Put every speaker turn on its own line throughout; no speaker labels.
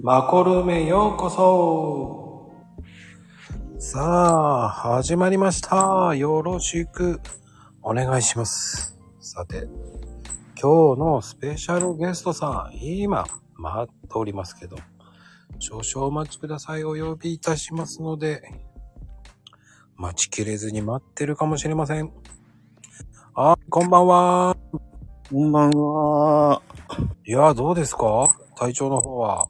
マコルームへようこそさあ、始まりました。よろしくお願いします。さて、今日のスペシャルゲストさん、今、待っておりますけど、少々お待ちください。お呼びいたしますので、待ちきれずに待ってるかもしれません。あ、こんばんは。
こんばんは。
いや、どうですか体調の方は。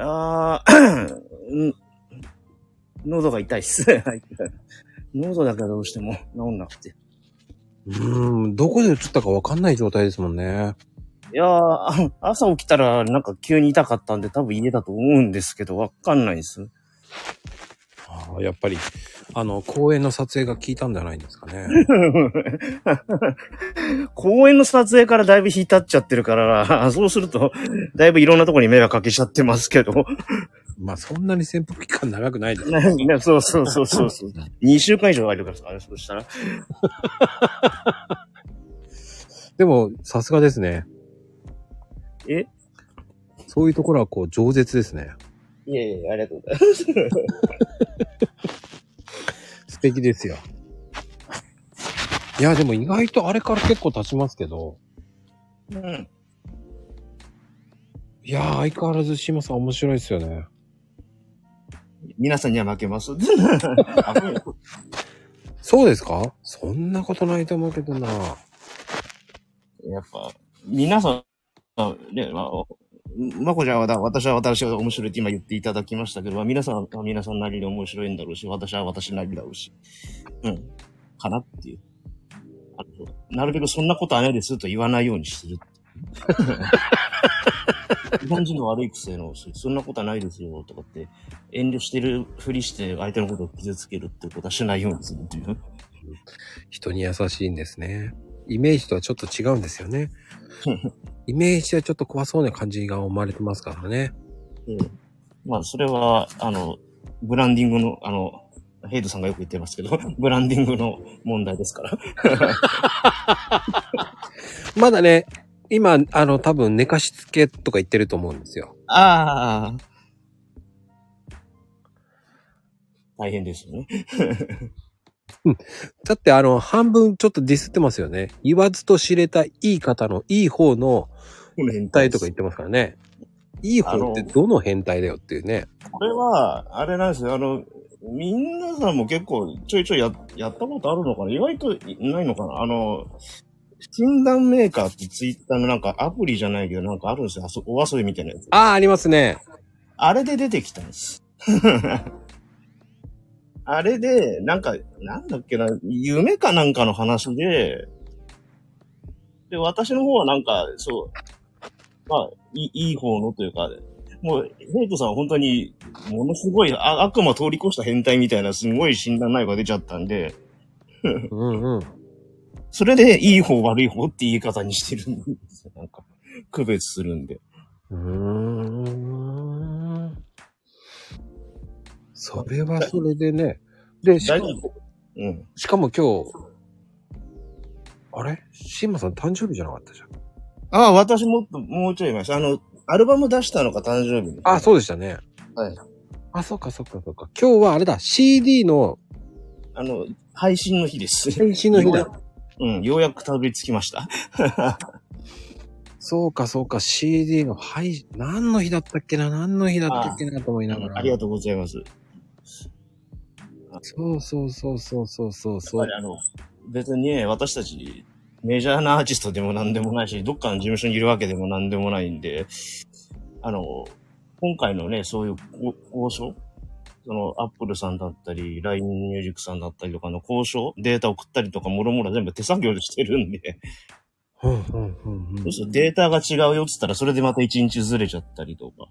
あー うん喉が痛いっす。 はい喉だけはどうしても治んなくて。いう
ーん、どこで映ったかわかんない状態ですもんね。
やー、朝起きたらなんか急に痛かったんで多分家だと思うんですけど、わかんないです。
ああ、やっぱり、あの、公演の撮影が効いたんじゃないんですか ね。
公園の撮影からだいぶ引いたっちゃってるから、 そうすると、だいぶいろんなとこに迷惑かけちゃってますけど。
まあ、そんなに潜伏期間長くないです。
ねそうそうそうそうそう。2週間以上あるからね、そしたら。
でも、さすがですね。
え
そういうところは、こう、饒舌ですね。
いやいや、ありがとうございます。
素敵ですよ。いや、でも意外とあれから結構経ちますけど、
うん
いやー、相変わらず島さん面白いですよね。
皆さんには負けます。危ない
そうですかそんなことないと思うけどな。
やっぱ、皆さん、あね、まあ、まこちゃんはだ、私は私は面白いって今言っていただきましたけど、まあ、皆さんは皆さんなりに面白いんだろうし、私は私なりだろうし、うん、かなっていう。あのなるべくそんなことはないですと言わないようにしてるっていう。日本人の悪い癖の、そそんなことはないですよとかって、遠慮してるふりして相手のことを傷つけるってことはしないようにするっていう。
人に優しいんですね。イメージとはちょっと違うんですよ ね。イメージはちょっと怖そうな感じが生まれてますからね。
まあ、それは、あの、ブランディングの、あの、ヘイドさんがよく言ってますけど、 ブランディングの問題ですから。
まだね、今、あの、多分寝かしつけとか言ってると思うんですよ。
ああ。大変ですよね。
だって、あの、半分ちょっとディスってますよね。言わずと知れたいい方のいい方の
この変
変態とか言ってますからね。いい方ってどの変態だよっていうね。
これは、あれなんですよ。あの、みんなさんも結構ちょいちょいややったことあるのかな意外とないのかなあの、診断メーカーってツイッターのなんかアプリじゃないけどなんかあるんですよ。あそお遊びみたいなやつ。
ああ、ありますね。
あれで出てきたんです。 あれで、なんか、なんだっけな、夢かなんかの話で、で、私の方はなんか、そう、まあ、いいいい方のというか、もう、ヘイトさんは本当に、ものすごいあ悪魔通り越した変態みたいな、すごい診断内容が出ちゃったんで、
うんうん。
それで、いい方悪い方って言い方にしてるんですよ。なんか、区別するんで。
うーん。それはそれでね。で、しか
大
も
丈夫うん。
しかも今日、あれシーマさん誕生日じゃなかったじゃん。
ああ、私もっと、もうちょいました。あの、アルバム出したのが誕生日に。
あ、そうでしたね。
はい。
あ、そっかそっかそっか。今日はあれだ、CD の
あの、配信の日です。
配信の日だ。
うん、ようやくたどり着きました。
そうかそうか、CD の配、何の日だったっけな、何の日だったっけなと思いながら。
ありがとうございます。
そうそうそうそうそうそうそ
は
う
い、。あの、別にね、私たち、メジャーなアーティストでも何でもないし、どっかの事務所にいるわけでも何でもないんで、あの、今回のね、そういうご交渉その、アップルさんだったり、LINE ミュージックさんだったりとかの交渉データ送ったりとか、もろもろ全部手作業でしてるんで、
うんうんうんうん
そうするとデータが違うよっつったら、それでまた1日ずれちゃったりとか。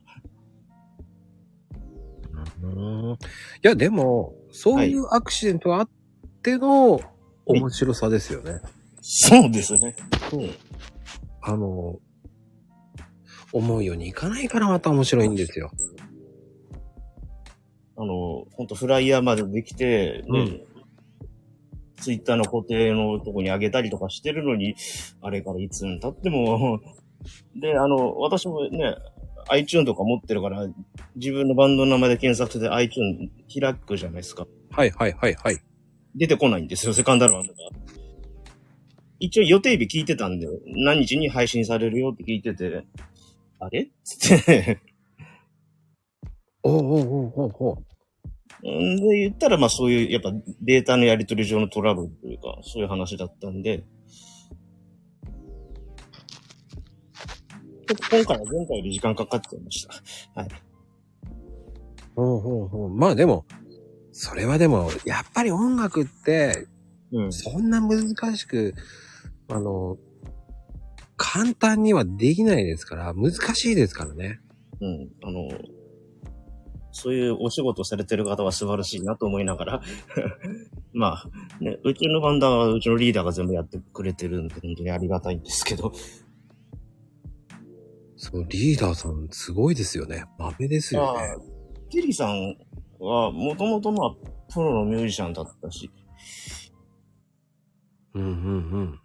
うんいや、でも、そういうアクシデントがあっての面白さですよね。
そうですね。
そう。あの、思うようにいかないからまた面白いんですよ。
あの、ほんとフライヤーまでできて、
う
ねツイッターの固定のとこに上げたりとかしてるのに、あれからいつに経っても、で、あの、私もね、 iTune とか持ってるから、自分のバンドの名前で検索して iTune 開くじゃないですか。
はいはいはいはい。
出てこないんですよ、セカンドアルバムが。一応予定日聞いてたんで、何日に配信されるよって聞いてて、あれっつって。
おうおうおうおうおう。
んで、言ったら、まあそういう、やっぱデータのやり取り上のトラブルというか、そういう話だったんで、ちょっと今回は前回より時間かかっちゃいました。
おうおうおうまあでも、それはでも、やっぱり音楽って、
うん。
そんな難しく、あの、簡単にはできないですから、難しいですからね。
うん。あの、そういうお仕事をされてる方は素晴らしいなと思いながら、 まあ、ね、うちのバンダーはうちのリーダーが全部やってくれてるんで、本当にありがたいんですけど、
そのリーダーさん、すごいですよね。豆ですよね。
テリーさんは、もともとまあ、プロのミュージシャンだったし、
うんうんうん。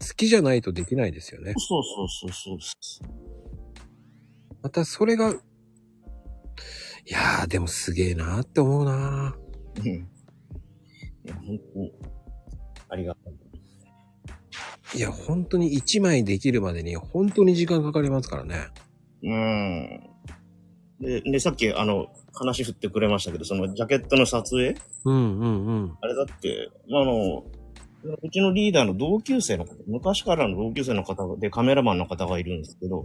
好きじゃないとできないですよね。
そうそうそうそうそう。
またそれが、いやー、でもすげえなーって思うな
うんいや、本当に、ありがたい。
ー。いや、本当に一枚できるまでに本当に時間かかりますからね。
うん。で、で、さっき、あの、話振ってくれましたけど、その、ジャケットの撮影
うんうんうん。
あれだって、あの、うちのリーダーの同級生の方、昔からの同級生の方でカメラマンの方がいるんですけど、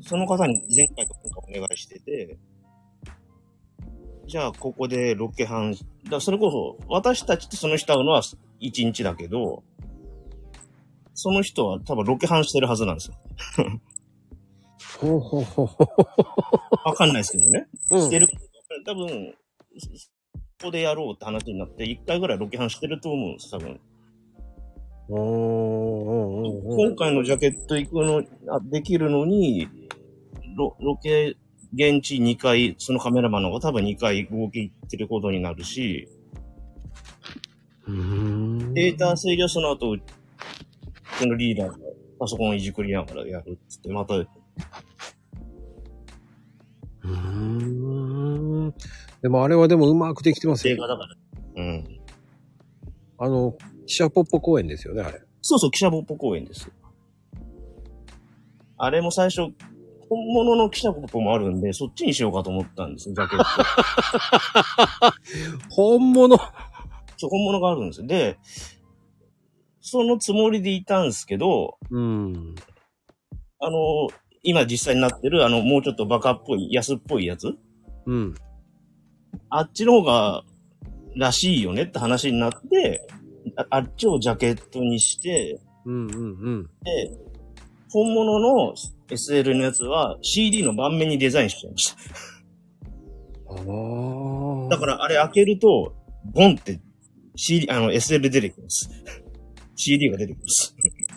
その方に前回とかお願いしてて、じゃあここでロケハン、だそれこそ私たちとその人会うのは1日だけど、その人は多分ロケハンしてるはずなんですよ。
ほうほうほうほ
わかんないですけどね。
う。う
して
ん、
る。多分、ここでやろうって話になって、1回ぐらいロケハンしてると思うんです、多分。
おーおーおー
今回のジャケット行くの、あできるのに、ロロケ、現地2回、そのカメラマンの方が多分2回合計行ってることになるし、
うーん。
データ整理はその後、うちのリーダーがパソコンをいじくりながらやるっつって、また、
うーん。でもあれはでもうまくできてます
映
よ。
画だから。うん。
あの、記者ポッポ公演ですよね、あれ。
そうそう、記者ボッポ公演です。あれも最初、本物の記者ボッポもあるんで、そっちにしようかと思ったんですよ、ジャケット。
本物
そう、本物があるんですよ。で、そのつもりでいたんですけど、
うん。
あの、今実際になってる、あの、もうちょっとバカっぽい、安っぽいやつ
うん。
あっちの方が、らしいよねって話になって、ああっちをジャケットにして、
うんうんうん。
で、本物の SL のやつは CD の盤面にデザインしちゃいました。
ああ。
だからあれ開けると、ボンって CD、あの SL 出てきます。CD が出てきます。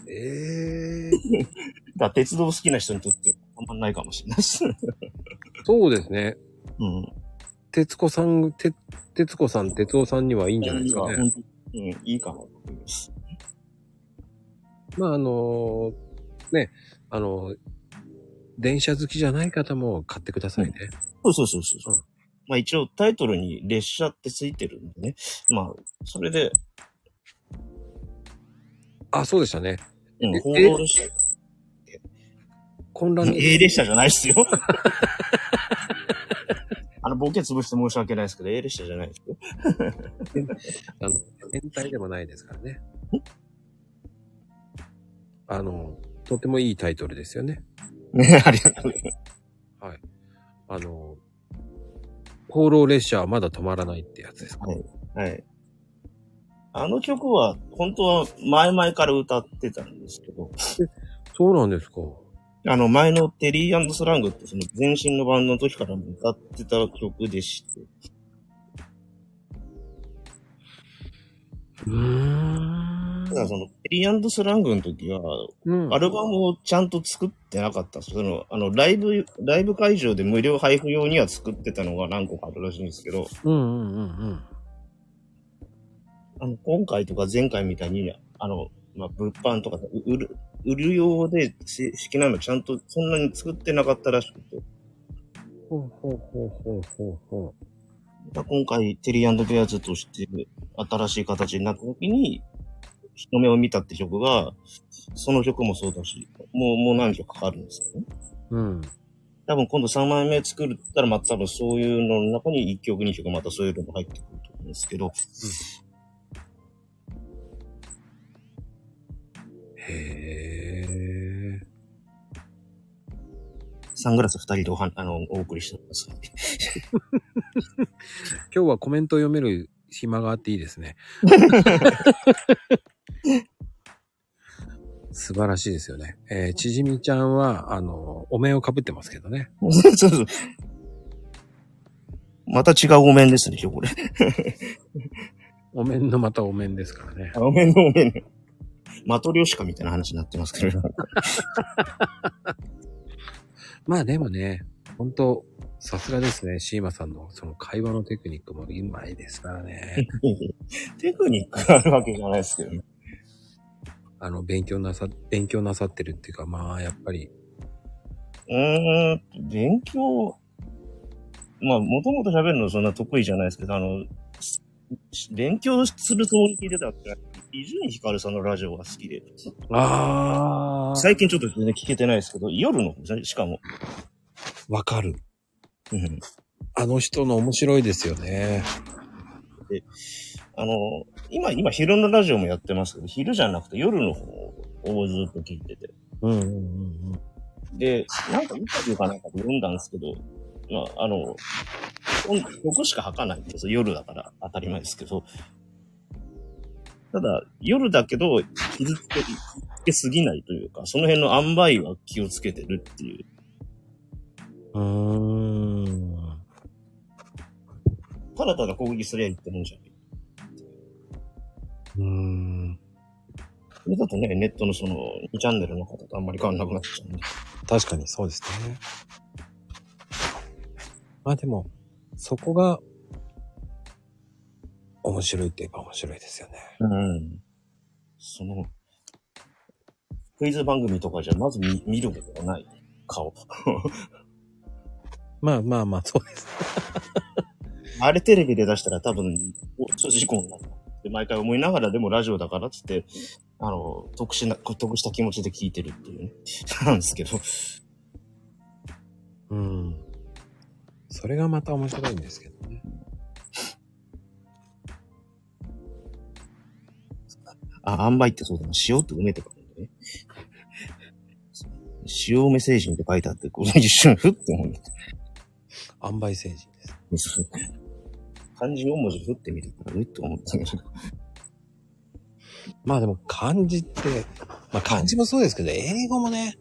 ええ
だから鉄道好きな人にとってはあんまないかもしれないです。
そうですね。
うん。
徹子さん、て、徹子さん、哲夫さんにはいいんじゃないですかね。
本当にうん、いいかなと思います。
まあ、あのーね、あのー電車好きじゃない方も買ってくださいね。
そうそうそうそう。
うん
まあ一応タイトルに列車ってついてるんでね。まあ、それで、
あ、そうでしたね。
うん、
え
報道列車。
混乱
うん A 列車じゃないですよ。あの、ボケ潰して申し訳ないですけど、A 列車じゃないですよ。
あの、変態でもないですからね。あの、とてもいいタイトルですよね。
ね、ありがとうございます。
あの、放浪列車はまだ止まらないってやつですか。
はい。あの曲は、本当は前々から歌ってたんですけど、
そうなんですか。
あの、前のテリースラングってその前身のバンドの時からも歌ってた曲でして、
うーん
ただその、テリースラングの時は、
うん。
アルバムをちゃんと作ってなかったんですよ。その、あの、ライブ、ライブ会場で無料配布用には作ってたのが何個かあるらしいんですけど、
うんうんうんうん。
あの、今回とか前回みたいに、あの、まあ、物販とか、う売る、売る用で正式なのちゃんとそんなに作ってなかったらしくて。
ほうほうほうほうほうほう。
また今回、テリーベアーズとして新しい形になった時に、日の目を見たって曲が、その曲もそうだし、もう、もう何曲かあるんですよね。
うん。
多分今度3枚目作ったら、また多分そういうのの中に1曲2曲またそういうのも入ってくると思うんですけど、
へえ。
サングラス2人でおはあの、お送りしてます。
今日はコメント読める暇があっていいですね。素晴らしいですよね。えー、ちじみちゃんは、あの、お面をかぶってますけどね。
そうそう。また違うお面ですね、今日これ。
お面のまたお面ですからね。
お面のお面 ね。マトリョシカみたいな話になってますけど、
まあでもね、本当さすがですね。シーマさんのその会話のテクニックもうまいですからね。
テクニックがあるわけじゃないですけどね。
あの、勉強なさ、勉強なさってるっていうか、まあやっぱり、
うーん、勉強、まあ、もともと喋るのそんな得意じゃないですけど、あの、し勉強するつもりで聞いてたわけじゃなくて、伊集院光さんのラジオが好きで、
ああ、
最近ちょっと全然聞けてないですけど、夜の、しかも、
わかる。
うん
あの人の面白いですよね。
あの、今、今昼のラジオもやってますけど、昼じゃなくて夜の方をずっと聞いてて、
うんうんうんうん。
で、なんかインタビューかなんかで読んだんですけど、まあ、あの、音僕しか吐かないんですよ。夜だから当たり前ですけど。ただ、夜だけど、傷つけ、傷つけすぎないというか、その辺の塩梅は気をつけてるっていう。
うーん。
ただただ攻撃すりゃいいってもんじゃない。
うーん。
それだとね、ネットのその、2チャンネルの方とあんまり変わんなくなっちゃうんで。
確かにそうですね。まあでも、そこが、面白いって言えば面白いですよね。
うん。その、クイズ番組とかじゃまず見見ることがない顔。
まあまあまあ、そうです。
あれテレビで出したら多分、おそう事故になるって毎回思いながら、でもラジオだからっつって、あの、得しな、得した気持ちで聞いてるっていうね。なんですけど。
うん。それがまた面白いんですけどね。
あ、塩梅ってそうだな。塩って梅って書くんだね。塩梅星人って書いてあって、こう一瞬ふって思いました
塩梅成人です。
そう漢字4文字ふってみたから、うって思ったけど。
まあでも、漢字って、まあ漢字もそうですけど、英語もね、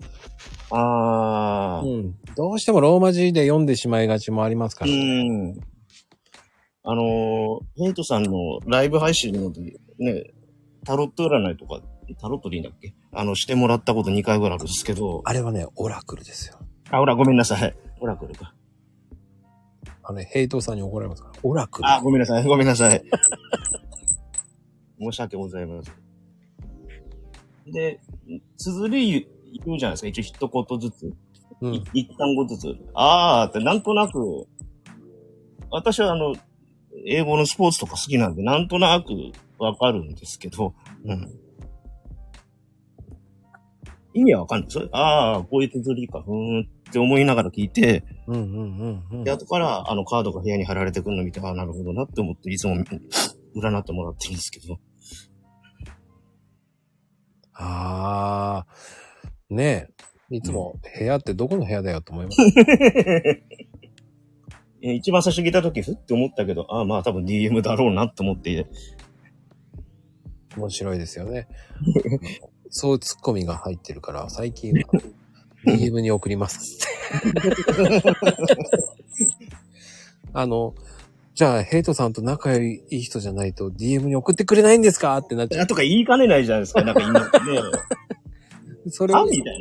あー。
うん。どうしてもローマ字で読んでしまいがちもありますから。
うん。あのー、ヘイトさんのライブ配信の時、ね、タロット占いとか、タロットでいいんだっけあの、してもらったこと2回ぐらいあるんですけど、
あれはね、オラクルですよ。
あ、ほら、ごめんなさい。オラクルか。
あのね、ヘイトさんに怒られますから。オラクル。
あ、ごめんなさい、ごめんなさ い。申し訳ございません。で、綴り言うじゃないですか。一応一言ずつ。
うん。
一単語ずつ。あーって、なんとなく、私はあの、英語のスポーツとか好きなんで、なんとなくわかるんですけど、うん。意味はわかんないですよ。ああ、こういう綴りか、ふーんって思いながら聞いて、
うんうんうんうん
で、。後から、あの、カードが部屋に貼られてくるの見て、ああ、なるほどなって思って、いつも占ってもらってるんですけど。
ああ、ねえ。いつも部屋ってどこの部屋だよと思います。
え一番最初聞いた時、ふって思ったけど、ああ、まあ多分 DM だろうなって思って、
面白いですよ ね。そうツッコミが入ってるから、最近は DM に送りますっ て。あの、じゃあ、ヘイトさんと仲良い人じゃないと DM に送ってくれないんですかってなっちゃ
あとか言いかねないじゃないですか、なんか今ね。
う。そ れ
あ
を
みたいな。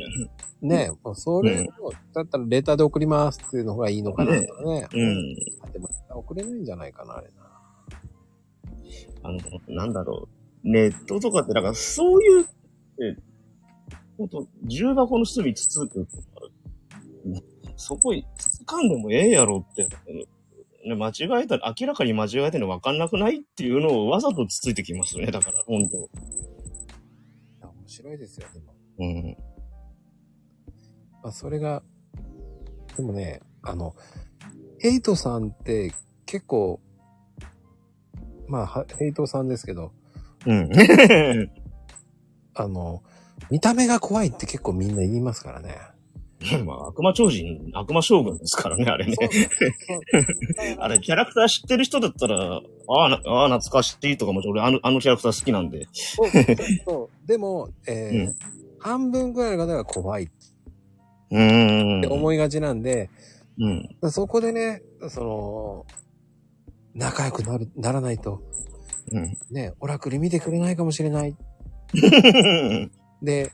ね、もうそれを、
うん
だったらレターで送りますっていうのがいいのかなとかね。
うん。
でもレター送れないんじゃないかな、あれな。
あの、なんだろう。ネットとかって、なんかそういう、えほんと、重箱の隅つつくから、そこにつつかんでもええやろって、ね、間違えたら、明らかに間違えてるの分かんなくないっていうのをわざとつついてきますよね、だから、ほんと。
いや面白いですよ、でも。
うん。
まあ、それが、でもね、あの、ヘイトさんって結構、まあ、はヘイトさんですけど、
うん。
あの、見た目が怖いって結構みんな言いますからね。
まあ、悪魔超人、悪魔将軍ですからね、あれね。 あれ、キャラクター知ってる人だったら、ああな、ああ、懐かしいとかも、俺、あの、あのキャラクター好きなんで。
そうそうそうでも、えー
うん
半分くらいの方が怖いっ
うーん。
て思いがちなんで、
うん。
そこでね、その、仲良くなる、ならないと、
うん。
ね、オラクル見てくれないかもしれない。で、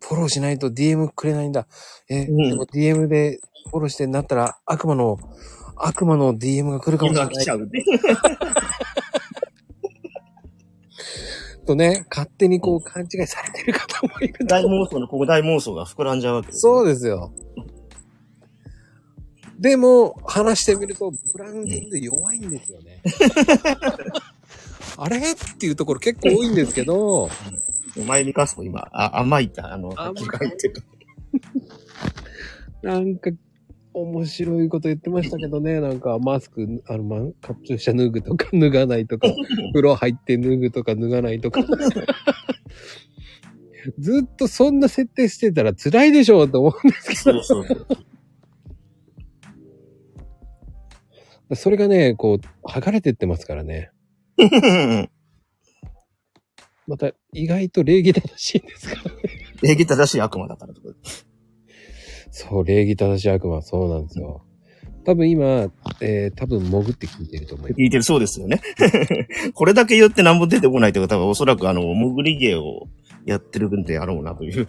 フォローしないと DM くれないんだ。え、
うん
でも DM でフォローしてなったら悪魔の、悪魔の DM が来るかもしれ
今
な
来
い
ち。ゃうね。
とね、勝手にこう勘違いされてる方もいるんだ
大。妄想の、ここ大妄想が膨らんじゃうわけ。う。
そうですよ。でも、話してみると、ブランディング弱いんですよ ね。あれっていうところ結構多いんですけど、
お前見かすこ、今。あ、甘いって、あの、
甘い
書いてる。
なんか、面白いこと言ってましたけどね、なんか、マスク、あの、ま、カプチューシャ脱ぐとか、 脱がないとか、風呂入って脱ぐとか、脱がないとか。 ずっとそんな設定してたら辛いでしょうと思
そうそう そう。
う。それがね、こう、剥がれてってますからね。また、意外と礼儀正しいんですから。
礼儀正しい悪魔だからとか。
そう、礼儀正しい悪魔、そうなんですよ。多分今、えー、多分潜って聞いてると思います。
聞いてるそうですよね。 これだけ言って何も出てこないというか、多分おそらくあの、潜り芸をやってるんであろうなという。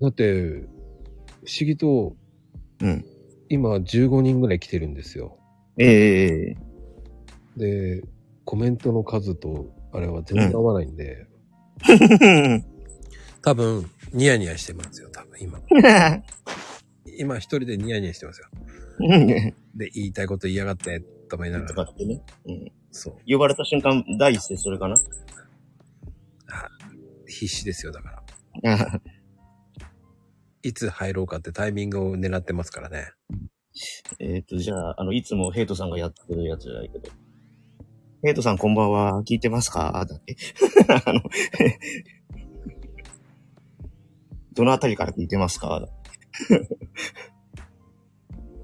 だって、不思議と、
うん。
今15人ぐらい来てるんですよ。
ええ
で、コメントの数と、あれは全然合わないんで、多分、ニヤニヤしてますよ、多分今。今一人でニヤニヤしてますよ。で、言いたいこと言いやがって、と思いなが。
とからってね。うん
そう。
呼ばれた瞬間、第一声それかな。
必死ですよ、だから。いつ入ろうかってタイミングを狙ってますからね。
えっと、じゃあ、あの、いつもヘイトさんがやってるやつじゃないけど。ヘイトさんこんばんは、聞いてますかだっけ あの、どのあたりから聞いてますか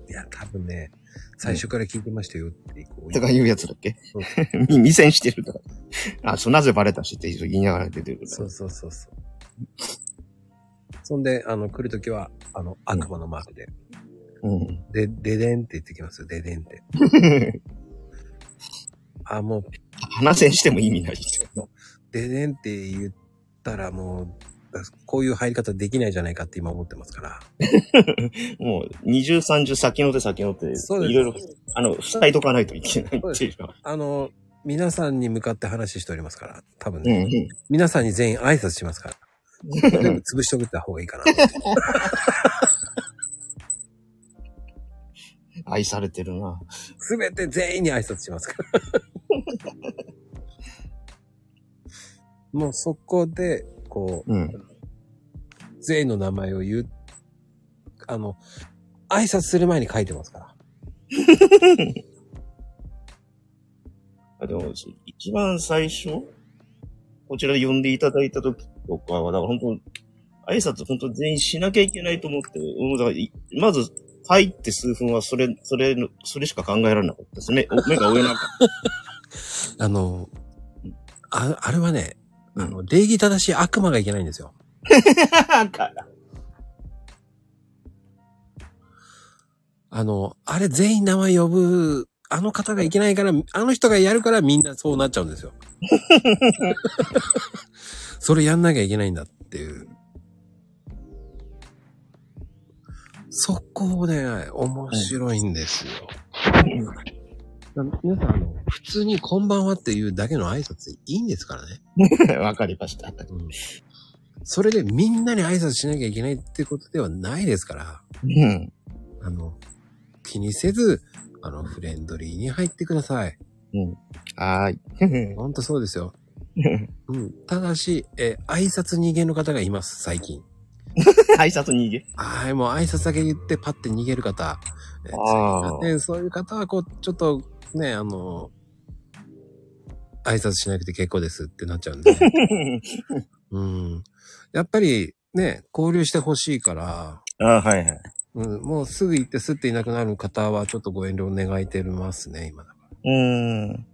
いや、多分ね、最初から聞いてましたよって、こう。
とかいうやつだっけ
そう
み 見せんしてるから。あ、そう、なぜバレたしって言いながら出てくるか
そ
ら。
うそうそうそう。そんで、あの、来るときは、あの、悪魔のマークで、
うん。
で、ででんって言ってきますよ、ででんって。あ、もう、
話せんしても意味ない人。
ででんって言ったらもう、こういう入り方できないじゃないかって今思ってますから。
もう、二重三重先の手先の手、い
そうで
ろ
す
いろ、あの、塞いとかないといけないっていうのは。
あの、皆さんに向かって話しておりますから、多分
う
ね。
ん。
皆さんに全員挨拶しますから。全部 潰しておいた方がいいかな。
愛されてるな。
すべて全員に挨拶しますから。 もうそこで、こ
うん。
う、全員の名前を言う、あの、挨拶する前に書いてますから。
あでも、一番最初、こちらで呼んでいただいた時とかは、だから本当、挨拶本当全員しなきゃいけないと思って、うんだからいまず入って数分はそれ、それの、それしか考えられなかったですね。お目が追えなかっ
あの、ああれはね、
うん
あの、礼儀正しい悪魔がいけないんですよ。
た。 から
あの、あれ全員名前呼ぶ、あの方がいけないから、あの人がやるからみんなそうなっちゃうんです よ。それやんなきゃいけないんだっていう。そこをね、面白いんですよ。な皆さん、あの、普通にこんばんはっていうだけの挨拶でいいんですからね。
わかりました。
うんそれでみんなに挨拶しなきゃいけないってことではないですから、
うん。
あの、気にせず、あの、フレンドリーに入ってください。
は ーい。
ほんとそうですよ。うん。ただし、えー挨拶逃げの方がいます、最近。
挨拶逃げ。
はい、もう挨拶だけ言ってパッて逃げる方。えー
あー
ね、そういう方は、こう、ちょっと、ね、あの、挨拶しなくて結構ですってなっちゃうん で。うん。やっぱり、ね、交流してほしいから、
ああ、はいはい。
うん、もうすぐ行ってすっていなくなる方は、ちょっとご遠慮願いてますね、今。
うーん。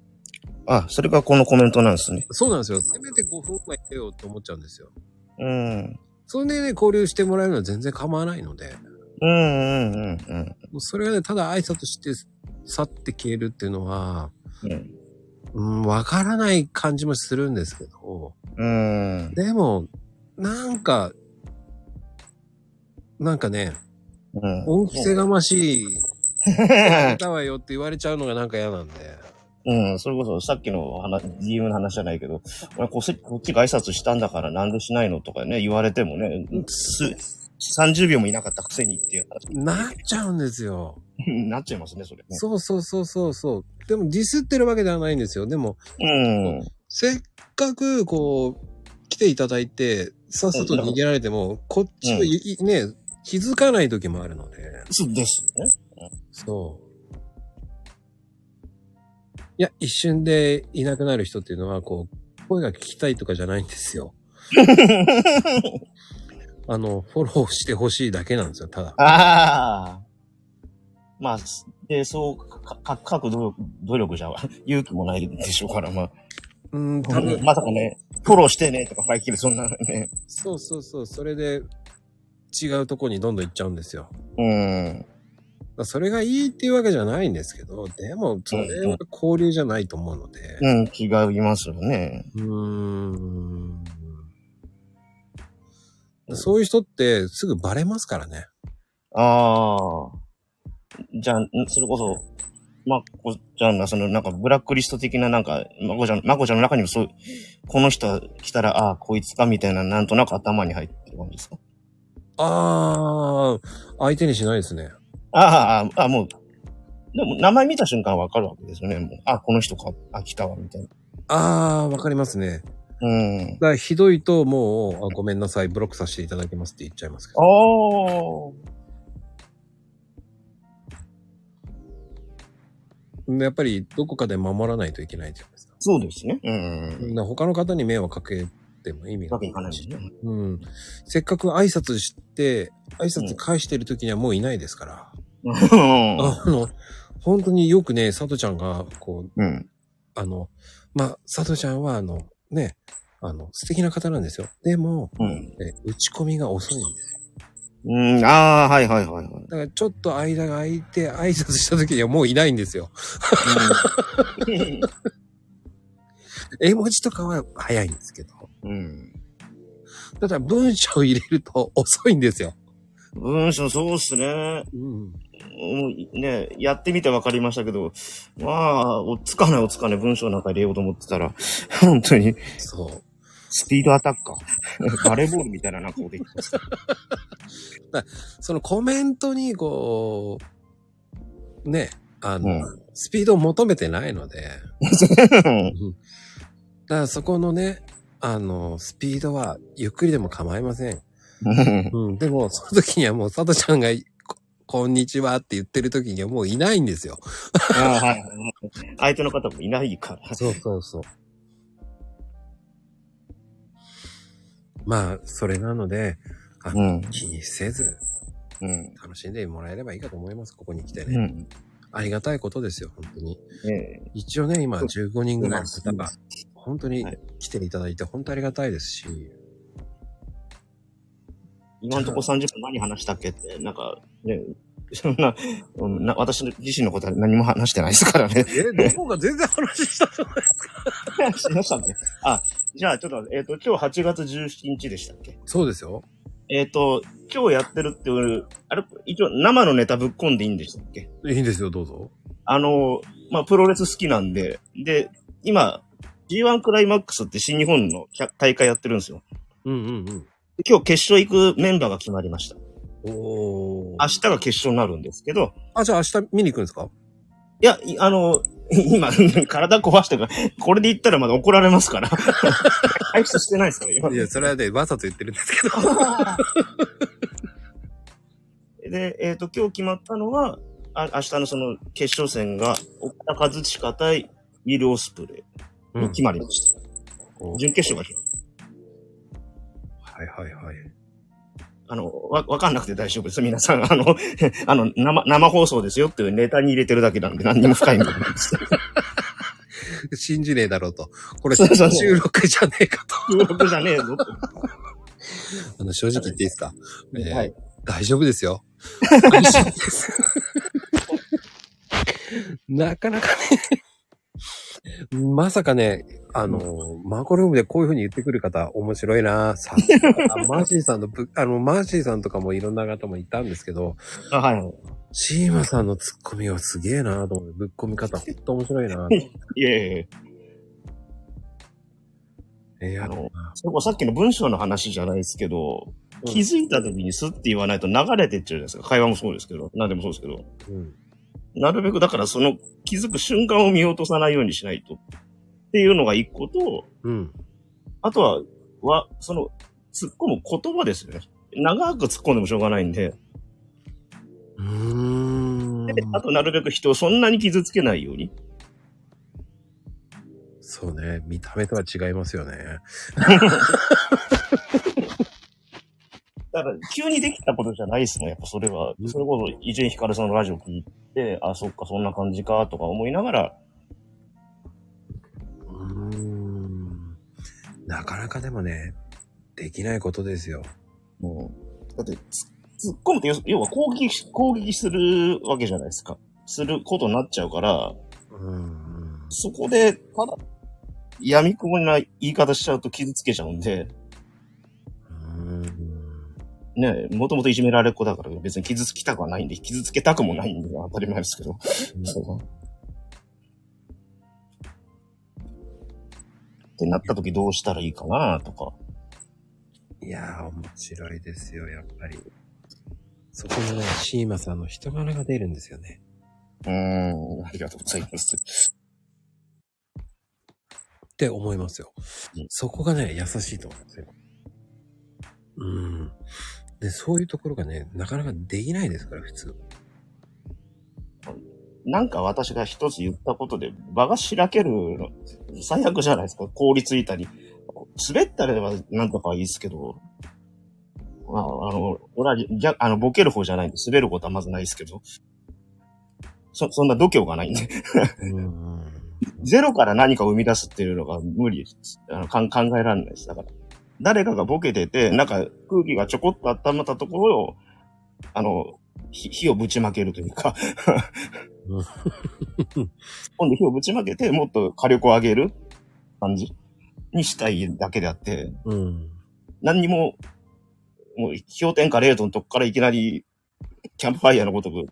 あ、それがこのコメントなんですね。
そうなんですよ。せめて5分はいてよと思っちゃうんですよ。
うん。
それでね、交流してもらえるのは全然構わないので、
うんうんうんうん
もうそれがね、ただ挨拶して去って消えるっていうのは、
うん。
うん、わからない感じもするんですけど、
うん。
でも、なんか、なんかね、
うん。
恩着せがましい
う
方はよって言われちゃうのがなんか嫌なんで、
ん。それこそさっきの話、DM の話じゃないけど、俺こっちこっちが挨拶したんだからなんでしないのとかね、言われてもね、す、30秒もいなかったくせにっていう話
なっちゃうんですよ。
になっちゃいますね、それね。
そうそうそうそうそう。でもディスってるわけではないんですよ。でも、
うん。
せっかく、こう、来ていただいて、さっさと逃げられても、こっちの、
うん
いね、気づかない時もあるので。
そうですね。
そう。いや、一瞬でいなくなる人っていうのは、こう、声が聞きたいとかじゃないんです よ。あの、フォローしてほしいだけなんですよ、ただ。
ああ。まあ、で、そう、か、か、書く努力、努力じゃ、勇気もないでしょうから、まあ。
うん、多分、
まさかね、フォローしてね、とか、バイキル、そんなね。
そうそうそう、それで、違うとこにどんどん行っちゃうんですよ。
うん。
だからそれがいいっていうわけじゃないんですけど、でも、それは交流じゃないと思うので。
うん、違いますよね。
うーんそういう人ってすぐバレますからね。
ああ。じゃあ、んそれこそ、まこちゃんが、その、なんか、ブラックリスト的な、なんか、まこちゃん、まこちゃんの中にもそう、この人来たら、ああ、こいつか、みたいな、なんとなく頭に入ってる感じですか
ああ、相手にしないですね。
ああああ、ああ、もう、でも、名前見た瞬間わかるわけですよね。もうああ、この人か、あ、来たわ、みたいな。
ああ、わかりますね。
うん
だ。からひどいともうあ、ごめんなさい、ブロックさせていただきますって言っちゃいますけど。
おー。
でやっぱりどこかで守らないといけないじゃないですか。
そうですね。うん。
だから他の方に迷惑かけても意味が
わけいかないしね。
うん。せっかく挨拶して、挨拶返してる時にはもういないですから。
う
あの、本当によくね、佐藤ちゃんが、こう、
ん。
あの、まあ、佐藤ちゃんは、あの、ね、あの、素敵な方なんですよ。でも、
うん。
え打ち込みが遅いんですよ。
うん。ああ、はいはいはいはい。
だから、ちょっと間が空いて、挨拶した時にはもういないんですよ。絵文字とかは早いんですけど。
うん。
ただ、文章を入れると遅いんですよ。
文章そうっすね。
うん。
もうね、やってみて分かりましたけど、まあ、おっつかないおっつかない文章なんか入れようと思ってたら、本当に、
そう。
スピードアタッカー。バレーボールみたいななんかこと言ってました。
そのコメントに、こう、ね、あの、
うん
スピードを求めてないので、だからそこのね、あの、スピードはゆっくりでも構いません。うん、でも、その時にはもう、佐藤ちゃんが、ここんにちはって言ってる時にはもういないんですよ。
ああはい相手の方もいないから。
そうそうそう。まあ、それなので、
うん。
気にせず、
うん。
楽しんでもらえればいいかと思います、ここに来てね。
うん。
ありがたいことですよ、本当に。
ね
一応ね、今、15人ぐらいの方
う
が、本当に
はい
来ていただいて、本当ありがたいですし、
今んとこ30分何話したっけって、なんか、ね、そんな、うんな私自身のことは何も話してないですからね。
え、どこが全然話したじゃないですか。
話しましたね。あ、じゃあちょっと、えっ、と、今日8月17日でしたっけ
そうですよ。
えっ、と、今日やってるっていう、あれ、一応生のネタぶっ込んでいいんでしたっけ
いいんですよ、どうぞ。
あの、まあ、プロレス好きなんで、で、今、G1 クライマックスって新日本の大会やってるんですよ。
うんうんうん。
今日決勝行くメンバーが決まりました。
お
明日が決勝になるんですけど、
あ、じゃあ明日見に行くんですか
いや、いあの、 今、体壊したから、これで言ったらまだ怒られますから。 回復してないですから、今
い。や、それはね、わざと言ってるんですけど。
で、えっ、と、今日決まったのは、あ明日のその決勝戦が、岡田和親対ウィル・オスプレ イに決まりました。
お
準決勝が決まっ
はいはいはい。
た。あの、わ、わかんなくて大丈夫です。皆さん、あの、 あの、生、生放送ですよっていうネタに入れてるだけなんで、何にも深い意味ない です。
信じねえだろうと。これ、
そうそう
収録じゃねえかと。
収録じゃねえぞって
あの、正直言っていいですか、えー
はい。
大丈夫ですよ。安心です。 なかなかね、 まさかね、あの、マコルームでこういう風に言ってくる方、面白いなさすがあマーシーさんのぶ、あの、マーシーさんとかもいろんな方もいたんですけど、
あはい。
シーマさんのツッコミはすげえなと思って、ぶっ込み方、ほんと面白いな
いえいえいえ。
ええ
あ
あ
の
の、
それこそさっきの文章の話じゃないですけど、
うん
気づいた時にスッて言わないと流れてっちゃうじゃないですか。会話もそうですけど、何でもそうですけど。
うん。
なるべくだからその気づく瞬間を見落とさないようにしないと。っていうのが一個と、
うん。
あとは、は、その、突っ込む言葉ですよね。長く突っ込んでもしょうがないんで、
うーん
で。あとなるべく人をそんなに傷つけないように。
そうね。見た目とは違いますよね。
だから、急にできたことじゃないですもん、やっぱそれは。それこそ、伊集院光さんのラジオ聞いて、あ、そっか、そんな感じか、とか思いながら、
うーん。なかなかでもね、できないことですよ。
もう、だって、つ突っ込むって要す、要は攻撃し、攻撃するわけじゃないですか。することになっちゃうから、
うん。
そこで、ただ、闇雲な言い方しちゃうと傷つけちゃうんで、
うん。
ね、もともといじめられっ子だから別に傷つきたくはないんで、傷つけたくもないんで、当たり前ですけど。そうってなった時どうしたらいいかなとか。
いやー、面白いですよ、やっぱり。そこのね、シーマさんの人柄が出るんですよね。
うーん、ありがとうございます。
って思いますよ
うん。
そこがね、優しいと思いますよ。うん。で、そういうところがね、なかなかできないですから、普通。
なんか私が一つ言ったことで、場がしらけるの、最悪じゃないですか。凍りついたり。滑ったりはなんとかはいいですけど、まあ、あの、俺は逆、あの、ボケる方じゃないんで、滑ることはまずないですけど、そ、そんな度胸がないんで、
うん。
ゼロから何かを生み出すっていうのが無理です。あの、かん考えられないです。だから、誰かがボケてて、なんか空気がちょこっと温まったところを、あの、火火をぶちまけるというか、今度火をぶちまけて、もっと火力を上げる感じにしたいだけであって、
うん。
何にも、もう氷点下0度のとこからいきなり、キャンプファイヤーのごとく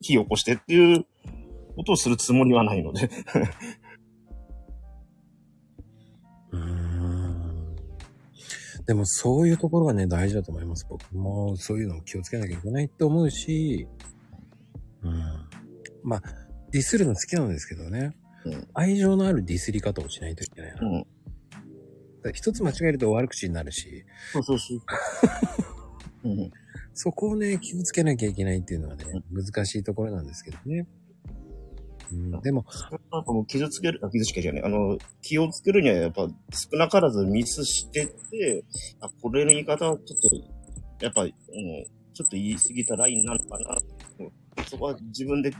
火を起こしてっていうことをするつもりはないので、
うーんでもそういうところがね、大事だと思います。僕もそういうのを気をつけなきゃいけないと思うし、うん。まあ、ディスるの好きなんですけどね。
うん
愛情のあるディスり方をしないといけないな。だ
うん
から一つ間違えると悪口になるし、
そうそう そう。うん、
そこをね、気をつけなきゃいけないっていうのはね、難しいところなんですけどね。うん、でも、
なんかもう傷つける、あ傷つけるじゃない、あの、気をつけるにはやっぱ少なからずミスしてて、あ、これの言い方はちょっと、やっぱ、うん、ちょっと言い過ぎたラインなのかな。そこは自分で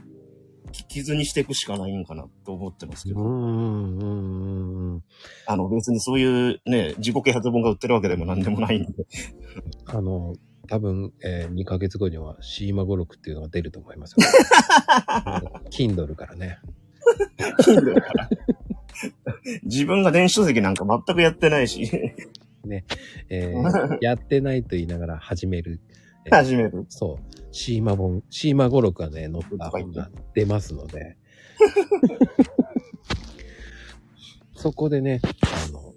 き傷にしていくしかないんかなと思ってますけ
う
ど、
ん、うん、うん、うん。
あの別にそういうね、自己啓発本が売ってるわけでも何でもないんで、
あの、多分、えー2ヶ月後にはシーマ語録っていうのが出ると思い ますよ。Kindle からね。
自分が電子書籍なんか全くやってないし、
え ーやってないと言いながら始める。
始める。
そう。シーマ本、シーマ語録がね、載った本が出ますので。 そこでね、あの、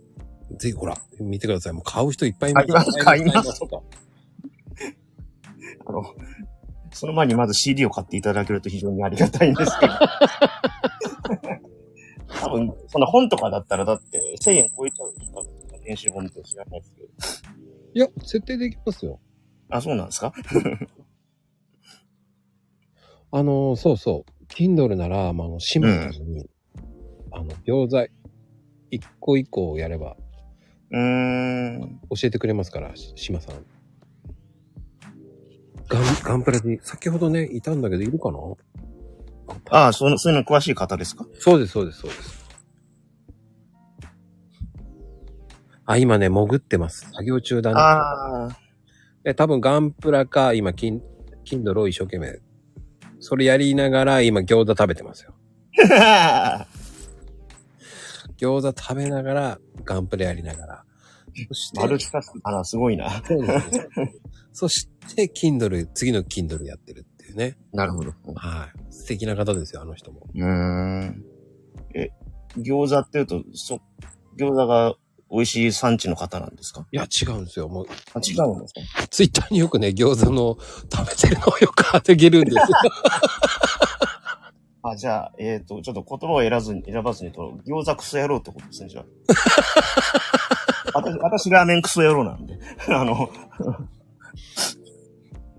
ぜひほら、見てください。もう買う人いっぱいい
買います買います
とか。
あの、その前にまず CD を買っていただけると非常にありがたいんです けど。多分、その本とかだったらだって1000円超えちゃうよ。多分、電子本って知らないですけど。
いや、設定できますよ。
あ、そうなんですか
あのー、そうそう。Kindle なら、まあ、あの、シムさんに、あの、教材、一個一個やれば
うーん。
教えてくれますから、し島さん。ガン、ガンプラで、先ほどね、いたんだけど、いるかな
ああ、その、そういうの詳しい方ですか
そうです、そうです、そうです。あ、今ね、潜ってます。作業中だね。
ああ、
え、多分ガンプラか、今、キン、キンドルを一生懸命。それやりながら、今、餃子食べてますよ。 餃子食べながら、ガンプラやりながら。そして、
マルチタスク。あら、すごいな。
そうですねそして、キンドル、次のキンドルやってるっていうね。
なるほど。う
はい。素敵な方ですよ、あの人も。
ーん。え、餃子って言うと、そ、餃子が美味しい産地の方なんですか
いや、違うんですよ。もう、
あ、違うんですか
ツイッターによくね、餃子の食べてるのをよく当てげるんですよ。
あ、じゃあ、えっ、と、ちょっと言葉を選ばずに、選ばずにと、餃子クソ野郎ってことです ね、じゃあ。私、私ラーメンクソ野郎なんで。 あの、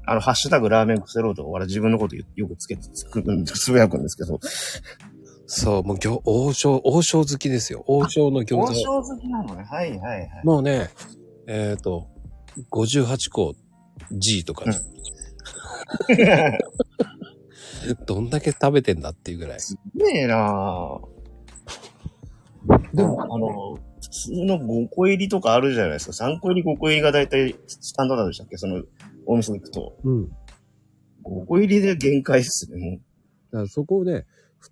あの、ハッシュタグラーメンクソ野郎とか、俺自分のことよよくつけて、つく、つぶやくんですけど。
そう、もう餃、王将、王将好きですよ。王将の餃
王
子。
将好きなのね。はいはいはい。
もうね、えっ、と、58個 G とかね、どんだけ食べてんだっていうぐらい。
ねえなぁ。でも、あの、普通の5個入りとかあるじゃないですか。3個入り5個入りが大体スタンダードでしたっけその、お店に行くと。
うん。だ
5個入りで限界っすね。
からそこをね、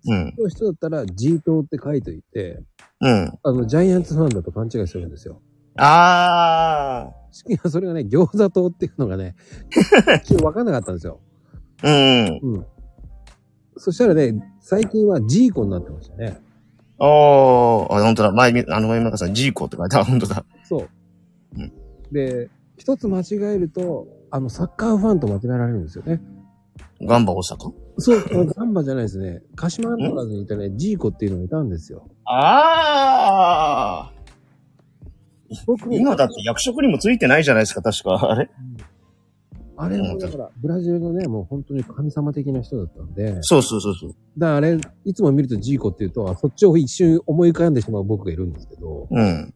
うん。
の人だったら G 糖って書いといて、
うん。
あの、ジャイアンツファンだと勘違いするんですよ。
あ
しかもそれがね、餃子糖っていうのがね、ちょっとわかんなかったんですよ。
あうん。
うん。そしたらね、最近は G コになってましたね。
おー。あ、本当だ。前見、あの前村さん、ジーコって書いてある。 本当だ。
そう。
うん
で、一つ間違えると、あの、サッカーファンと間違えられるんですよね。
ガンバ大阪
そう、ガンバじゃないですね。鹿島アントラーズにいたね、ジーコっていうのがいたんですよ。
あー。
僕ね
今だって役職にもついてないじゃないですか、確か。あれ
あれもだから、ブラジルのね、もう本当に神様的な人だったんで、だか
そうそうそうそう。
らあれ、いつも見るとジーコっていうと、あそっちを一瞬思い浮かんでしまう僕がいるんですけど、
うん。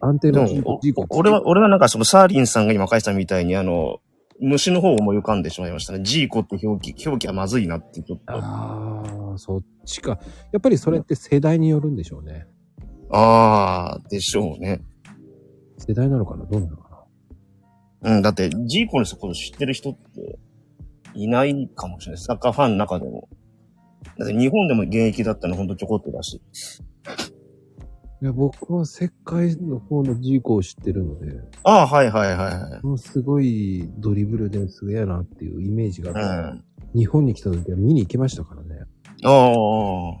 安定
で
のジーコ
も、、
ジーコ
お俺は、俺はなんかそのサーリンさんが今返したみたいに、あの、虫の方を思い浮かんでしまいましたね。ジーコって表記、表記はまずいなってちょっと。あ
ああ、そっちか。やっぱりそれって世代によるんでしょうね。
あー、でしょうね。
世代なのかなどうなのかな
うん、だって、ジーコのこと知ってる人って、いないかもしれない。サッカーファンの中でも。だって日本でも現役だったのほんとちょこっとだし。
いや、僕は世界の方のジーコを知ってるので、
ああ、はいはいはいはい。
もうすごいドリブルですげえなっていうイメージ
うん。
が、
あ
日本に来た時は見に行きましたからね。
あ、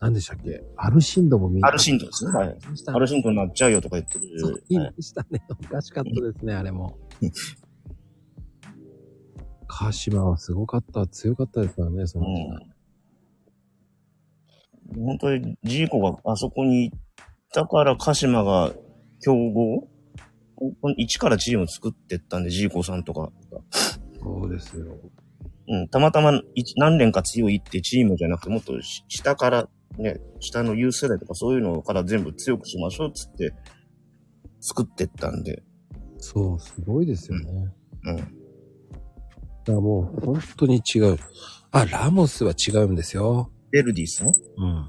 何でしたっけアルシンドも見に
アルシンドですねはい
行きました
ア
ね。
ルシントになっちゃうよとか言ってる。
そう
はい
見ましたね。おかしかったですね、あれも
うん。
鹿島はすごかった、強かったですからね、その時代。
うん。本当に、ジーコがあそこに行ったから、鹿島が競合一からチームを作ってったんで、ジーコさんとか。
そうですよ。
うん、たまたま一何年か強いってチームじゃなくて、もっとし下から、ね、下の優世代とかそういうのから全部強くしましょうっつって、作ってったんで。
そう、すごいですよね。
うん
だからもう、本当に違う。あ、ラモスは違うんですよ。
ベルディスね。
うん。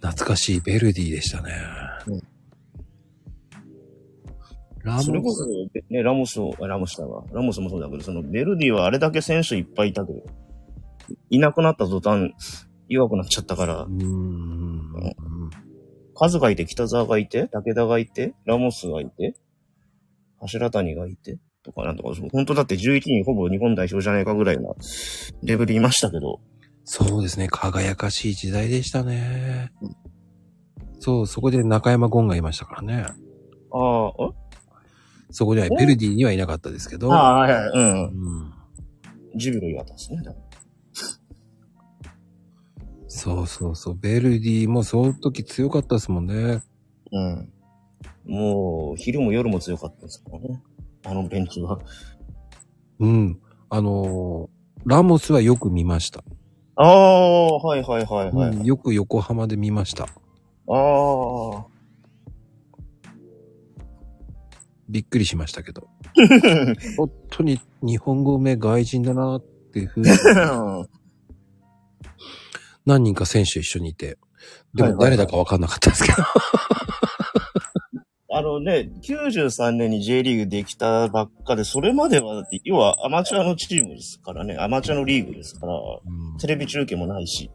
懐かしいベルディでしたね。
うん
ラ
それ
モ
こ
ス
そ、、ね、ラモスを、ラモスだわ。ラモスもそうだけど、そのベルディはあれだけ選手いっぱいいたけど、いなくなった途端、弱くなっちゃったから
うー、ん。
カズがいて、北沢がいて、武田がいて、ラモスがいて、柱谷がいて、とかなんとか、そう本当だって11人ほぼ日本代表じゃないかぐらいなレベルいましたけど、
そうですね。輝かしい時代でしたね。そう、そこで中山ゴンがいましたからね。
ああ、
そこには、
え
ベルディにはいなかったですけど、
ああ、はいはい、う。
うんん、
ジュビロ岩田ですね。だか
そうそうそう、ベルディもその時強かったですもんね。
らうん。もう、昼も夜も強かったですからね。あのベンチは。
うん。あのーラモスはよく見ました、
ああ、はいはいはいはい。
うんよく横浜で見ました。
ああ。
びっくりしましたけど。 本当に日本語名外人だなっていうふう に何人か選手一緒にいて。で
はい
も
はいはい
誰だかわかんなかったです けど。
あのね、93年に J リーグできたばっかで、それまでは、だって要はアマチュアのチームですからね、アマチュアのリーグですから、テレビ中継もないし、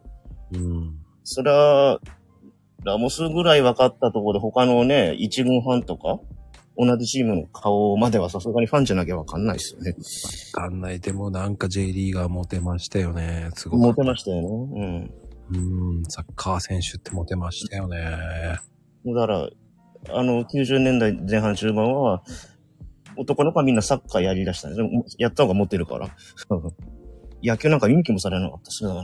うん。
そりゃ、ラモスぐらい分かったところで他のね、1軍半とか、同じチームの顔まではさすがにファンじゃなきゃ分かんないですよね。
わかんないでもなんか J リーガーモテましたよね。すご
モ
く。
テましたよね。
うん。サッカー選手ってモテましたよね。
うん。だから、あの、90年代前半中盤は、男の子はみんなサッカーやりだしたんですね。やった方がモテるから。 野球なんか見向きもされなかったしな。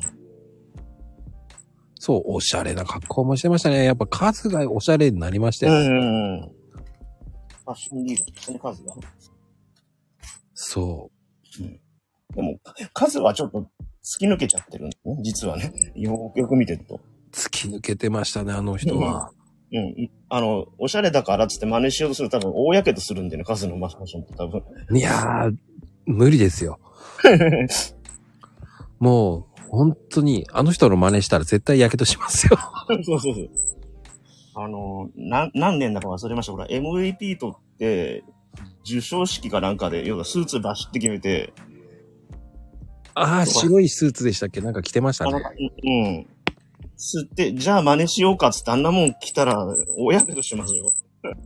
そう、おしゃれな格好もしてましたね。やっぱ数がおしゃれになりましたよ。
うんうんうん。ファッションリーグ、その数が。
そ
でも、数はちょっと突き抜けちゃってるんだね、実はね。よくよく見てると。
う。突き抜けてましたね、あの人は。
うん。あの、おしゃれだからっつって真似しようとすると多分大やけどするんだよね、数のマスファッションって多分。
いやー、無理ですよ。もう、本当に、あの人の真似したら絶対やけどしますよ。
そうそうそう。あの、な、何年だか忘れました。ほら、MVP 取って、受賞式かなんかで、要はスーツバシって決めて、
ああ、白いスーツでしたっけなんか着てました
あの、
ね。
うん。吸って、じゃあ真似しようかっつってあんなもん着たら、大やけどしますよ。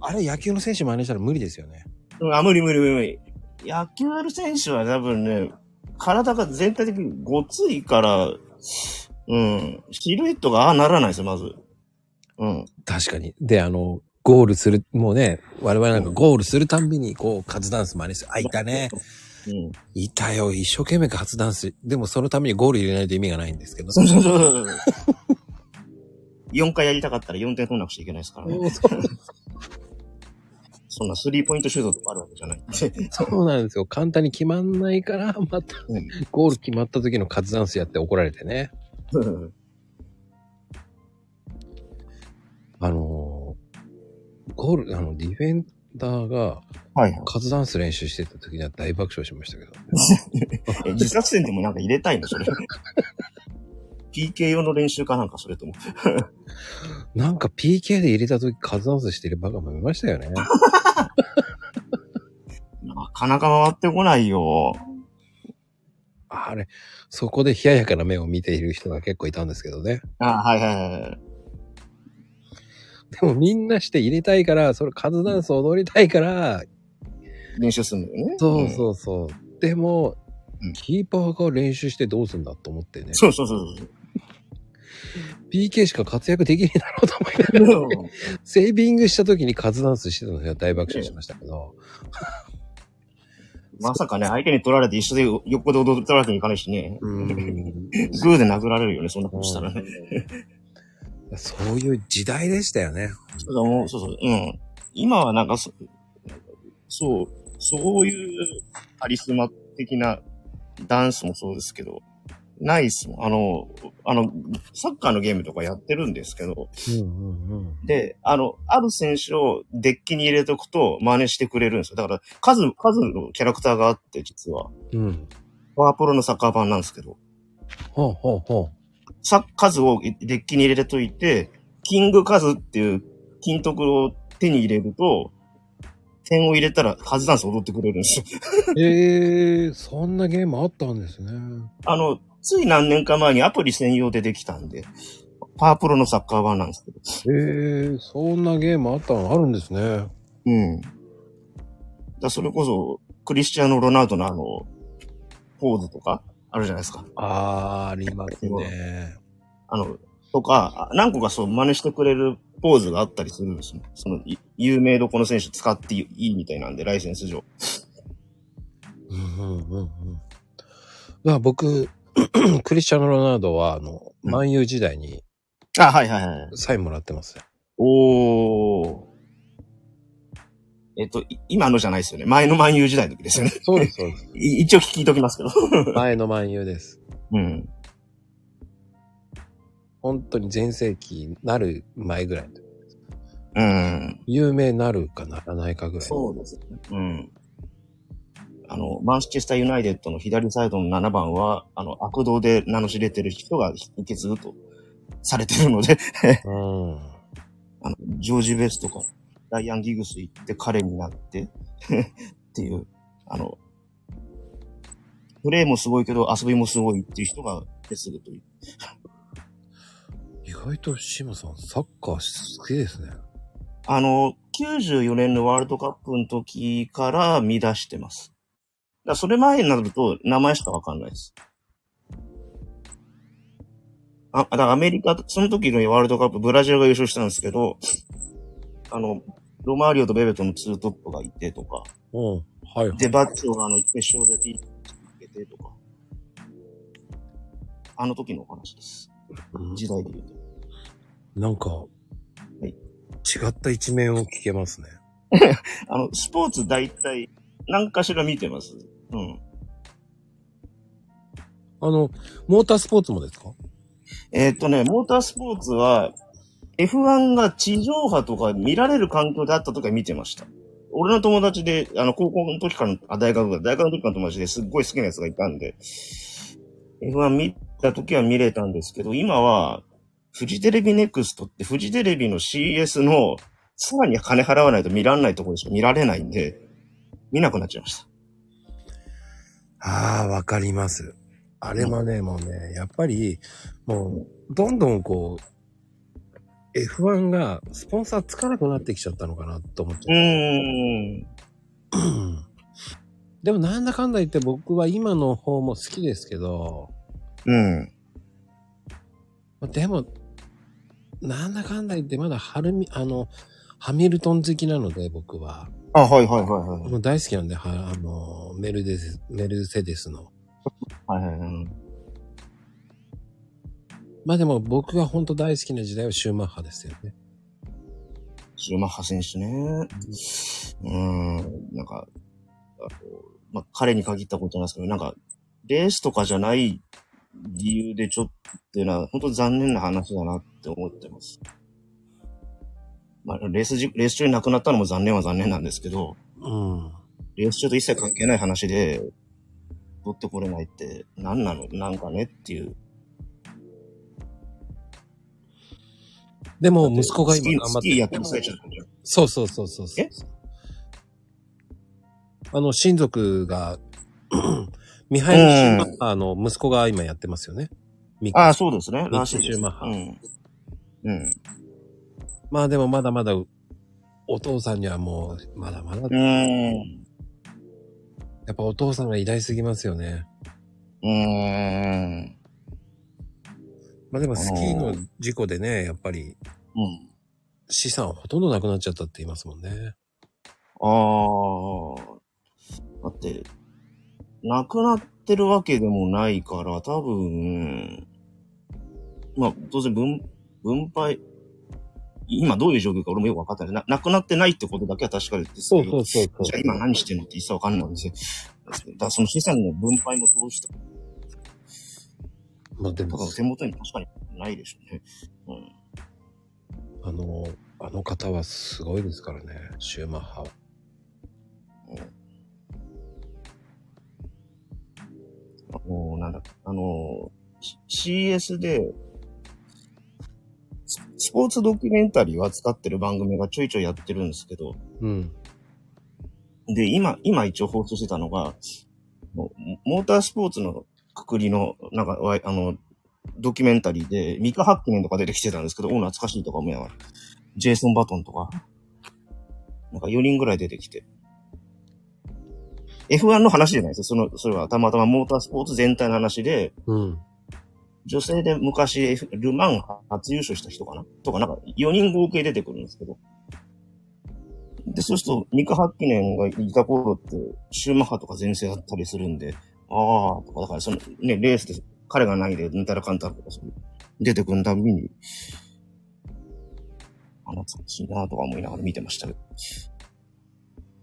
あれ野球の選手真似したら無理ですよね。
うん、あ、無理無理無理無理。野球やる選手は多分ね、体が全体的にごついから、うん、シルエットがああならないですよ、まず。うん。
確かに。で、あの、ゴールする、もうね、我々なんかゴールするたんびに、こう、カズダンス真似して、あ、いたね。
うん。
いたよ。一生懸命カズダンス。でもそのためにゴール入れないと意味がないんですけど。
そうそうそうそうそう。4回や りたかったら4点取んなくちゃいけないですからね。そんなスリーポイントシュートとかあるわけじゃないんで。
そうなんですよ。簡単に決まんないから、また
うん、
ゴール決まった時のカズダンスやって怒られてね。
うん
あのーゴール、あの、ディフェンダーが
はい。
カズダンス練習してた時には大爆笑しましたけ ど。
え自作戦でもなんか入れたいの、それ。PK 用の練習かなんか、それとも。
なんか PK で入れた時カズダンスしてるバカもいま したよね。
なかなか回ってこないよ。
あれ、そこで冷ややかな目を見ている人が結構いたんですけどね。
あはいはいはい。
でもみんなして入れたいから、それカズダンス踊りたいから、
練習するんだよね。
そう
うん。
そうそう。でも
うん、
キーパーが練習してどうすんだと思ってね。
そうそうそうそう。
PK しか活躍できねえだろ うと思いながら
う
セービングした時にカズダンスしてたのが大爆笑しましたけど、
んまさかね、相手に取られて一緒で横で踊ったわけにいかないしね。
う
グ
ん
ーで殴られるよね、そんなことしたらね。
そういう時代でしたよね。
そうだもうそうそう、うん。今はなんかそ、そう、そういうカリスマ的なダンスもそうですけど、ないっすもん。あの、あの、サッカーのゲームとかやってるんですけど、
うんうんうん。
で、あの、ある選手をデッキに入れとくと真似してくれるんですよ。だから、数、数のキャラクターがあって、実は。
うん。
ワープロのサッカー版なんですけど、
ほうほうほ
さ数をデッキに入れといて、キングカズっていう金徳を手に入れると、点を入れたらカズダンス踊ってくれるんですよ。
う。ええー、そんなゲームあったんですね。
あの、つい何年か前にアプリ専用でできたんで、パワープロのサッカー版なんですけど。
ええー、そんなゲームあったのあるんですね。
うん。だそれこそ、クリスチャーノ・ロナウドのあの、ポーズとか、あるじゃないですか。
あー、ありますね。
あの、とか、あ何個かそう真似してくれるポーズがあったりするんですよ。その、い有名どこの選手使っていいみたいなんで、ライセンス上。
うんうんうんうん。まあ僕、 クリスチャン・ロナウドは、あの、
うん
万有時代に
あ、はいはいはい。
サインもらってますよ。
おー。えっと、い今のじゃないですよね。前の万有時代の時ですよね。
そうです、 そうです。
い一応聞いときますけど。
前の万有です。
うん。
本当に全盛期なる前ぐらい。
うん。
有名なるかならないかぐらい。
そうですね。うん。あの、マンチェスターユナイテッドの左サイドの7番は、あの、悪道で名の知れてる人が引き継ぐとされてるので、
うん。
あの、ジョージ・ベースとか、ライアン・ギグス行って彼になって、 っていう、あの、プレイもすごいけど遊びもすごいっていう人が出するという。
意外とシムさん、サッカー好きですね。
あの、94年のワールドカップの時から見出してます。だからそれ前になると名前しかわかんないです。あ、だからアメリカ、その時のワールドカップ、ブラジルが優勝したんですけど、あの、ロマーリオとベベトのツートップがいてとか、
うん。はい。
で、バッチョがあの、決勝でピーチ負けてとか、あの時のお話です。
うん
時代で言うと。
なんか、違
い
った一面を聞けますね。
あの、スポーツ大体、何かしら見てます。うん。
あの、モータースポーツもですか
えーっ、とね、モータースポーツは、F1 が地上波とか見られる環境であった時は見てました。俺の友達で、あの、高校の時からの、あ、大学が、大学の時からの友達ですっごい好きなやつがいたんで、F1 見た時は見れたんですけど、今は、フジテレビネクストって、フジテレビの CS の、さらに金払わないと見られないところしか見られないんで、見なくなっちゃいました。
ああ、わかります。あれはね、もうね、やっぱり、もう、どんどんこう、F1 がスポンサーつかなくなってきちゃったのかなと思っ
う
て。
ーん。
でもなんだかんだ言って僕は今の方も好きですけど、
うん。
まあでも、なんだかんだ言ってまだハルミ、あの、ハミルトン好きなので僕は。
あ、はいはいはいはい。
もう大好きなんで、はあの、メルデス、メルセデスの。
はいはいはい。
まあでも僕が本当大好きな時代はシューマッハですよね。
シューマッハ選手ね。うん、なんか、あのまあ、彼に限ったことなんですけど、なんか、レースとかじゃない理由でちょっとっていうのは、本当残念な話だなって思ってます。まあ、レースじ、レース中に亡くなったのも残念は残念なんですけど、
うん。
レース中と一切関係ない話で、取ってこれないって、何なのなんかねっていう。
でも息子が
スキ
今
ー
頑張っ
スキーやっててもさえちゃったんじゃん。
そうそうそうそうそう
え。
あの、親族が、 ミハイル・シューマッハの息子が今やってますよね。ミック
ああ、そうですね。
ミッ
ら
ク
しい
ス
で
シュー
す。
マッハ
うん。うん。
まあでもまだまだ、お父さんにはもう、まだまだ、
う
や
ーん。
っぱお父さんが偉大すぎますよね。
うーん。
まあでもスキーの事故でね、やっぱり
うん。
資産ほとんどなくなっちゃったって言いますもんね。
ああ。だって、亡くなってるわけでもないから、多分、まあ、当然分、分配、今どういう状況か俺もよく分かってない。な、亡くなってないってことだけは確かですけど、
うそう
じゃあ今何してんのって一切わかんないんですよ。だからその資産の分配もどうしたか
まあで
だ
も
から、手元に確かにないでしょうね。うん。
あの、あの方はすごいですからね、シューマッハは。
あのーなんだっけ、あのー、C- CS で、ススポーツドキュメンタリーを扱ってる番組がちょいちょいやってるんですけど、
うん。
で、今、今一応放送してたのが、もうモータースポーツのくくりの、なんか、わいあの、ドキュメンタリーで、ミカ・ハックネンとか出てきてたんですけど、おう懐かしいとか思いながら、ジェイソン・バトンとか、なんか4人ぐらい出てきて。F1 の話じゃないですよ。その、それはたまたまモータースポーツ全体の話で、
うん。
女性で昔、F- ルマン初優勝した人かなとか、なんか4人合計出てくるんですけど。で、そうすると、ミカ・ハッキネンがいた頃って、シューマッハとか前世だったりするんで、ああ、とか、だからその、ね、レースで彼がないで、うんたらかんたらとか、そういう出てくるたびに、あ、懐かしいなとか思いながら見てましたけど。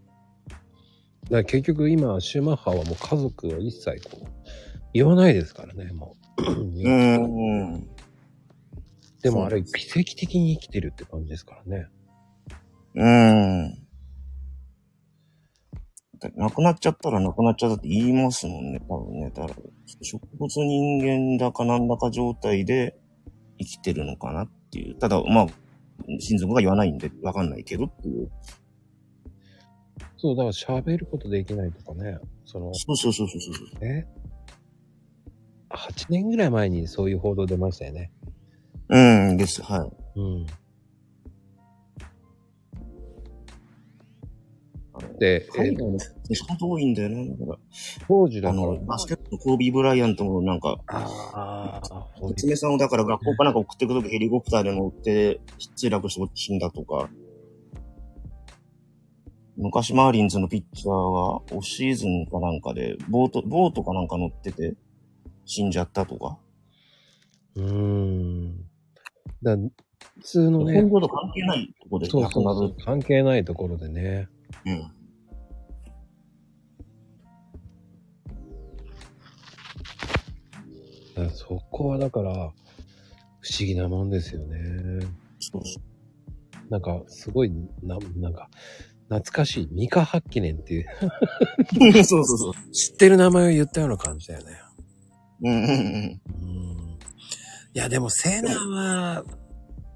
だから結局今、シューマッハはもう家族を一切こう、言わないですからね、もう。
うーん。
でもあれ、奇跡的に生きてるって感じですからね。
うーん。だ亡くなっちゃったら亡くなっちゃったって言いますもんね、多分ね。だから、植物人間だかなんだか状態で生きてるのかなっていう。ただ、まあ、親族が言わないんでわかんないけどっていう。
そう、だから喋ることできないとかね、その、
そうそうそうそうそう。
ね。8年ぐらい前にそういう報道出ましたよね。
うん、です。はい。
うん。で、え
海外の人が多いんだよね。だか
当時
ら、
だ
あ
から
の、、バスケットのコービー・ブライアントもなんか、
ああ、ほ
娘さんをだから学校かなんか送ってくときヘリコプターで乗って墜落して死んだとか、昔マーリンズのピッチャーはオフシーズンかなんかでボート、ボートかなんか乗ってて死んじゃったとか。
うーん。だから普通のね
本、業と関係ないとこで
そう
亡く
そう
な
そ
る
う。関係ないところでね。
うん。
だからそこはだから、不思議なもんですよね。
そうそ
なんか、すごい、な、なんか、懐かしい、ミカ・ハッキネンっていう、
うそうそうそう。
知ってる名前を言ったような感じだよね。
うんうんうん。
うん。いや、でも、セナは、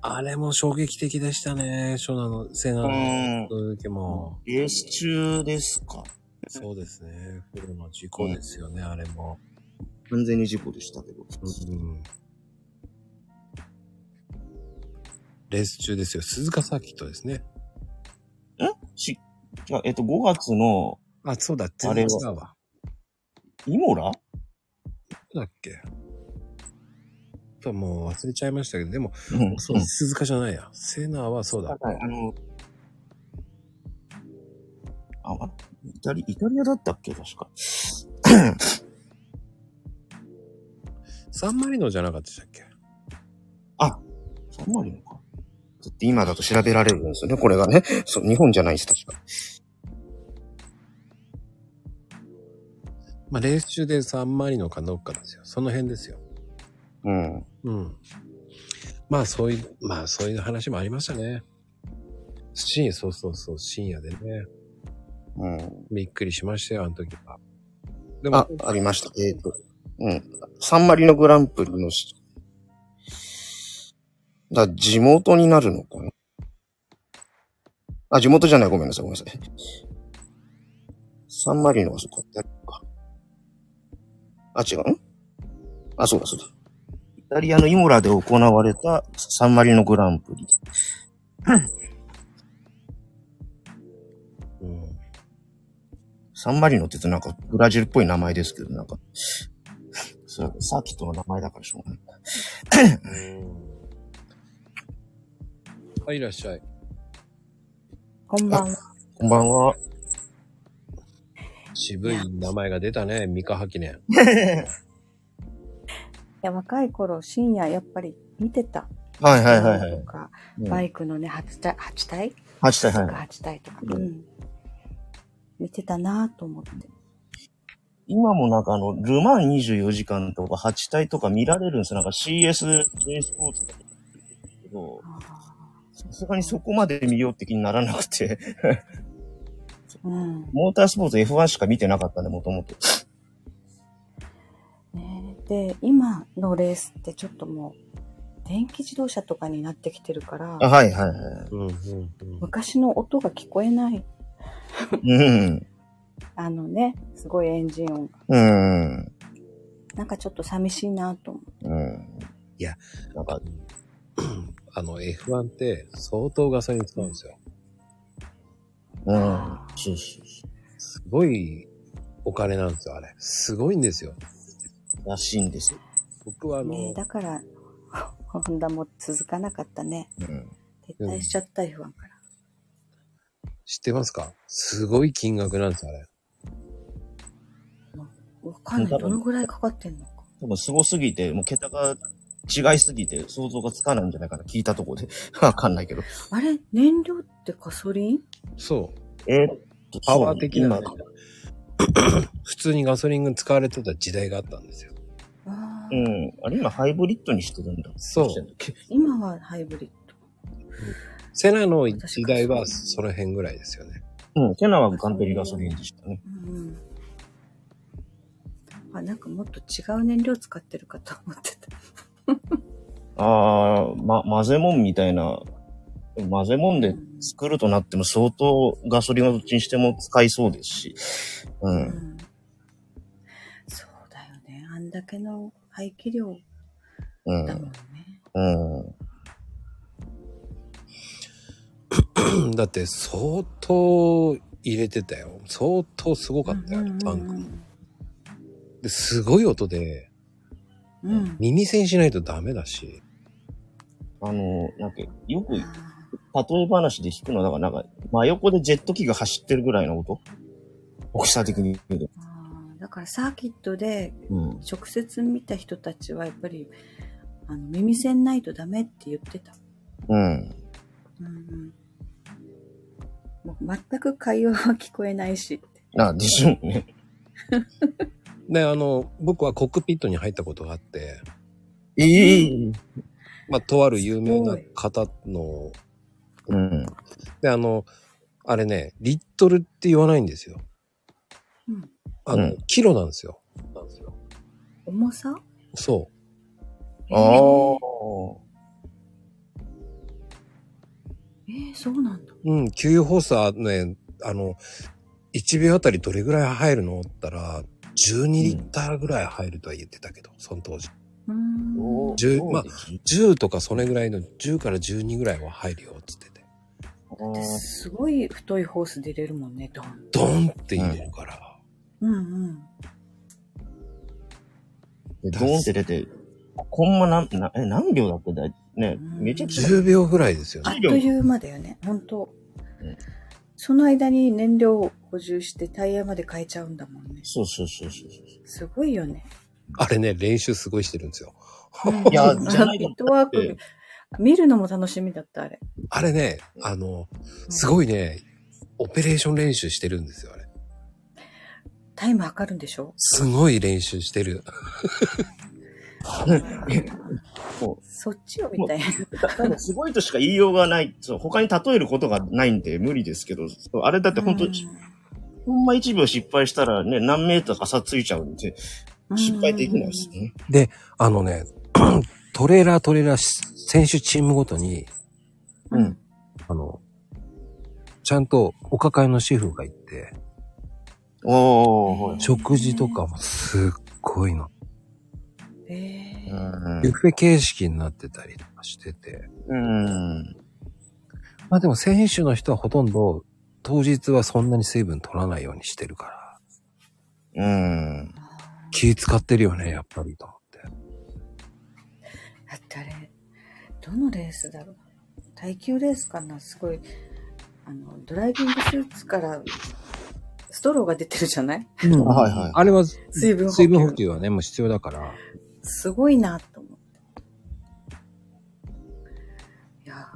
あれも衝撃的でしたね。初ナの、セナの時も。
レース中ですか
そうですね。フルの事故ですよね、あれも。
完全に事故でしたけど。
うん。レース中ですよ。鈴鹿サーキットですね。
し、違うえっと、5月の、
あ、そうだ、
あれは
うわ。
イモラ
なんだっけ。ちょっともう忘れちゃいましたけど、でも、
うん
そう、鈴鹿じゃないや。セナはそうだ。
はい、あの、あ、あイタリ、イタリアだったっけ確か。
サンマリノじゃなかったでしたっけ
サンマリノか。だって今だと調べられるんですよね、これがね。そう、日本じゃないです、確か。
まあ、レース中でサンマリノかどっかですよ。その辺ですよ。
うん。
うん。まあ、そういう、まあ、そういう話もありましたね。深夜、そうそうそう、深夜でね。
うん。
びっくりしましたよ、あの時は。でも
あ、、ありました。えっ、と、うん。サンマリノグランプリのし、だ、地元になるのかなあ、地元じゃない、ごめんなさい、ごめんなさい。サンマリノはそっか、やるか。あ、違うんあ、そうだ、そうだ。イタリアのイモラで行われたサンマリノグランプリ。
うん、
サンマリノって言うとなんかブラジルっぽい名前ですけど、なんか、それはサーキットの名前だからしょうがない。
はい、いらっしゃい。
こんばんは。
こんばんは。
渋い名前が出たね、ミカハキネン。
いや若い頃、深夜やっぱり見てた。
はいはいはいは
と
い。
か、
うん
バイクのね、8体、8体
8体
と
は
か
い。
8体とか、
うん
うん。見てたなぁと思って。
今もなんかあの、ルマン24時間とか8体とか見られるんですよ。なんか CS、J スポーツとか。けど、
あ
さすがにそこまで見ようって気にならなくて、
ーうん。
モータースポーツ F1 しか見てなかったね、もともと。
ね、で、今のレースってちょっともう、電気自動車とかになってきてるから、
あ、はいはいは
うん、うん、
昔の音が聞こえない。
い。うん。
あのね、すごいエンジン音が。
うん。
なんかちょっと寂しいなぁと思う。
うん。
いや、
なんか、
うん。あの、F1 って相当ガソリン使うんですよ。
うん。そうそうそ
すごいお金なんですよ、あれ。すごいんですよ。
う。らしいんですよ。
僕はあの、
ねえだから、 ホンダも続かなかったね。
うん。
撤退しちゃった F1 から。
知ってますかすごい金額なんです、あれ。
わかんない。どのぐらいかかってんのか。
多分すごすぎて、もう桁が違いすぎて想像がつかないんじゃないかな。聞いたとこで。 わかんないけど。
あれ燃料ってガソリン
そう。
えーっと、
パワー的な
そう
ね、 普通にガソリンが使われてた時代があったんですよ。
あー
今うん。あれ今ハイブリッドにしてるんだ。
そう
どしてんだっけ
今はハイブリッド。
セナの時代はその辺ぐらいですよね。
うん。テナは完璧ガソリンでしたね。
うんうん。あ、なんかもっと違う燃料使ってるかと思ってた。
ああ、ま、混ぜもんみたいな、混ぜもんで作るとなっても相当ガソリンはどっちにしても使いそうですし、う。
うんんそうだよね。あんだけの排気量
う
だもん
ん。
ね。
うん。
だって相当入れてたよ。相当すごかったよ、タンクも。で、すごい音で、
うん。うん。
耳栓しないとダメだし。
あの、なんか、よく、例
あ
え話で弾くのは、だからなんか、真横でジェット機が走ってるぐらいの音大きさ的に言うと。
ーあーだからサーキットで
うん。
直接見た人たちはやっぱりあの耳栓ないとダメって言ってた。
うん。
うんうん、もう全く会話は聞こえないしって。
なんでしょうね。
で、あの、僕はコックピットに入ったことがあって、
ええ
まあ、とある有名な
すごい
方の、
うん。
で、あの、あれね、リットルって言わないんですよ。
うん、
あの、
うん
キロなんですよ。
重さ
そ
ああ。
えー、そうなんだ。
う。うん、給油放射ね、あの、1秒あたりどれぐらい入るのって言ったら、12リッターぐらい入るとは言ってたけど、その当時。
うーん。
十まあ10とかそれぐらいの、10から12ぐらいは入るよ、つってて。
あ
だって
ー
すごい太いホースで入れるもんね、ドン。
ドンって入れるから。
うんうん。
でドーンって出て、コンマ何、なえ、何秒だっけだね、めちゃくちゃ。
10秒ぐらいですよ
あ
ね。
っという間だよね、本当
うん
その間に燃料を補充してタイヤまで変えちゃうんだもんね。
そうそうそうそう。
すごいよね。
あれね、練習すごいしてるんですよ。
いや
うん
じゃない
フットワーク、見るのも楽しみだった、あれ。
あれね、あの、すごいね、オペレーション練習してるんですよ、あれ。
タイム測るんでしょ
すごい練習してる。
も
そっちをみたいな。
うたただすごいとしか言いようがない。そう、他に例えることがないんで無理ですけど、そうあれだって本当、ほんま1秒失敗したらね、何メーターか差ついちゃうんで、
うん
失敗できないです。ね。
あのね、 トレーラートレーラー、選手チームごとに、
うん。
あの、ちゃんとお抱えの主婦がいて、
おー、はい。
食事とかもすっごいの。
えー
ビュッ
う
フェ形式になってたりとかしてて。
ん。うん。
まあでも選手の人はほとんど当日はそんなに水分取らないようにしてるから、
うん。
気使ってるよね、やっぱりと思って。
だってあれ、どのレースだろう耐久レースかなすごい、あの、ドライビングスーツから、ストローが出てるじゃない
うん
はいはい
あれは
水分補給。
水分補給はね、もう必要だから。
すごいなと思って。いや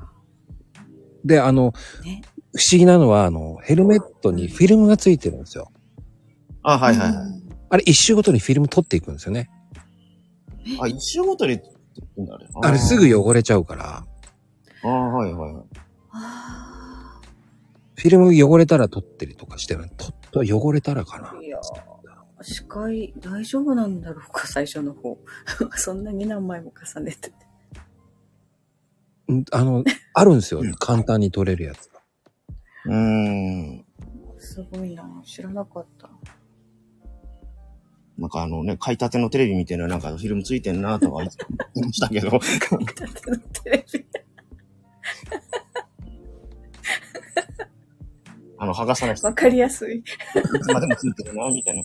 で、あの、
ーね。
不思議なのは、あの、ヘルメットにフィルムがついてるんですよ。
あ、はいはいはい。
い。
あれ、一周ごとにフィルム取っていくんですよね。
あ、一周ごとにって言うんだ、あれ。
あれすぐ。汚れちゃうから、
あーはいはいはい。
あ
フィルム汚れたら取ったりとかしてる。とと汚れたらかな
あ。。いやー視界大丈夫なんだろうか、最初の方。 そんなに何枚も重ねてて。
うんあの、あるんですよ
うん。
簡単に取れるやつが。
うーん。
すごいな知らなか った。
なんかあのね、買いたてのテレビみたいななんかフィルムついてんなとか言ってましたけ ど。
だってのテレビ。
あの、剥がさない人
わかりやすい。
いつまでもついてるな、みたいな。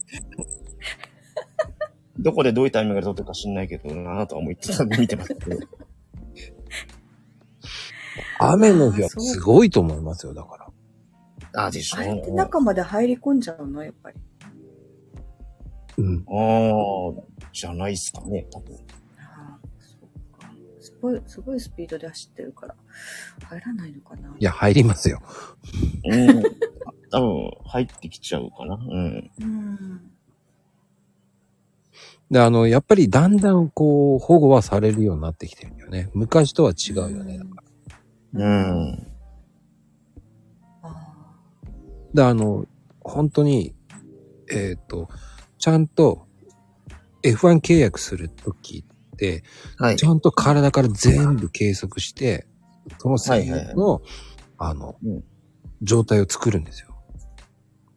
どこでどういうタイミングで撮ってるか知んないけどなぁとは思ってたんで見てますけど。
雨の日はすごいと思いますよ、だから。
あー、でしょ
あれって
う。
中まで入り込んじゃうのやっぱり。
うん。
ああ、じゃないっすかね、多分。
ああ、そっか。すごい、すごいスピードで走ってるから、入らないのかない
や、入りますよ。
うん。多分、入ってきちゃうかな。うん。
うん。
で、あの、やっぱりだんだんこう、保護はされるようになってきてるよね。昔とは違うよね。だから
うん。
あ
で、あの、本当に、えっ、と、ちゃんと F1 契約するときって、
はい
ち。ゃんと体から全部計測して、その制約の、あの、
うん
状態を作るんですよ。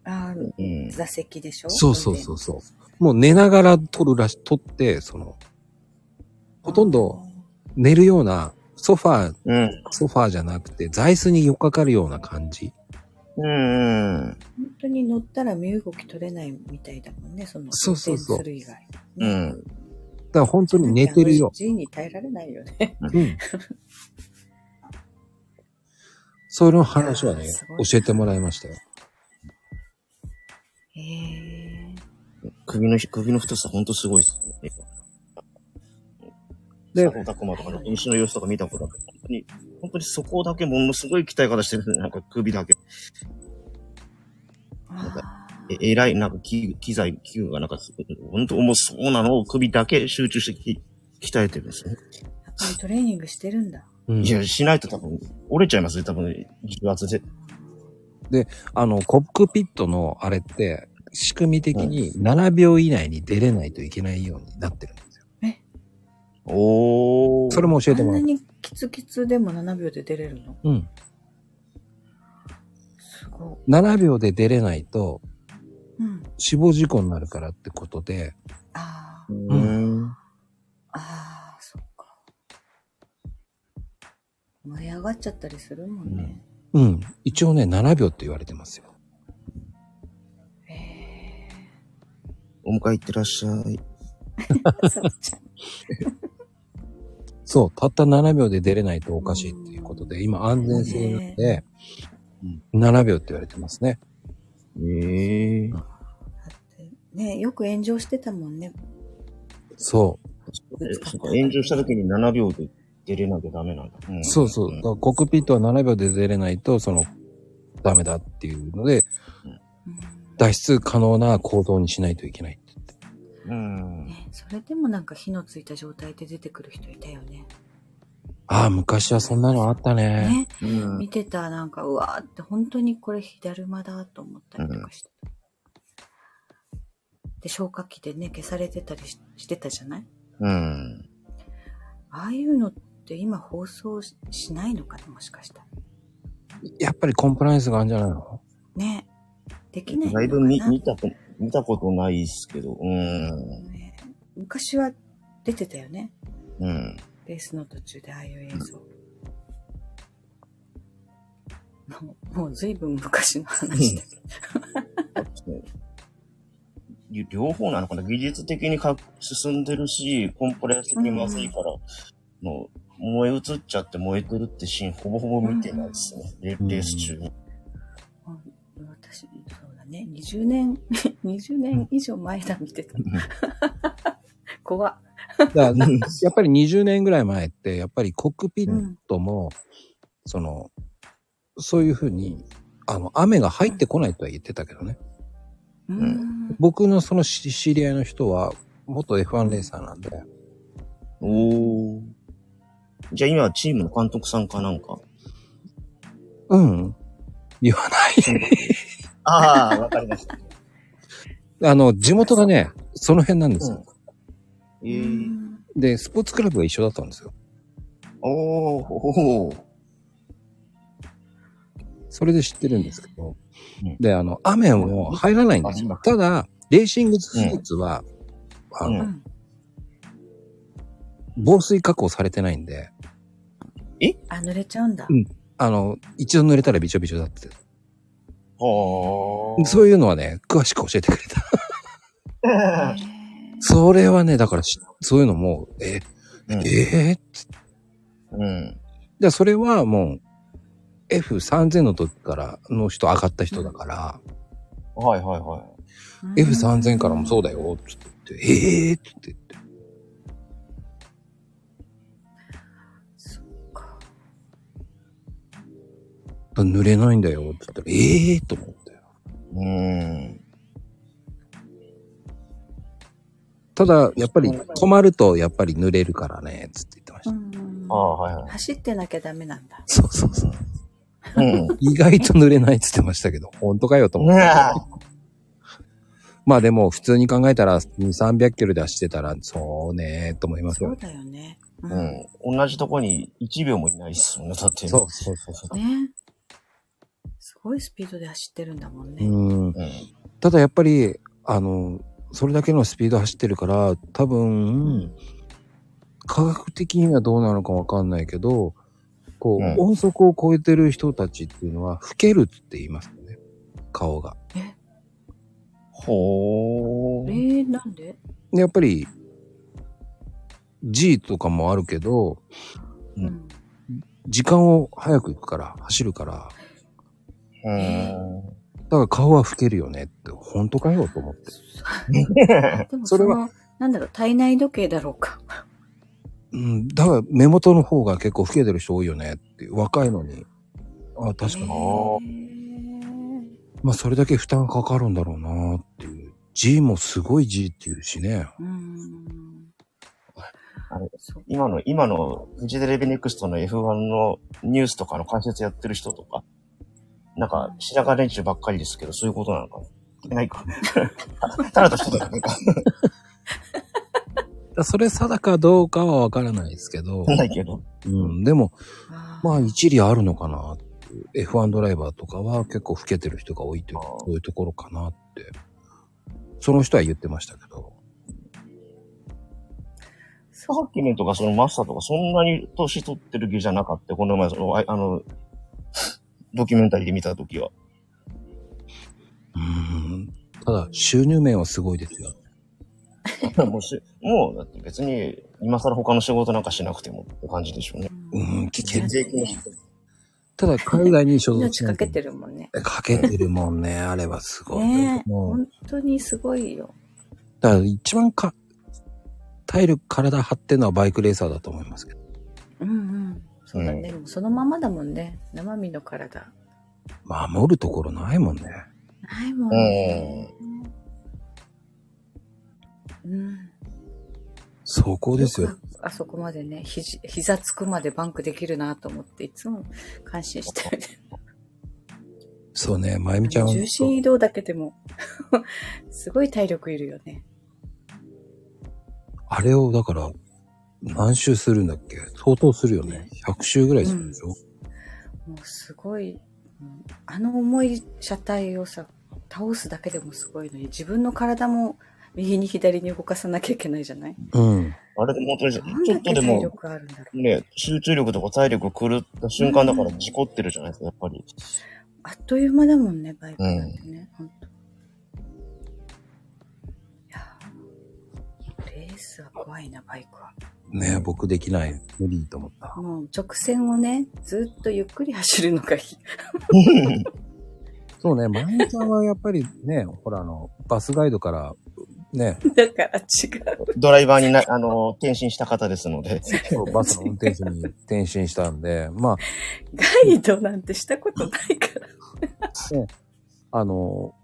あ。ああ、
うん。
座席でしょ
そうそうそうそう。もう寝ながら撮るらし、撮って、その、ほとんど。寝るような、ソファー、
うん。
ソファーじゃなくて、座椅子に寄っかかるような感じ。
うんうん。
本当に乗ったら身動き取れないみたいだもんね、その、
そうそうそう
運転する以外。
うん。
だから本当に寝てるよ。
じに耐えられ ないよね。
うん。その話はいね
やーすごい、
教えてもらいましたよ。
へえ。
首の、首の太さほんとすごいっすね。
で
で、佐藤拓磨とかの西の様子とか見たことあるけど本当に、本当にそこだけものすごい鍛え方してるんですよなんか首だけ。
あ
ええらい、なんか機機材、器具がなんかすごい、本当重そうなのを首だけ集中してき鍛えてるんですね。
あ。やっぱりトレーニングしてるんだ。
うん
いや、しないと多分、折れちゃいますね、多分、重圧で。
あの、コックピットのあれって、仕組み的に7秒以内に出れないといけないようになってるんですよ。
おー。
それも教え
あ
て
ん
もら
な
う。
にキツキツでも7秒で出れるの
うん。
すご
7秒で出れないと
い。うん。
死亡事故になるからってことで、
ああ
う。ん。
ああ、そっか。燃え上がっちゃったりするもんね。
うん。一応ね、7秒って言われてますよ。
へ
お迎え行ってらっしゃい。
え。さっちゃん。
そう。たった7秒で出れないとおかしいっていうことで、今安全性なんで、7秒って言われてますね。
ええ
だってね、よく炎上してたもんね。
そ
そうか、炎上した時に7秒で出れなきゃダメなんだ。
う。そうそう。だからコックピットは7秒で出れないと、その、ダメだっていうので、
うん
脱出可能な行動にしないといけないって言って。
うん。
ね、それでもなんか火のついた状態で出てくる人いたよね。
ああ、昔はそんなのあったね。
ね、
うん。
見てたなんか、うわーって本当にこれ火だるまだと思ったりとかして。で、消火器でね、消されてたりししてたじゃない
うん。
ああいうのって今放送ししないのかなもしかしたら。
やっぱりコンプライアンスがあるんじゃない の
ね。できないのか
だ
ない
ぶ見見たこと、見たことないっすけど、うん。
ね昔は出てたよね。
うん。
レースの途中でああいう映像。もう、もう随分昔の話だけど。
り両方なのかな技術的にか進んでるし、コンプレッスにまずいから、もう燃え移っちゃって燃えてるってシーンほぼほぼ見てないですね。レ
うん
レース中に。
私、そうだね。20年、20年以上前だ見てた。 怖っ。
だからやっぱり20年ぐらい前って、やっぱりコックピットも、その、そういうふうに、あの、雨が入ってこないとは言ってたけどね。
うー。
うん
僕のその知知り合いの人は、元 F1 レーサーなんで、
おー。じゃあ今はチームの監督さんかなんか
うん。言わない。
ああ、わかりま した。
あの、地元がね、その辺なんですよ。
ええ
う
ー。
ん
で、スポーツクラブが一緒だったんですよ。
おー、ほー。
それで知ってるんですけど
うん。
で、あの、雨も入らないんですよ。ただ、レーシングスーツは、あ
う
う
の、
ん。
防水加工されてないんで、
あ、濡れちゃうんだ
う。んあの、一度濡れたらびちょびちょだって。
はー。
そういうのはね、詳しく教えてくれた。
へー
それはね、だからし、そういうのも、え、
うん
えー、
うん。
で、それはもう、F3000 の時からの人上がった人だから、
はいはいはい。
F3000 からもそうだよ、つって言って、ええー、つって言って。
そっか。
濡れないんだよ、つったら、ええー、と思ったよ。
うん。
ただ、やっぱり、止まると、やっぱり濡れるからね、つって言ってまし
う
た。
ん
ああ、はいはい。
走ってなきゃダメなんだ。
そうそうそう。
うん。
意外と濡れないっつってましたけど、本当かよと思って。
ね
まあでも、普通に考えたら、2、300キロで走ってたら、そうねーと思います
そう
よ。
だよね。う
え。うん。同じとこに1秒もいないっすもんね、だって。
そうそうそうそ
ね。すごいスピードで走ってるんだもん
う。
ね。
うん。
うん。
ただやっぱり、あの、それだけのスピード走ってるから、多分、科学的にはどうなのかわかんないけど、こう、
うん
音速を超えてる人たちっていうのは、老けるって言いますよね。顔が。
ほ
え
ー。
ー、なんで
でやっぱり、G とかもあるけど、
うん
うん。
時間を早く行くから、走るから、
うん。
だから顔は老けるよねって、本当かよと思って。
でも
そ
そ
れ
れ
は
は、なんだろう、体内時計だろうか。
うん、だから目元の方が結構老けてる人多いよねって、若いのに。あ、確かに。
う
まあそれだけ負担かかるんだろうなっていう。G もすごい G っていうしね。
ん。
あれ
そう
今の、今のフジテレビネクストの F1 のニュースとかの解説やってる人とか、なんか、白髪連中ばっかりですけど、そういうことなのかなない か。ただの人だね。
だからそれ定かどうかはわからないですけど、
ないけど。
うん、でも、
あー
まあ一理あるのかなっていう。F1 ドライバーとかは結構老けてる人が多いというか
あー
そういうところかなって。その人は言ってましたけど。
ハッキメンとかそのマスターとかそんなに年取ってる気じゃなかった。この前、その、ああの、ドキュメンタリーで見たときは。
うん。ただ、収入面はすごいですよ。
もうし、もう、だって別に、今更他の仕事なんかしなくてもって感じでしょう ね。
うん、危険。
税金の人
ただ、海外に所属
命かけて
る。
るもんね。
かけてるもん ね。あれはすごい。
ねえ、
もう、
本当にすごいよ。
だから一番か、体力、体張ってるのはバイクレーサーだと思いますけど。
うんうん。そうだね。でもそのままだもんね。生身の体。
守るところないもんね。
ないもん
う
ね。
ん。
うん。
そこですよ。
あそこまでね、肘、膝つくまでバンクできるなと思って、いつも感心してる。
そうね、まゆみちゃんは
重心移動だけでも、 すごい体力いるよね。
あれを、だから、何周するんだっけ相当するよね。100周ぐらいするでしょ、
もうすごい、うんあの重い車体をさ、倒すだけでもすごいのに、自分の体も右に左に動かさなきゃいけないじゃない
うん。
あれでも本当に、ち
なんだ
ょ
っ
っと
け
で
体
も、
力あるんだろう。
ね、集中力とか体力狂った瞬間だから事故ってるじゃないですか、やっぱり。
あっという間だもんね、バイクなんてね。ほんといやーレースは怖いな、バイクは。
ね僕できない。無理と思った。
もう直線をね、ずっとゆっくり走るのがいい。
そうね、まゆみちゃんはやっぱりね、 ほらあの、バスガイドから、ね、
だから違う。
ドライバーにな、あの、転身した方ですの で。
そうバスの運転手に転身したんで、 ま
ガイドなんてしたことないから。
あ、あの、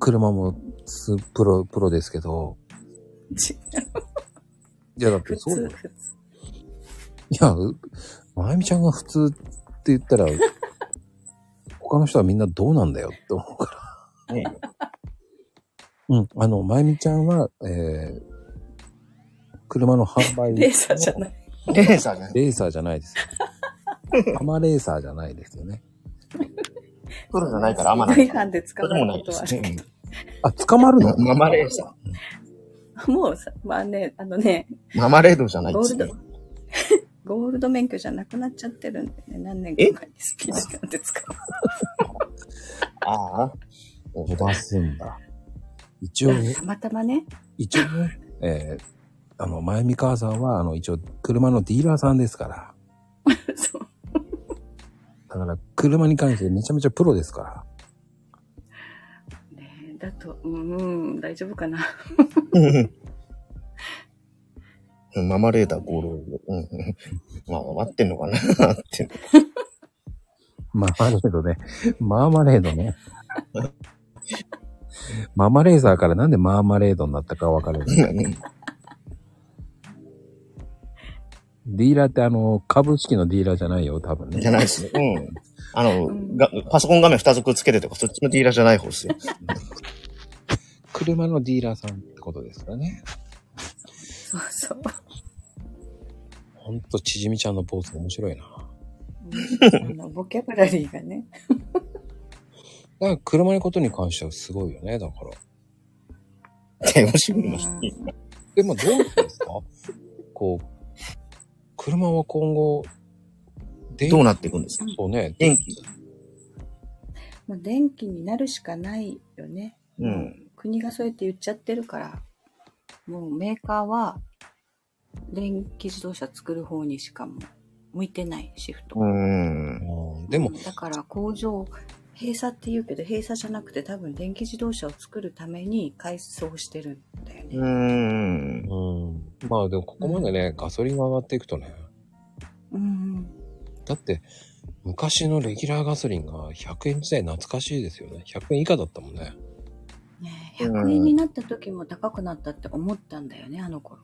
車もすプロ、プロですけど、
違う
いやだって
普
そう
通、
よ
普通。
いや、うまゆみちゃんが普通って言った ら、他の人はみんなどうなんだよって思うから。
ね、
うん、あの、まゆみちゃんは、えー、車の販売。
レーサーじゃない。
レーサーじゃない。
レーサーじゃないですよ。アマレーサーじゃないですよね。
プロじゃないから、あんまな
スピー
い
ド違。反で捕
それ
ま
でも
る
ない
こと
で
はあ
す
るけ
ね。
あ、捕まるの
ママレーサ
ど。もうさ、まあね、あのね、
ー。ママレードじゃないで
ゴー
す
ル
ね
ド。、 ゴールド免許じゃなくなっちゃってるんでね、何年か前にスピード違反で捕まる。
ああ。
出すんだ。一応ね、
たまたまね、
一応ね、えーあの、前見母さんは、あの、一応、車のディーラーさんですから。
そう。
だから、車に関してめちゃめちゃプロですから。
ねえだと、うん、うん、大丈夫かな。
うんママレーターゴールド。うんうん。まあ、待ってんのかなって。
ママレードね。マーマレード ね。ママレーザーからなんでマーマレードになったかわ かる。ディーラーってあの、株式のディーラーじゃないよ、多分
じ
ね。
ゃない ですね。うん。あの、がパソコン画面2つくっつけてとか、そっちのディーラーじゃない方 ですよ。
車のディーラーさんってことですからね。
そう そう。
ほんと、ちじみちゃんのポーズ面白いな。だか
うんあのボキャブラリーがね。
ら、車のことに関してはすごいよね、だから。
手押しまし
うん
でもどうなん ですかこう、車は今後、電
どうなっていくんですか
そうね。
電気。
もう電気になるしかないよね。
うん。
国がそうやって言っちゃってるから、もうメーカーは電気自動車作る方にしかも向いてないシフト。
うん。
うんでも
う、んだから工場閉鎖って言うけど閉鎖じゃなくて多分電気自動車を作るために改装してるんだよね、
うん。
うん。まあでもここまでね、ガソリンが上がっていくとね。
うん
だって、昔のレギュラーガソリンが100円時代懐かしいですよね。100円以下だったもんね。
うん、ねえ100円になった時も高くなったって思ったんだよねあの頃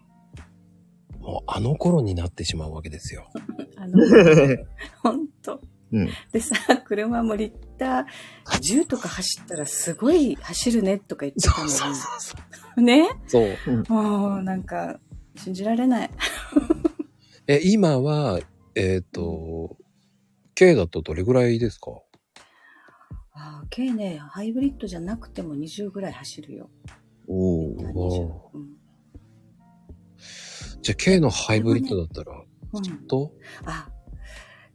もうあの頃になってしまうわけですよ。
あの 本当
うん。
でさ車もリッター10とか走ったらすごい走るねとか言ってたのに
そ
ね
う。そう。
もうなんか信じられない
え、今は、えっ、と、K だとどれぐらいですか
ああ K ねハイブリッドじゃなくても20ぐらい走るよ
おお。
20
お
うん、
じゃあ K のハイブリッドだったら、
うん、
と、
あ、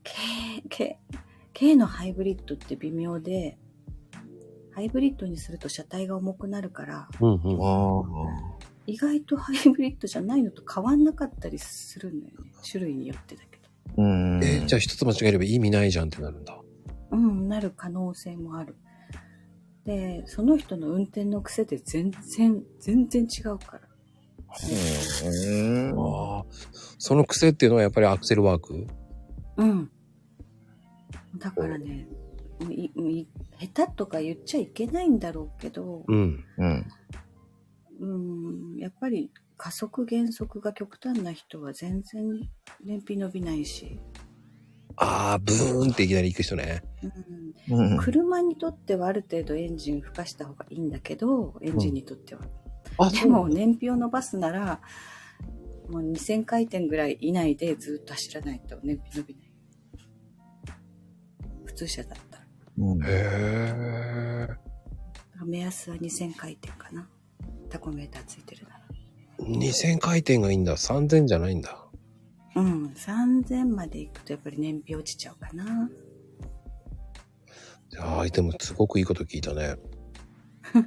K、K、K のハイブリッドって微妙で、ハイブリッドにすると車体が重くなるから、
うんう
あ
意外とハイブリッドじゃないのと変わんなかったりするんだよね。種類によってだけど。
あ。うん。
えーじゃあ一つ間違えれば意味ないじゃんってなるんだ。
うん、なる可能性もある。で、その人の運転の癖で全然、全然違うから。
うん。
ああ。その癖っていうのはやっぱりアクセルワーク
うん。だからね、もういもうい下手とか言っちゃいけないんだろうけど、
ん。
うん。
うーんやっぱり加速減速が極端な人は全然燃費伸びないし、
ああ、ブーンっていきなり行く人ね。
うん
うん。
車にとってはある程度エンジン吹かした方がいいんだけどエンジンにとっては、
あ、
でも燃費を伸ばすならもう2000回転ぐらい以内でずっと走らないと燃費伸びない普通車だったら
うん
へえ。
目安は2000回転かなタコメーターついてるなら
2000回転がいいんだ。3000じゃないんだ。
うん3000まで行くとやっぱり燃費落ちちゃうかな
ああ、でもすごくいいこと聞いたね。
そ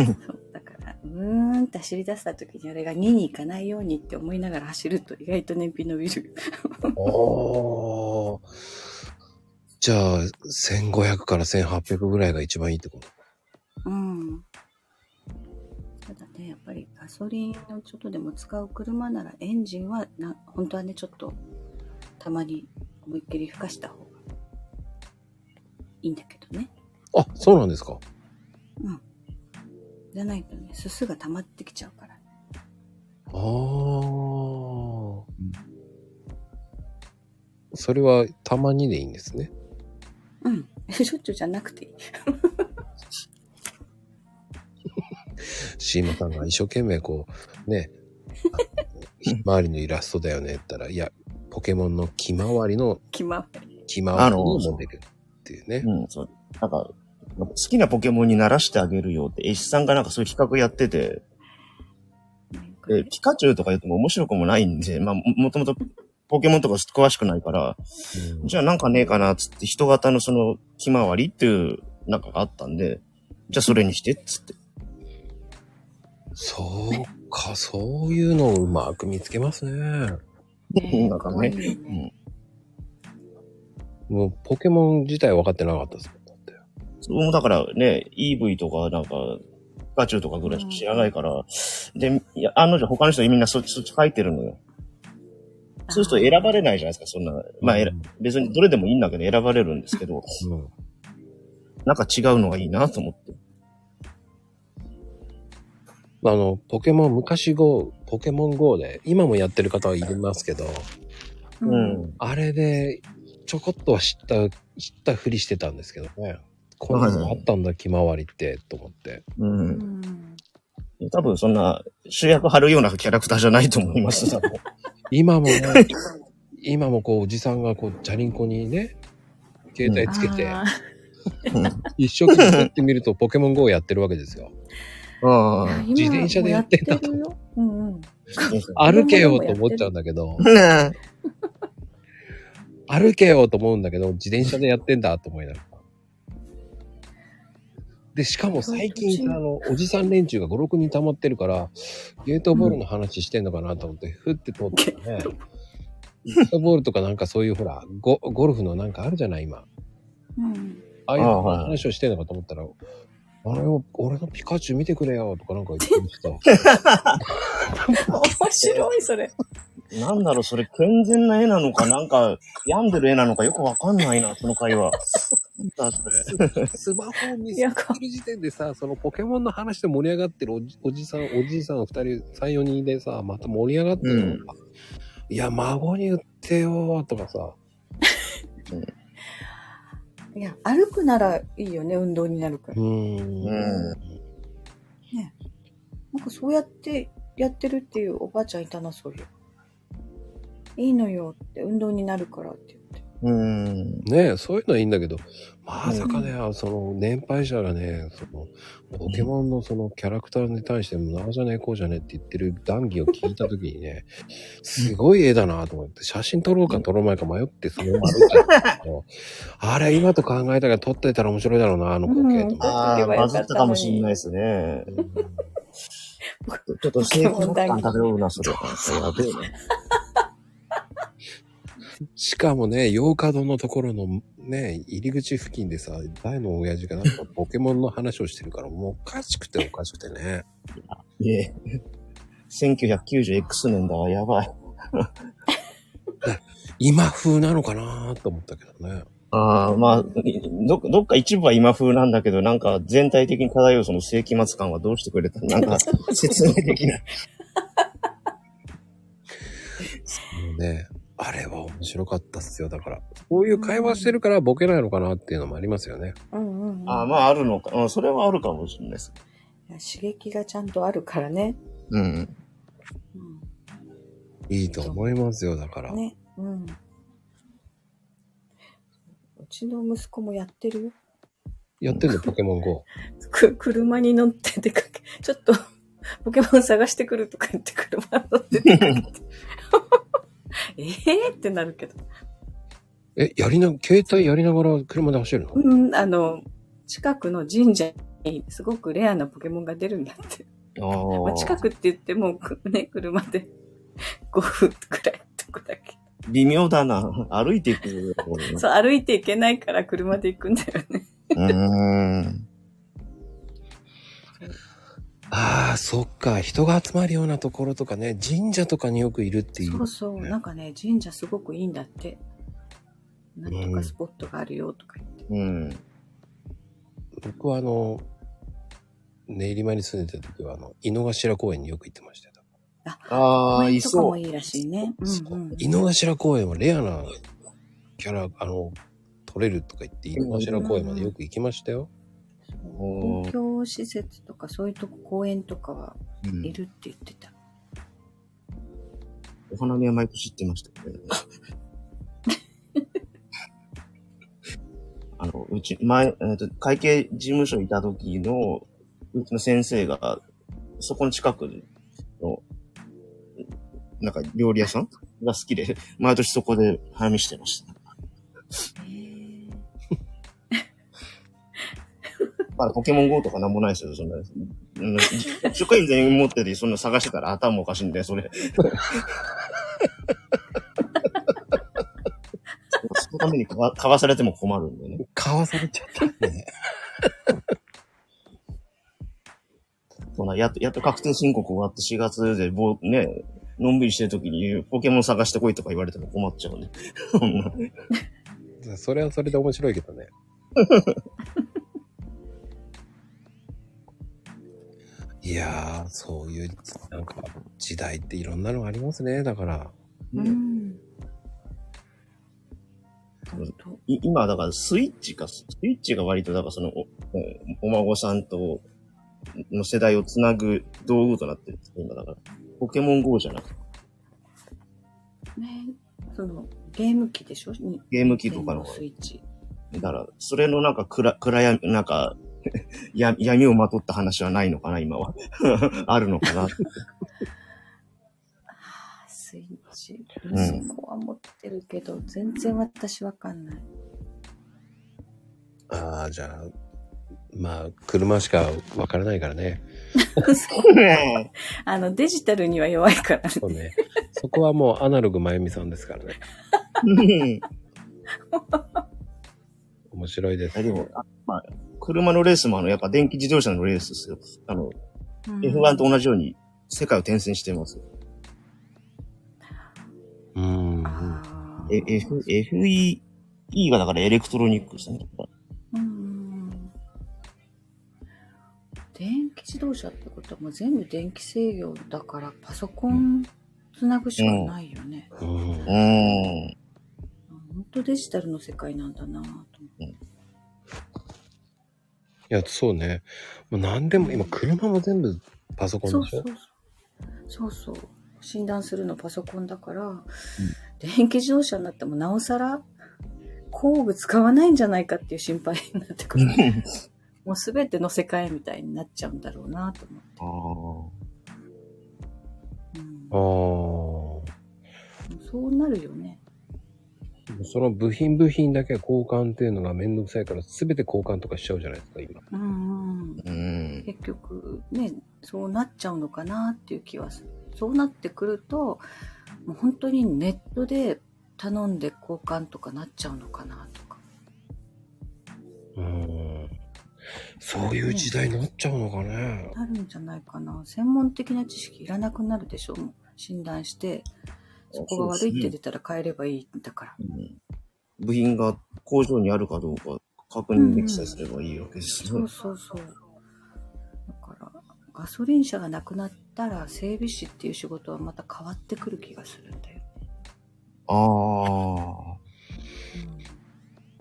うだから、うーんって走り出した時にあれが2に行かないようにって思いながら走ると意外と燃費伸びる。
おー。じゃあ、1500から1800ぐらいが一番いいってこと
うん。ただね、やっぱりガソリンをちょっとでも使う車ならエンジンはな、本当はね、ちょっとたまに思いっきり吹かした方がいいんだけどね。
あ、そうなんですか。
うん。じゃないとね、すすが溜まってきちゃうから。
ああ。それはたまにでいいんですね。
うん。しょっちゅうじゃなくていい。
シーマさんが一生懸命こう、 ね、ひまわりのイラストだよねって言ったら、いや、ポケモンのひまわりの、
気まわり。
ひまわりのモデルっていうね。
うん、そう。なんか、なんか好きなポケモンにならしてあげるよって、絵師さんがなんかそういう企画やってて、
ねこ
で
れ
ピカチュウとか言っても面白くもないんで、まあ、ももともとポケモンとか詳しくないから、
うん
じゃあなんかねえかな、つって人型のその、ひまわりっていう、なんかがあったんで、じゃあそれにして、つって。
そうか、そういうのをうまく見つけますね。
ね
なんかね
可愛いよね
もうポケモン自体分かってなかったですもん。だって。
僕もだからね、EV とかなんか、ピカチュウとかぐらいしか知らないから、で、いや、案の定他の人みんなそっち、そっち書いてるのよ。そうすると選ばれないじゃないですか、そんな。まあ、えら別にどれでもいいんだけど選ばれるんですけど、
うん。
なんか違うのがいいなと思って。
あの、ポケモン、昔 GO、ポケモン GO で、今もやってる方はいますけど、
う。
うんん。
あれで、ちょこっとは知った、知ったふりしてたんですけどね。こんなのあったんだ、ひまわりって、と思って。
う。
うんん。
多分そんな主役張るようなキャラクターじゃないと思います。多 分
今もね、今もこう、おじさんがこう、チャリンコにね、携帯つけて、
あ
一生懸命やってみると、ポケモン GO やってるわけ ですよ。
うん。
ー
自転車でやってんだと
今もうやってるようんうん。
歩けようと思っちゃうんだけ ど、
ね
歩けようと思うんだけど、自転車でやってんだと思いながら。で、しかも最近、あの、おじさん連中が5、6人溜まってるから、ゲートボールの話してんのかなと思って、ふって通ったらね、ゲートボールとかなんかそういうほら、ゴゴルフのなんかあるじゃない、今。
うん。
ああいう
ああはい
話をしてんのかと思ったら、あれを、俺のピカチュウ見てくれよとかなんか言ってた。
面白い、それ。
えなんだろう、それ健全な絵なのか、なんか病んでる絵なのかよくわかんないな、その会話。だって。
スマホを見
い
せ
や、
て
か
る時点でさ、そのポケモンの話で盛り上がってるおじおじさん、おじいさん2人、3、4人でさ、また盛り上がってるのか、いや、孫に言ってよとかさ、
いや、歩くならいいよね、運動になるから
う。ん。
うん
なんかそうやってやってるっていうおばあちゃんいたな、そういう。いいのよって、運動になるからって言って。
うん。
ねえ、そういうのはいいんだけど、まさかね、あその年配者がね、そのポケモンのそのキャラクターに対しても、なあじゃねえこうじゃねえって言ってる談義を聞いたときにね、すごい絵だなと思って、写真撮ろうか撮ろうまいか迷ってそのまま歩いちゃったんだけど、あれ今と考えたら撮ってたら面白いだろうな、あの光景とか。
ああ、バズったかもしれないですね。ちょっと生活感漂うな、それ。やべえね。
しかもね、洋華堂のところのね、入り口付近でさ、大の親父がなんかポケモンの話をしてるから、もうおかしくておかしくてね。
いえ。1990X 年だわ、やばい。
今風なのかなと思ったけどね。
ああ、まあ、ど、どっか一部は今風なんだけど、なんか全体的に漂うその世紀末感はどうしてくれたなん か説明できない。
もうね、あれは面白かったっすよ。だから、こういう会話してるからボケないのかなっていうのもありますよね。
うんうん、うん。
ああ、まああるのか。うん、それはあるかもしれないです。
いや刺激がちゃんとあるからね。
うん。
う
いいと思いますよ。だから。
ん、ね。うん。うちの息子もやってるよ。
やってんの、ポケモン GO。
く、車に乗って出かけ、ちょっと、ポケモン探してくるとか言って車乗って出かけて。 ええってなるけど。
え、やりな、携帯やりながら車で走るの
うん、あの、近くの神社にすごくレアなポケモンが出るんだって。
ああ。
まあ、近くって言っても、くね、車で5分くらいのとこだけ。
微妙だな。 歩いていくよ。これ
そう、歩いていけないから車で行くんだよね。
うーん。
ああ、そっか。人が集まるようなところとかね、神社とかによくいるっていう。
そうそう、なんかね、神社すごくいいんだって。なんとかスポットがあるよとか言って。
うん。
僕はあの、練馬に住んでた時は、あの、井の頭公園によく行ってましたよ。
ああ、い
とか
そ
も
う。
いいらしいね。うんうん。
井の頭公園はレアなキャラ、あの、取れるとか言って、井の頭公園までよく行きましたよ。
お
公
ー
共施設とかそういうとこ公園とかは
うん
いるって言ってた。
お花見は毎年行ってましたけど、ね。あの、うち、前、えっと、会計事務所にいた時の、うちの先生が、そこの近くの、なんか料理屋さんが好きで、毎年そこで花見してました。
へえ。
まだポケモン GO とかなんもないですよ、そんな。うん 職員全員持ってて、そんな探してたら頭おかしいんだよ、それ。そのためにかわかわされても困るんでね。
買わされちゃったね。
そんなやっと、やっと確定申告終わって4月で、ぼう、ね、のんびりしてる時に、ポケモン探してこいとか言われても困っちゃうんで。そん な
それはそれで面白いけど ね。いやー、そういう、なんか、時代っていろんなのがありますね。だから、
う
うん
ん。本当。
い今、だからスイッチか、スイッチが割と、だからそのお、おお孫さんと、の世代をつなぐ道具となってるんです今だから。ポケモン GO じゃなくて、
ね、その、ゲーム機でしょに
ゲーム機とかの
ゲームスイッチ。
だから、それのなんか暗、暗闇、なんか、 や闇をまとった話はないのかな、今は。 あるのかな。
あスイッチ。
うん
息子は持ってるけど、全然私わかんない。
ああ、じゃあ、まあ、車しかわからないからね。
あの、デジタルには弱いからね。
そうね。そこはもうアナログまゆみさんですからね。
うん
面白いです。
でも、あまあ、車のレースもあの、やっぱ電気自動車のレースですよ。あの、
うん
F1 と同じように世界を転戦してます。
うん。
あ
え
ー
F、FE、E がだからエレクトロニックですね。
うん電気自動車ってことはもう全部電気制御だからパソコンつなぐしかないよね。
うん
うーん。
本当デジタルの世界なんだなぁと思って。
いや、そうね。もう何でも、今、車も全部パソコ
そ
ン
う
でし
そ
ょ
うそう。そうそう。診断するのパソコンだから、電気自動車になってもなおさら工具使わないんじゃないかっていう心配になってくる。もうすべての世界みたいになっちゃうんだろうなと思って。
あー
うん
ああ。そ
そうなるよね。
の部品部品だけ交換っていうのがめんどくさいから、全て交換とかしちゃうじゃないですか、今。
うんうん。
うーん。
結局ねそうなっちゃうのかなっていう気はするそうなってくるともう本当にネットで頼んで交換とかなっちゃうのかなとか
うん。そういう時代になっちゃうのかね。
なるんじゃないかな専門的な知識いらなくなるでしょもう診断してそこが悪いって出たら変えればいいんだから
うん部品が工場にあるかどうか確認できさえすればいいわけです
そ
よ
う。そうそうだからガソリン車がなくなったら整備士っていう仕事はまた変わってくる気がするんだよ、
あ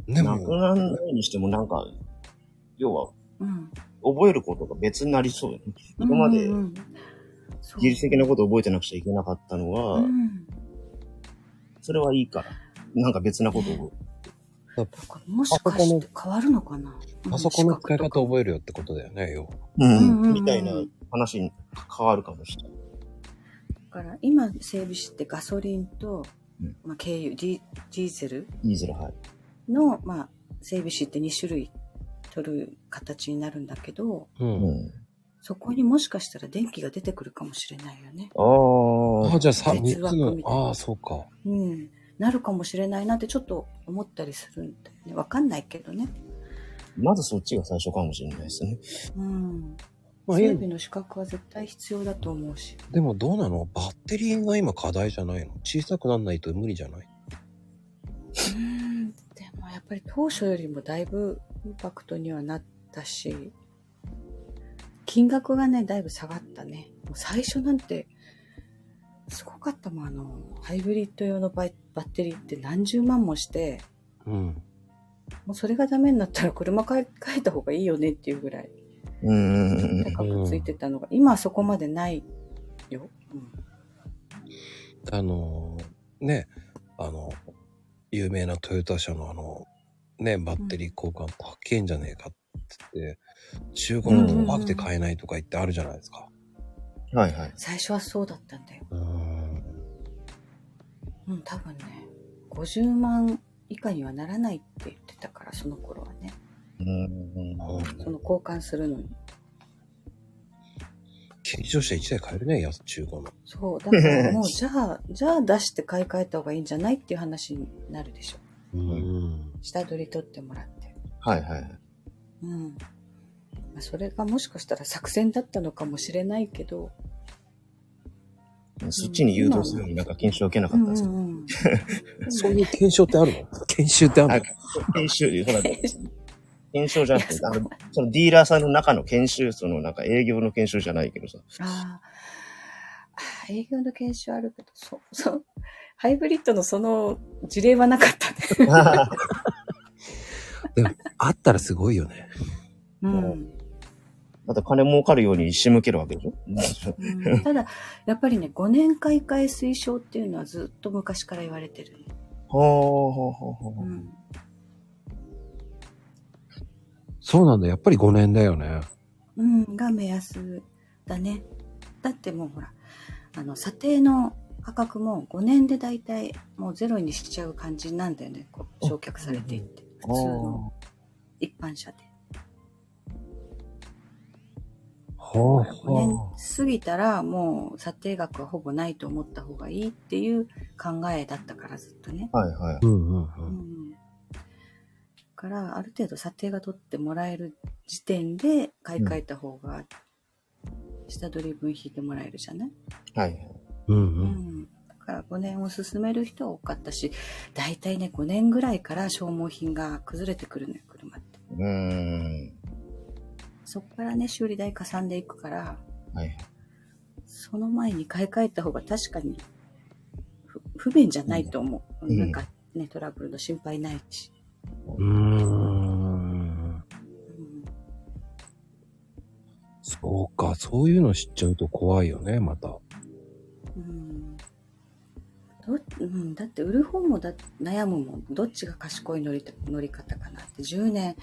で
あ。なく
も、
ならないにしてもなんか、要は、
うんうん、
覚えることが別になりそうよね。今まで
うんうんそう
技術的なことを覚えてなくちゃいけなかったのは、
うん
それはいいから。なんか別なことを。
だからもしかして変わるのかな
パソコンの使い方覚えるよってことだよね、よ。
う
うんうん
みたいな話に関わるかもしれない。
だから今整備士ってガソリンと、
うん
まあ、軽油ディディーゼル
いいずれ、はい。
の、まあ、整備士って2種類取る形になるんだけど
う。
うんん。
そこにもしかしたら電気が出てくるかもしれないよね。
あ
あ
あ
あ、。じゃあさ、
別
3つ
枠
の
み、たいな
ああ、そうか。
うん、なるかもしれないなってちょっと思ったりするんだよね。わかんないけどね。
まずそっちが最初かもしれないですね。
うん。
ま
整
あ、いい
備の資格は絶対必要だと思うし。
でもどうなのバッテリーが今課題じゃないの小さくなんないと無理じゃない
うんでもやっぱり当初よりもだいぶインパクトにはなったし金額がねだいぶ下がったねもう最初なんてすごかったもんあのハイブリッド用のバイバッテリーって何十万もして
うん。
もうそれがダメになったら車買い替えた方がいいよねっていうぐらい
うんうんうんうん。
高くついてたのが、今はそこまでないよ、うん
あのーね、あの、有名なトヨタ車のあの、ね、バッテリー交換高えんじゃねえかって言って、中古の高くて買えないとか言ってあるじゃないですか。
はいはい。
最初はそうだったんだよ
うん。
うん多分ね50万以下にはならないって言ってたからその頃はね
ううん。
その交換するのに。
軽自動車1台買えるね、安中古の。
そう、だか らもう、じゃあ、じゃあ出して買い替えた方がいいんじゃないっていう話になるでしょ。
うん。
下取り取ってもらって。
はいはい。
うん。まあそれがもしかしたら作戦だったのかもしれないけど、
そっちに誘導するのになんか検証を受けなかったんですけど。
うん
そういう検証ってあるの 研修ってある
あ
の
研修、ほら、研修じゃなくて、あの、そのディーラーさんの中の研修、そのなんか営業の研修じゃないけどさ。
あーあー、営業の研修あるけど、そう、そう、ハイブリッドのその事例はなかったね。
あったらすごいよね。
う
また金儲かるように仕向けるわけでしょ、
んただ、やっぱりね、5年買い替え推奨っていうのはずっと昔から言われてるね、
ほうほうほうほう。
うん。
そうなんだ。やっぱり5年だよね。
うん、が目安だね。だってもうほら、あの、査定の価格も5年でだいたいもうゼロにしちゃう感じなんだよね。こう、焼却されていって。普通の一般車で。
ほう
5年
ほ。。
過ぎたらもう査定額はほぼないと思った方がいいっていう考えだったからずっとね。
はいはいう
うんうん
う
うん。
ん。だから、ある程度査定が取ってもらえる時点で買い替えた方が、下取り分引いてもらえるじゃない
はい。
うん
う
うん。
ん。だから5年を進める人は多かったし、大体ね、5年ぐらいから消耗品が崩れてくるね、車って。
うーん。
そこからね、修理代かさんでいくから、
はい。
その前に買い替えた方が確かに不不便じゃないと思う。
うん
なんかね、トラブルの心配ないし。
うーん。
うん、
そうか。そういうの知っちゃうと怖いよね、また。
うんどうん、だって売る方もだ悩むもんどっちが賢い乗り乗り方かなって10年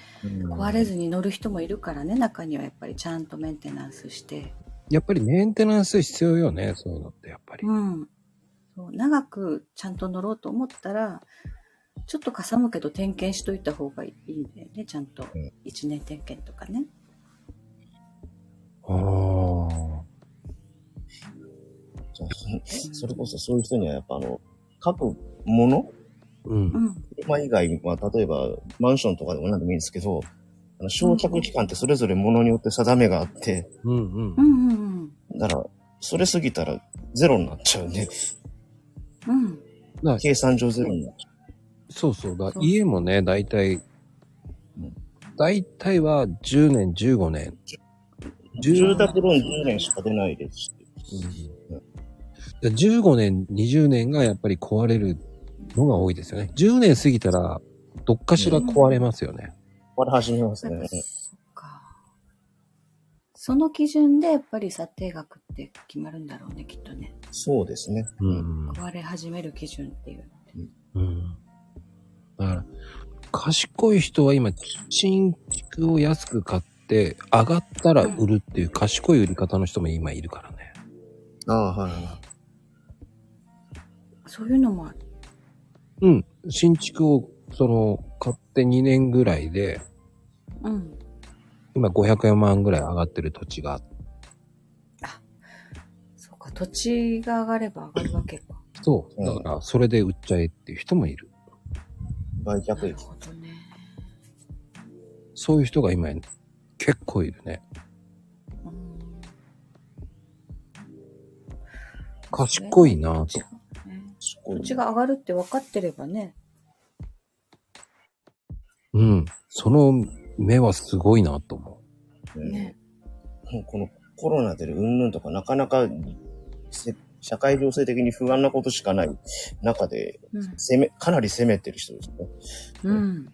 壊れずに乗る人もいるからね中にはやっぱりちゃんとメンテナンスして、
やっぱりメンテナンス必要よね、そういうのって、やっぱり。
うん、そう長くちゃんと乗ろうと思ったらちょっとかさむけど点検しといた方がいいんだよねちゃんと
うん
1年点検とかね、
ああ。
そうそれこそそういう人にはやっぱあの、各もの
うん
う。ん、
車以外は、例えばマンションとかでも何でもいいんですけど、あの焼却期間ってそれぞれものによって定めがあって、
うんうん
う。んうん
だから、それ過ぎたらゼロになっちゃうんで、
うんうん
だから
計算上ゼロになっちゃ
そうそうだ
そ。う
家もね、大体
うん、
大体は10年、15年。
う。
住
住宅ローン10年しか出ないですし。
で15年、20年がやっぱり壊れるのが多いですよね。10年過ぎたら、どっかしら壊れますよね。
これ始めます
そ
ね。
っかその基準でやっぱり査定額って決まるんだろうねきっとね
そうですね。
ん。
壊れ始める基準っていう
うん。だから、賢い人は今、新築を安く買って、上がったら売るっていう賢い売り方の人も今いるからね。
ああ、はいは
そういうのもある
うん。新築を、その、買って2年ぐらいで、
うん
今500万ぐらい上がってる土地があって、
そうか土地が上がれば上がるわけか
そう。だから、それで売っちゃえっていう人もいる。
い。売
な
却
る
益。
ほどね
そういう人が今、結構いるね。
うん
賢いなぁ
土
と
地。がね
すごい
土地が上がるって分かってればね
うん。その目はすごいなと思
ね
ね
もうこのコロナでうんぬんとかなかなかせ社会情勢的に不安なことしかない中で、
うん、
攻め、かなり攻めてる人ですね。
うん、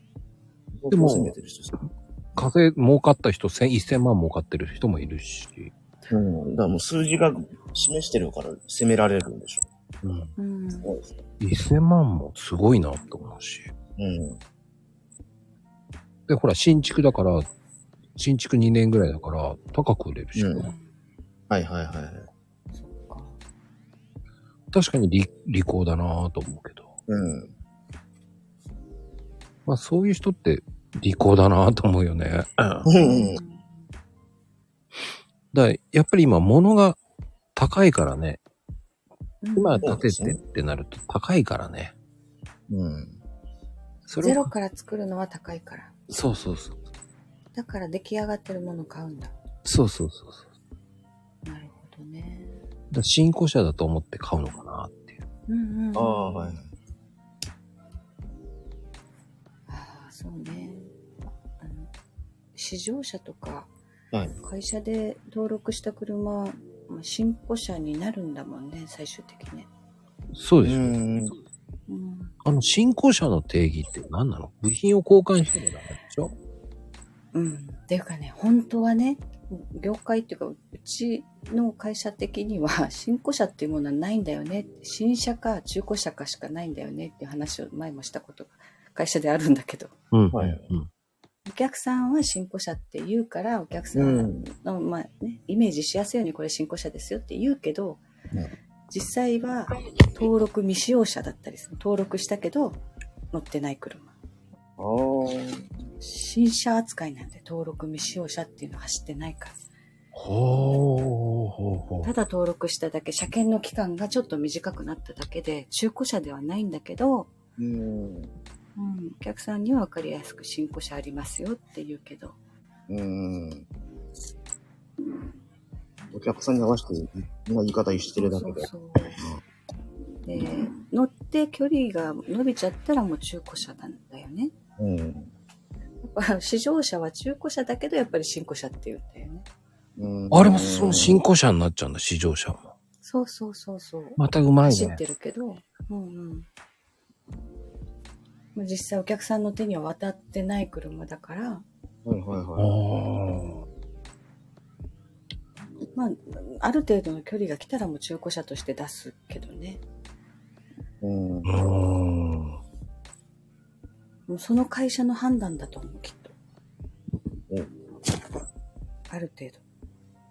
でも
攻めてる人ですね。
う。稼い、儲かった人、千1000万儲かってる人もいるし。
うん。だからもう数字が示してるから攻められるんでしょ
うん。
うん、
う。そうですね。
1000万もすごいなと思うし。
うん。
で、ほら、新築だから、新築2年ぐらいだから、高く売れるし。
うんはいはいはいはい。
そっか
確かに利、利口だなと思うけど。
うん。
まあ、そういう人って、利口だなと思うよね。だか
うん
らやっぱり今物が高いからね。
うん
今
そうで
建
す
てて
ね
ってなると高いからね。
うん。
そ
ゼ
れ
ロ
は
から作るのは高いから。
そうそうそう。
だから出来上がってるもの買うんだ。
そうそうそうそう。
なるほどね。
だから新古車だと思って買うのかなっていう。
うんうん。
ああ、はい。
ああ、そうね。あの、試乗車とか、
はい
会社で登録した車、まあ新古車になるんだもんね、最終的に。
そう
う
でしょ。
ん。
うん。
あの、新古車の定義って何なの部品を交換してもダメでしょ
うん。っていうかね、本当はね、業界っていうか、うちの会社的には、 新古車っていうものはないんだよね。新車か中古車かしかないんだよねっていう話を前もしたことが会社であるんだけど。
うん。
はい
うん。
お客さんは新古車って言うから、お客さ
うんん。
の、まあね、イメージしやすいようにこれ新古車ですよって言うけど、
うん
実際は登録未使用車だったりする登録したけど乗ってない車
ああ。
新車扱いなんで登録未使用車っていうのは走ってないか
ほうほうほ
ら
う
た。だ登録しただけ車検の期間がちょっと短くなっただけで中古車ではないんだけど、
うん。
うん、お客さんには分かりやすく新古車ありますよって言うけど
うん。お客さんに合わせて、な言い方してるだけで。
そうそうで乗って距離が伸びちゃったらもう中古車なんだよね
うん。
だから試乗車は中古車だけどやっぱり新古車って言うんだよね
うん
あれもその新古車になっちゃうんだ、試乗車も。
そうそうそうそう。
またうまい
走っ
ね
て。るけど、うんうん。まあ実際お客さんの手には渡ってない車だから、
はいはい
あ
はい。
ー
まあ、ある程度の距離が来たらもう中古車として出すけどね。
うん
う。ーん。
もうその会社の判断だと思う、きっと。ある程度。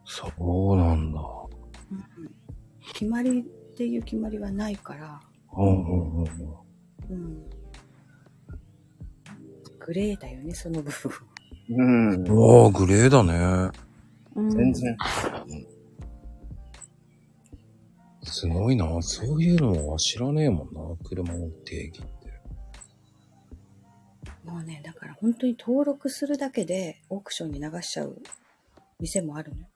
そうなんだ。
決まりっていう決まりはないから、
うんうんうんうん。
うん。グレーだよね、その部分。
うん。
おー、グレーだね。
全然。
すごいな。そういうのは知らねえもんな。車の定義って。
もうね、だから本当に登録するだけでオークションに流しちゃう店もあるのよ。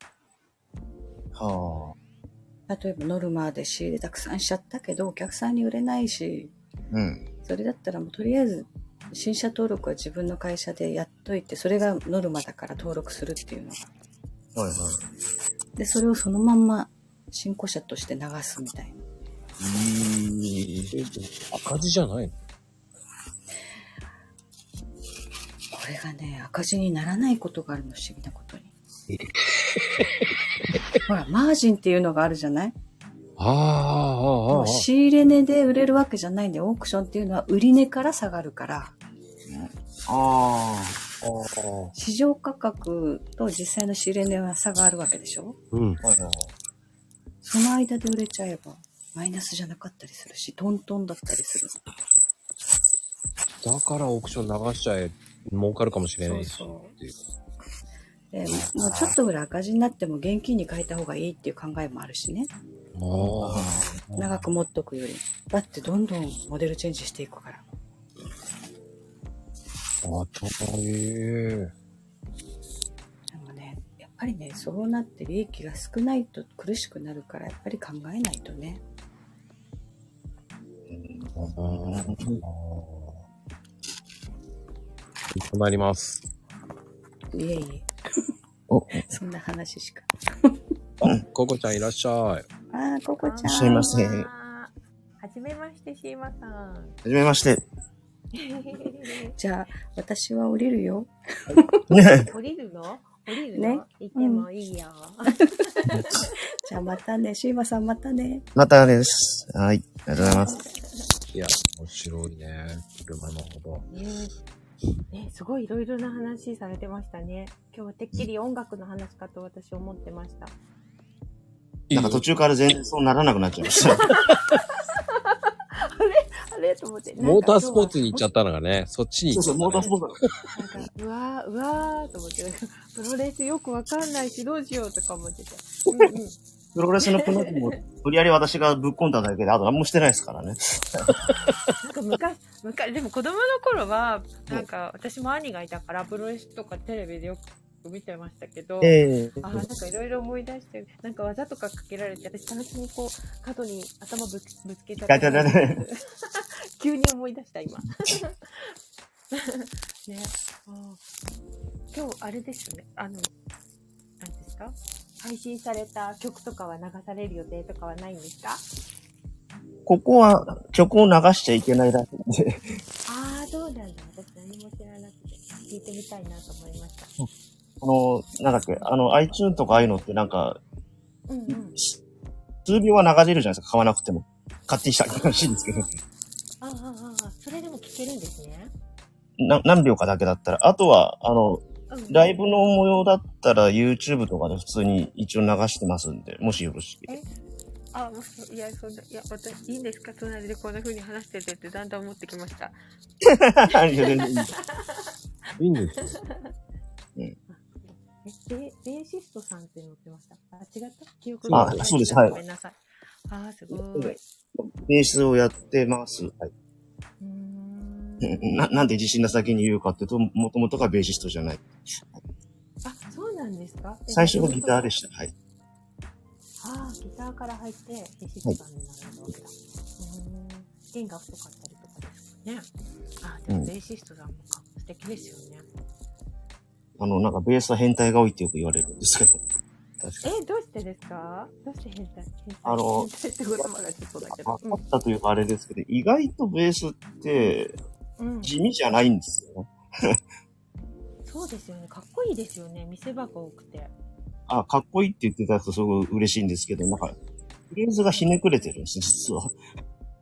は
例えばノルマで仕入れたくさんしちゃったけど、お客さんに売れないし、
あ。うん。
それだったらもうとりあえず、新車登録は自分の会社でやっといて、それがノルマだから登録するっていうのが。
はいはい。
で、それをそのまんま新古車として流すみたいな。
赤字じゃないの
これがね、赤字にならないことがあるの、不思議なことに。 ほら、マージンっていうのがあるじゃない
あーあー、あーあー。
仕入れ値で売れるわけじゃないんで、オークションっていうのは売り値から下がるから、
ああ。
市場価格と実際の仕入れ値は差があるわけでしょ
うん。
はいはい。
その間で売れちゃえば、マイナスじゃなかったりするし、トントンだったりする。
だからオークション流しちゃえ、儲かるかもしれないし。
そうそう
っていう
で、もうちょっとぐらい赤字になっても現金に変えた方がいいっていう考えもあるしね。
あうん
長く持っとくより。だってどんどんモデルチェンジしていくから。
あ、頭いい。
でもね、やっぱりね、そうなって利益が少ないと苦しくなるから、やっぱり考えないとね。
となります。
いえい
お
え。 そんな話しか。
あ、ココちゃんいらっしゃい。
ああ、ここちゃん。
すいません
はじめまして、シーマさ ん。
はじめまして。
じゃあ、私は降りるよ。
降りるの降りるの、
ね
行ってもいいよ。
じゃあまたね、シーマさんまたね。
またです。はい。ありがとうございます。
いや、面白いね。車のほど。
ねね、すごいいろいろな話されてましたね。今日はてっきり音楽の話かと私思ってました。
なんか途中から全然そうならなくなっちゃいました。
ああれと思って。
モータースポーツ
に。
に行っちゃったのがね、そっちに
そ
行
う
っち
そ
ゃ
う、
っ
モータ
た
ー
ね
スポーツ
なんか、うわー、うわーと思って、なんかプロレスよくわかんないし、どうしようとか思って て。うんうん。
プロレスのこの後も、無理やり私がぶっ込んだだけで、あと何もしてないですからね。
なんか昔、昔、でも子供の頃は、なんか私も兄がいたから、プロレスとかテレビでよく見てましたけど、
ええ
あーなんかいろいろ思い出して、なんか技とかかけられて、私、たまにこう、角に頭ぶつぶつけちゃっ
いやいやいやいや
た。 急に思い出した、今。 ね、あー今日、あれですね、あの、なんですか配信された曲とかは流される予定とかはないんですか
ここは曲を流しちゃいけないらしいんで。
ああ、そうなんだ。私何も知らなくて、聞いてみたいなと思いました。
この、なんだっけ、あの、iTune とかああいうのってなんか、
うんうん。
数秒は流れるじゃないですか、買わなくても。買ってきたらしいんですけど。
ああ、ああ、それでも聞けるんですね。
な何秒かだけだったら。あとは、あの、
うん
ライブの模様だったら YouTube とかで普通に一応流してますんで、もしよろしければ。
あ、もうそいや、そんな、いや、私、いいんですか隣でこんな風に話しててってだんだん思ってきました。
いや全然いいです
いいんですよ。
え、ベベーシストさんって載ってました。あ、違った記憶
あ
ない
そうですはい
ごめんなさい。あー、すごい。う
ベースをやってます。はい
ーん。
ななんで自信な先に言うかっていうと、もともとがベーシストじゃない。
あ、そうなんですか
最初はギターでした。はい。
た。あー、ギターから入って、ベーシストさんになるわけだ。うーん。弦が太かったりとかですかね。あー、で
うん
もベーシストさんもか素敵ですよね。
あの、なんかベースは変態が多いってよく言われるんですけど。確かに。
え、どうしてですかどうして変態変態
あの
変態って言葉がちょっとだけ
あ
ど。
あったというかあれですけど、意外とベースって
うん。うん
地味じゃないんですよね。
そうですよね。かっこいいですよね。見せ場が多くて。
あ、かっこいいって言っていただくとすごく嬉しいんですけど、なんか、フレーズがひねくれてるんです、実は。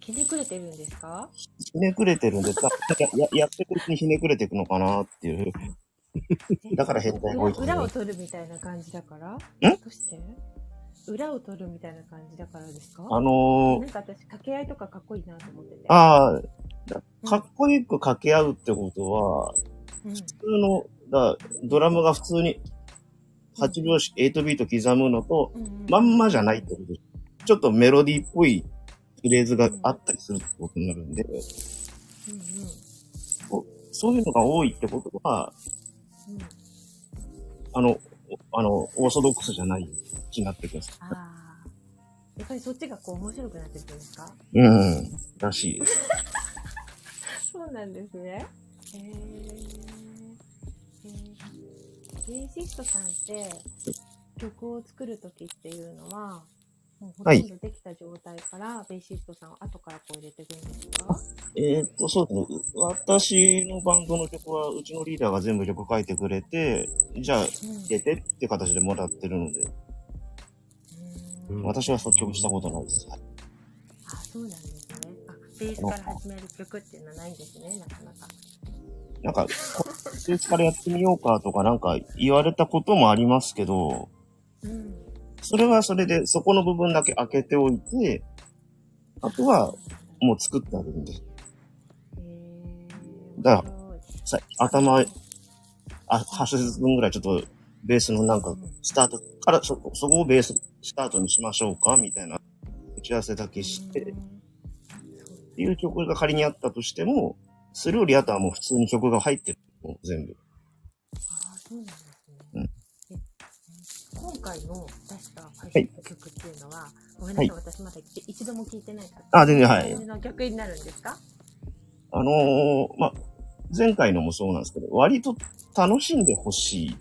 気にくれてるんですか
ひねくれてるんで、たやややってくうちにひねくれていくのかなっていう。 だから変態が多い
裏裏を取るみたいな感じだからんどうして裏を取るみたいな感じだからですか
あの
なんか私、掛け合いとかかっこいいなと思ってて。
ー、ああ、かっこよく掛け合うってことは、
うん、
普通の、だドラムが普通に8拍子、8ビート刻むのと、
うんうん
まんまじゃないってことでちょっとメロディーっぽいフレーズがあったりするってことになるんで、
うんうん
そういうのが多いってことは、
うん
あの、おあの、オーソドックスじゃない気になってくるんです。
ああ。やっぱりそっちがこう面白くなってくるんですか
うん。らしいです。
そうなんですね。へえ。ベーシストさんって曲を作るときっていうのは、もうほとんどできた状態から、ベーシストさんは後からこう入れていくんですか
えーっと、そうですね。私のバンドの曲は、うちのリーダーが全部曲書いてくれて、じゃあ、
うんう
入れてって形でもらってるので、
ーん
うん
私は作曲したことないです。
あ、そうなんですね。あ、ベースから始める曲っていうのはないんですね、なかなか。
なんか、こいつからやってみようかとかなんか言われたこともありますけど、
うん。
それはそれで、そこの部分だけ開けておいて、あとは、もう作ってあるんで、
へえ。
だ
面白い
さ頭、あ、8節分ぐらいちょっと、ベースのなんか、スタートから、そこ、そこをベース、スタートにしましょうかみたいな、打ち合わせだけして、
う
っ
ん
ていう曲が仮にあったとしても、それよりあとはもう普通に曲が入ってる。もう全部。
ああ、そうなんですね。
うん
え今回の出した配信の曲っていうのは、ごめんなさい、私まだ一一度も聞いてないから。
あ全然はい
どううの曲になるんですか
あのー、まあ、前回のもそうなんですけど、割と楽しんでほしい。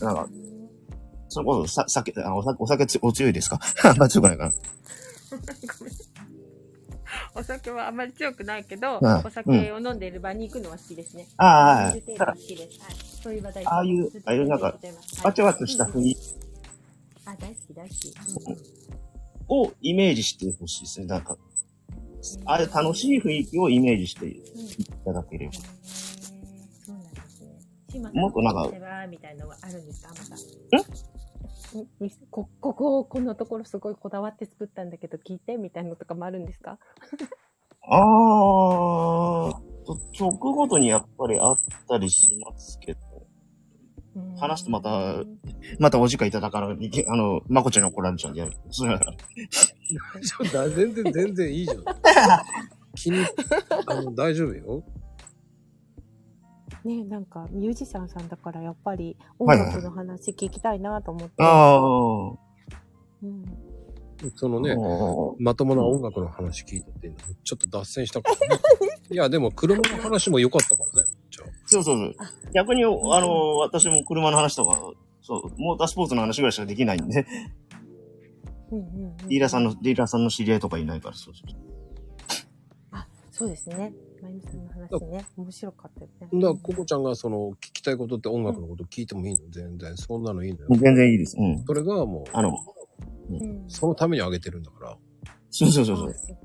なんか、それこそ、さ、酒、あお酒、お酒つお強いですか あんま強くないか
お酒はあまり強くないけど、
はい
お酒を飲んでいる場に行くのは好きですね。
な。ああ、はい
見る程度は好きです。はい。そういう話題
ああいうああいうなんか、わちゃわちゃした雰囲
気。
気
あ、大好き大好き。うんうん
をイメージしてほしいですね。なんか、ああいう楽しい雰囲気をイメージしていただければ
へーそうなんですね。
もっとなんか
手はみたいのはあるんですかまた。んこ、ここをこのところすごいこだわって作ったんだけど聞いてみたいのとかもあるんですか
あー、直ごとにやっぱりあったりしますけど、話すとまた
うん
またお時間いただかない、いけあの、まこちゃんに怒られちゃうんでやる。それは
大丈夫だ全然、全然いいじゃ ん。気に、あの、大丈夫よ。
ねなんかミュージシャンさんだからやっぱり音
はいはい
楽の話聞きたいなと思って。
あ
うん
その
あ、
ね、
も
まともな音楽の話聞いてて、ちょっと脱線したから、ね。いや、でも車の話も良かったからね。じゃあ
うそうそうそう。逆に、あの、私も車の話とか、そう、モータースポーツの話ぐらいしかできないんで、
うんうんうん
ディーラーさんの、ディーラーさんの知り合いとかいないから、そうそう。
あ、そうですね。まゆみさんの話ね。面白かったよね。
だから、ココちゃんがその、聞きたいことって音楽のこと聞いてもいいの全然。そんなのいいのよ。
全然いいです。うん。
それがもう、
あの、
うん
そのためにあげてるんだから。
そうそうそうそ
そう
う
で。すよ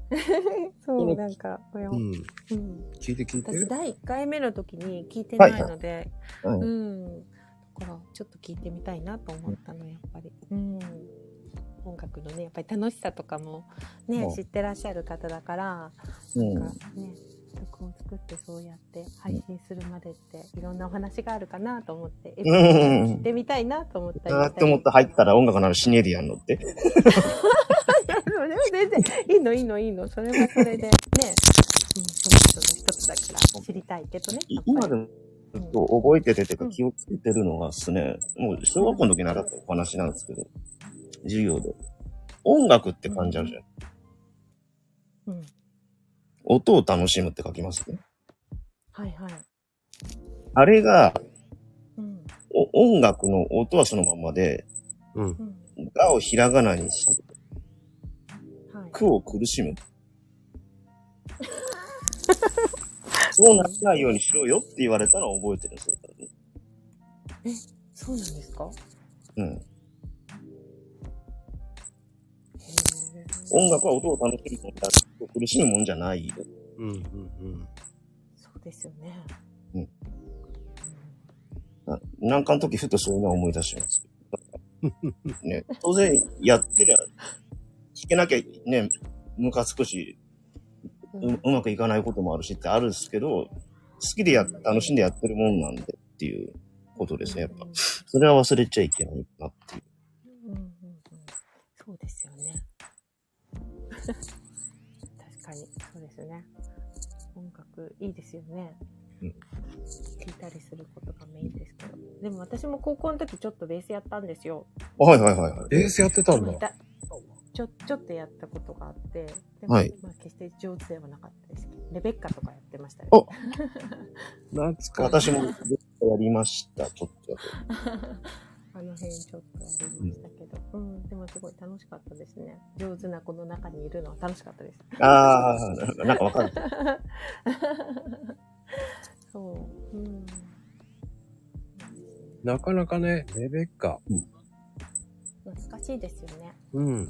そう、なんか、これを
う。ん。
うん
聞いて聞い
私
て。
第1回目の時に聞いてないので、
はいはい
うんだからちょっと聞いてみたいなと思ったのやっぱり、うん、音楽のねやっぱり楽しさとかもね、
うん
知ってらっしゃる方だから、
うん
なんかね曲を作ってそうやって配信するまでっていろんなお話があるかなと思って、エピソード
うん。
聞いてみたいなと思ったり
あーって思って入ったら音楽の話しねえでやんのって。
い やでも全然いいのいいのいいのそれはそれでね、うん、その人の一つだから知りたいけどねやっぱり
今でも、ちょっと覚えてててか気をつけてるのはですね、もう小学校の時に習ったお話なんですけど、授業で。音楽って感じあるじゃん。
うん、
音を楽しむって書きますね。
はいはい、
あれが、
うん
お音楽の音はそのままで、
うん。
うん
がをひらがなにして、
はい。
苦を苦しむ。そうならないようにしろよって言われたのを覚えてるんですよ。
そうなんですか。
うん。
へー
音楽は音を楽しむもんだ。苦を苦しむもんじゃないよ。
うん。うん。
そうですよね。
うんななんかの時ふとそういうのを思い出しますけど。 ね、当然やってりゃ、弾けなきゃね、ムカつくし、
うん
ううまくいかないこともあるしってあるんですけど、好きでや、楽しんでやってるもんなんでっていうことですね、やっぱ。それは忘れちゃいけないなっていう。
うんうんうんそうですよね。確かにそうですね。音楽いいですよね。
うん
聞いたりすることがメインですけど。でも私も高校の時ちょっとベースやったんですよ。
あはいはいはいはい。
ベースやってたん
ま
だ。
たちょ、ちょっとやったことがあって、でも、
はい
まあ決して上手ではなかったですけど、レベッカとかやってましたね。
お
懐かしい。
私もやりました、ちょっとだけ。
あの辺ちょっとやりましたけど、うん、でもすごい楽しかったですね。上手な子の中にいるのは楽しかったです。
ああ、なんかわかる。
そう、うん。
なかなかね、レベッカ。
懐かしいですよね。
うん。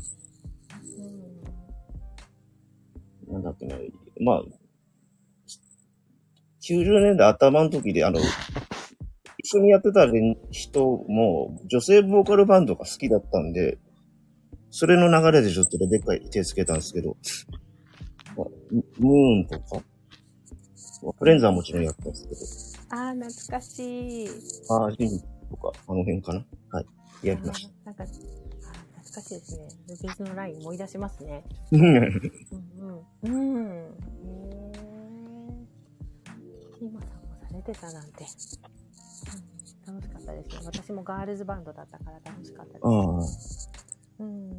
うん。
なんだっけな、まあ、90年代頭の時で、あの、一緒にやってた人も、女性ボーカルバンドが好きだったんで、それの流れでちょっとレベッカに手つけたんですけど、まあ、ムムーンとか、まあフレンズはもちろんやったんですけ
ああ、懐かしい。
ど、アージンとか、あの辺かなはい。やりました。
あーなんか、あー懐かしいですね。ルビーズのライン思い出しますね。うんうん。うん。へえ。今さんもされてたなんて。うん楽しかったですね。私もガールズバンドだったから楽しかったです。
ああ。
うん。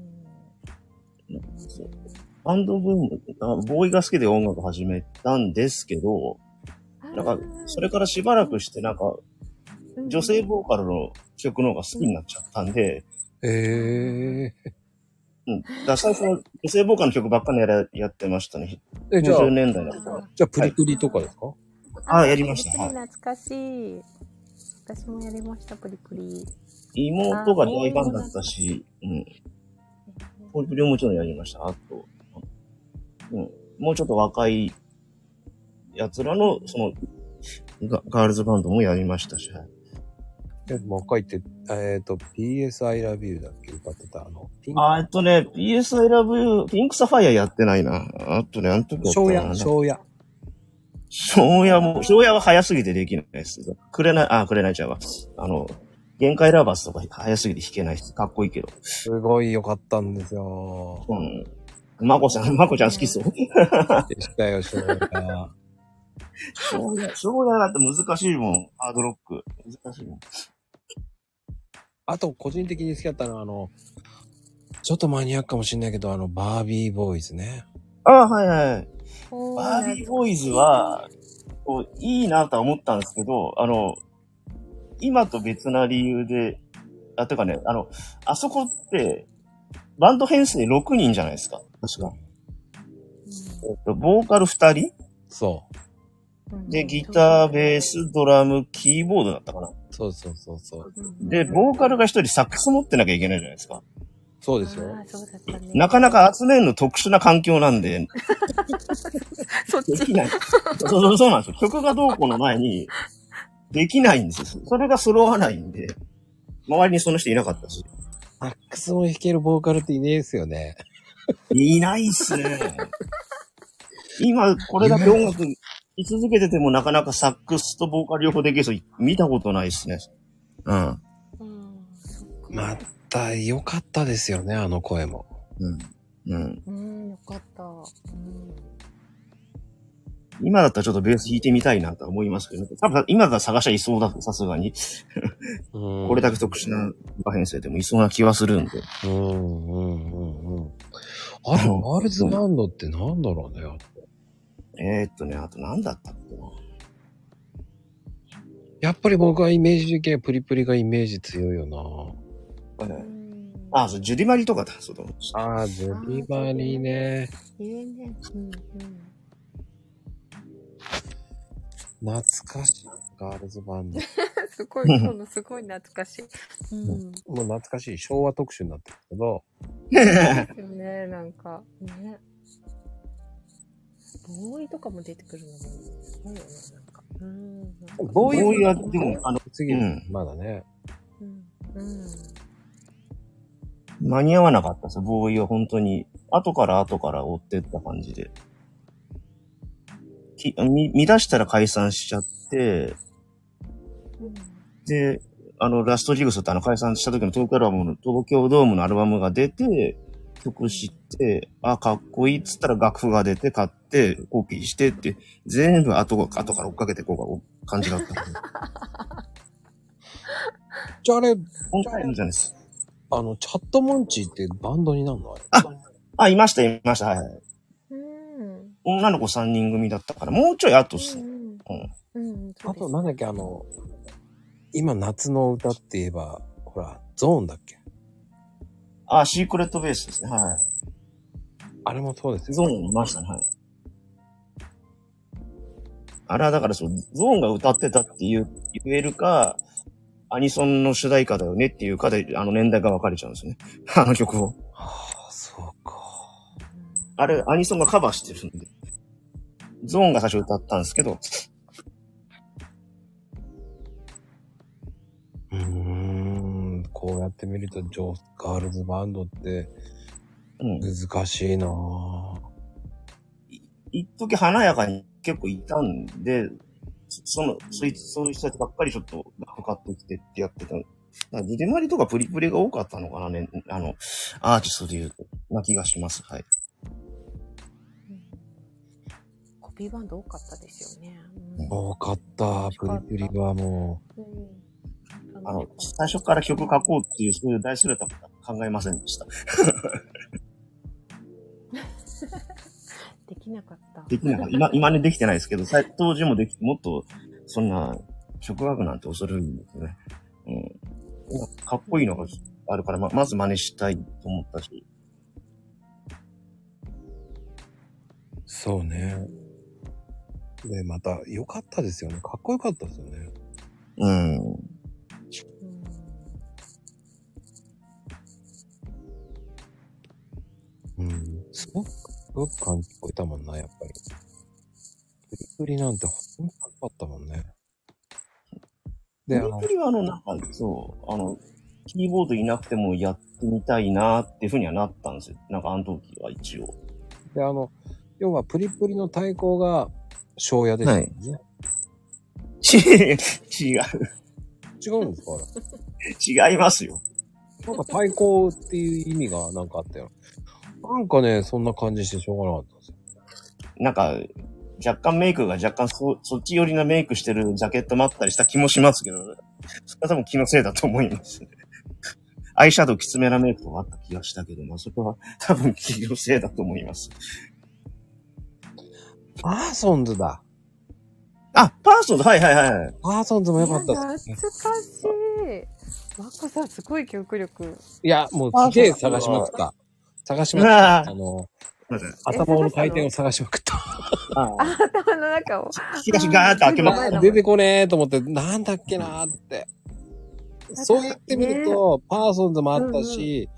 バンドブーム、あボーイが好きで音楽始めたんですけど、なんか、それからしばらくして、なんか、女性ボーカルの曲の方が好きになっちゃったんで、
え
うん。だから最初は女性ボーカルの曲ばっかりやらやってましたね。
え。え、じゃあ
90、年代の頃は。
じゃあ、プリプリとかですか
あやりましたはい
懐かしい。私もやりました、プリプリ。
妹が大ファンだったし、うん。ポリプリももちろんやりました。あと、うん。もうちょっと若い奴らの、その、ガガールズバンドもやりましたし、はい
でもう一回言って、えっ、と、PS I Love You だっけ歌ってた、あの、ピン
あー、えっとね、PS I Love You、ピンクサファイアやってないな。あとね、あの時やった
庄
な
屋、庄屋。
庄屋も、庄屋は早すぎてできないです。くれない、あ、くれないちゃうわ。あの、限界ラバースとか早すぎて弾けないです。かっこいいけど。
すごい良かったんですよ。
うん。まこさん、まこちゃん好きっすよ。
でしたよ、庄屋。
庄屋、庄屋だって難しいもん。ハードロック。難しいもん。
あと、個人的に好きだったのは、あの、ちょっとマニアックかもしれないけど、あの、バービーボーイズね。
ああ、はいはい。
お
バービーボーイズは、こういいなとは思ったんですけど、あの、今と別な理由で、あ、てかね、あの、あそこって、バンド編成6人じゃないですか。確か。えっと、ボーカル2人
そ
で、ギター、ベース、ドラム、キーボードだったかな。
う。そうそうそうそう。
で、ボーカルが一人サックス持ってなきゃいけないじゃないですか。
そう
ー
ですよ。
そうだったね
なかなか集めるの特殊な環境なんで、
そっ
で
ち
き。ない。そうそうそうなんですよ。曲がどうこうの前に、できないんですよ。それが揃わないんで、周りにその人いなかったし。
サックスも弾けるボーカルっていねえですよね。
いないっすね。今、これだけ音楽、い続けててもなかなかサックスとボーカル両方できる人見たことないっすね。うん。
うん
また良かったですよね、あの声も。
うん。うん。
うん、よかった。うん
今だったらちょっとベース弾いてみたいなとは思いますけどね。多分今だったら探しゃいそうだ、さすがに。
こ
これだけ特殊な編成でもいそうな気はするんで。
うんうんうんうん。あ
う
と、
ん
ガールズバンドってなんだろうね。
えー、っとね、あと何だったっけな。
やっぱり僕はイメージ的にはプリプリがイメージ強いよ
これ
う
ね
ん
あ、そう、ジュディマリとかだ。そうだ。
なああ、ジュディバリーね。
言えね。うん
懐かしい。ガールズバンド。
すごい、今度すごい懐か しい。
うん。うん。
もう懐かしい。昭和特集になってるけど、
ですよね、なんか。
ね。ボーイとかも出てくるのもすごいよね、なんか。うん。なんか
ボーイ
ボーイはでも、あの、
次、
うん
まだね。
うん。うん。
間に合わなかったです。ボーイは本当に、後から後から追ってった感じで。き見見出したら解散しちゃって、で、あの、ラストジグソーってあの解散した時の東京アルバムの、東京ドームのアルバムが出て、曲知って、あ、かっこいいっつったら楽譜が出て買って、コピーしてって、全部後が後から追っかけてこうか感じだっ
じ
た。
ゃああれ、
本当にいいじゃないです。
あの、チャットモンチーってバンドになるの
ああ、いました、いました、はいはい。
うん。
女の子3人組だったから、もうちょい後っすね。うん。
うん。
あと、なんだっけ、あの、今夏の歌って言えば、ほら、ゾーンだっけ
あ、シークレットベースですね。はい。
あれもそうですよ。
ゾーンいましたね、はい。あれはだからそう、ゾーンが歌ってたっていう、言えるか、アニソンの主題歌だよねっていうかで、あの年代が分かれちゃうんですよね。 あの曲を。
はあ、そうか。
あれ、アニソンがカバーしてるんで。ゾーンが最初歌ったんですけど、
うーん、こうやって見ると、ジョー、ガールズバンドって
うん。
難しいなぁ。
一時華やかに結構いたんで、そその、そいつ、そういう人たちばっかりちょっとかかってきてってやってた。だからディデマリとかプリプリが多かったのかなね、あの、アーティストで言うと、な気がします。はい。
コピーバンド多かったですよね。
多かった。プリプリはもう。
うん。
あの、最初から曲書こうっていう、そういう大それたことは考えませんでした。
できなかった。
できなか った。今、今ねできてないですけど、さい当時もでき、もっと、そんな、曲学なんて恐れるんですよね。うん。かっこいいのがあるから、ま、まず真似したいと思ったし。
そうね。で、また、良かったですよね。かっこよかったですよね。
うん。
うん。
うん。すごく、すごく感じこえたもんな、やっぱり。プリプリなんて、ほんとかっこよかったもんね。で、あ
無
の
理、くりはあの、なんか、そう、あの、キーボードいなくてもやってみたいなっていうふうにはなったんですよ。なんかあの時は一応。
で、あの、要はプリプリの対抗が、庄屋でしたよね。
ち、 違う。
違うんですかあれ。
違いますよ。
なんか対抗っていう意味がなんかあったよ。なんかね、そんな感じしてしょうがなかったんですよ。
なんか、若干メイクが若干そ、そっち寄りなメイクしてるジャケットもあったりした気もしますけど、それは多分気のせいだと思います、アイシャドウきつめなメイクとかあった気がしたけども、それは多分気のせいだと思います。
パーソンズだ。
あ、パーソンズはいはいはい。
パーソンズも良かった
や
で
懐か
す、ね。
しい。わっこさん、すごい記憶力。
いや、もうすげえ探しまくった。探しまくっ
あ
た。あの、
ーすいません
頭の回転を探しまくった。
あー、
頭の中を。
引き出しガーッと開けま
あ
す。
ー
出てこねえと思って、なんだっけなーって。そう言ってみると、パーソンズもあったし、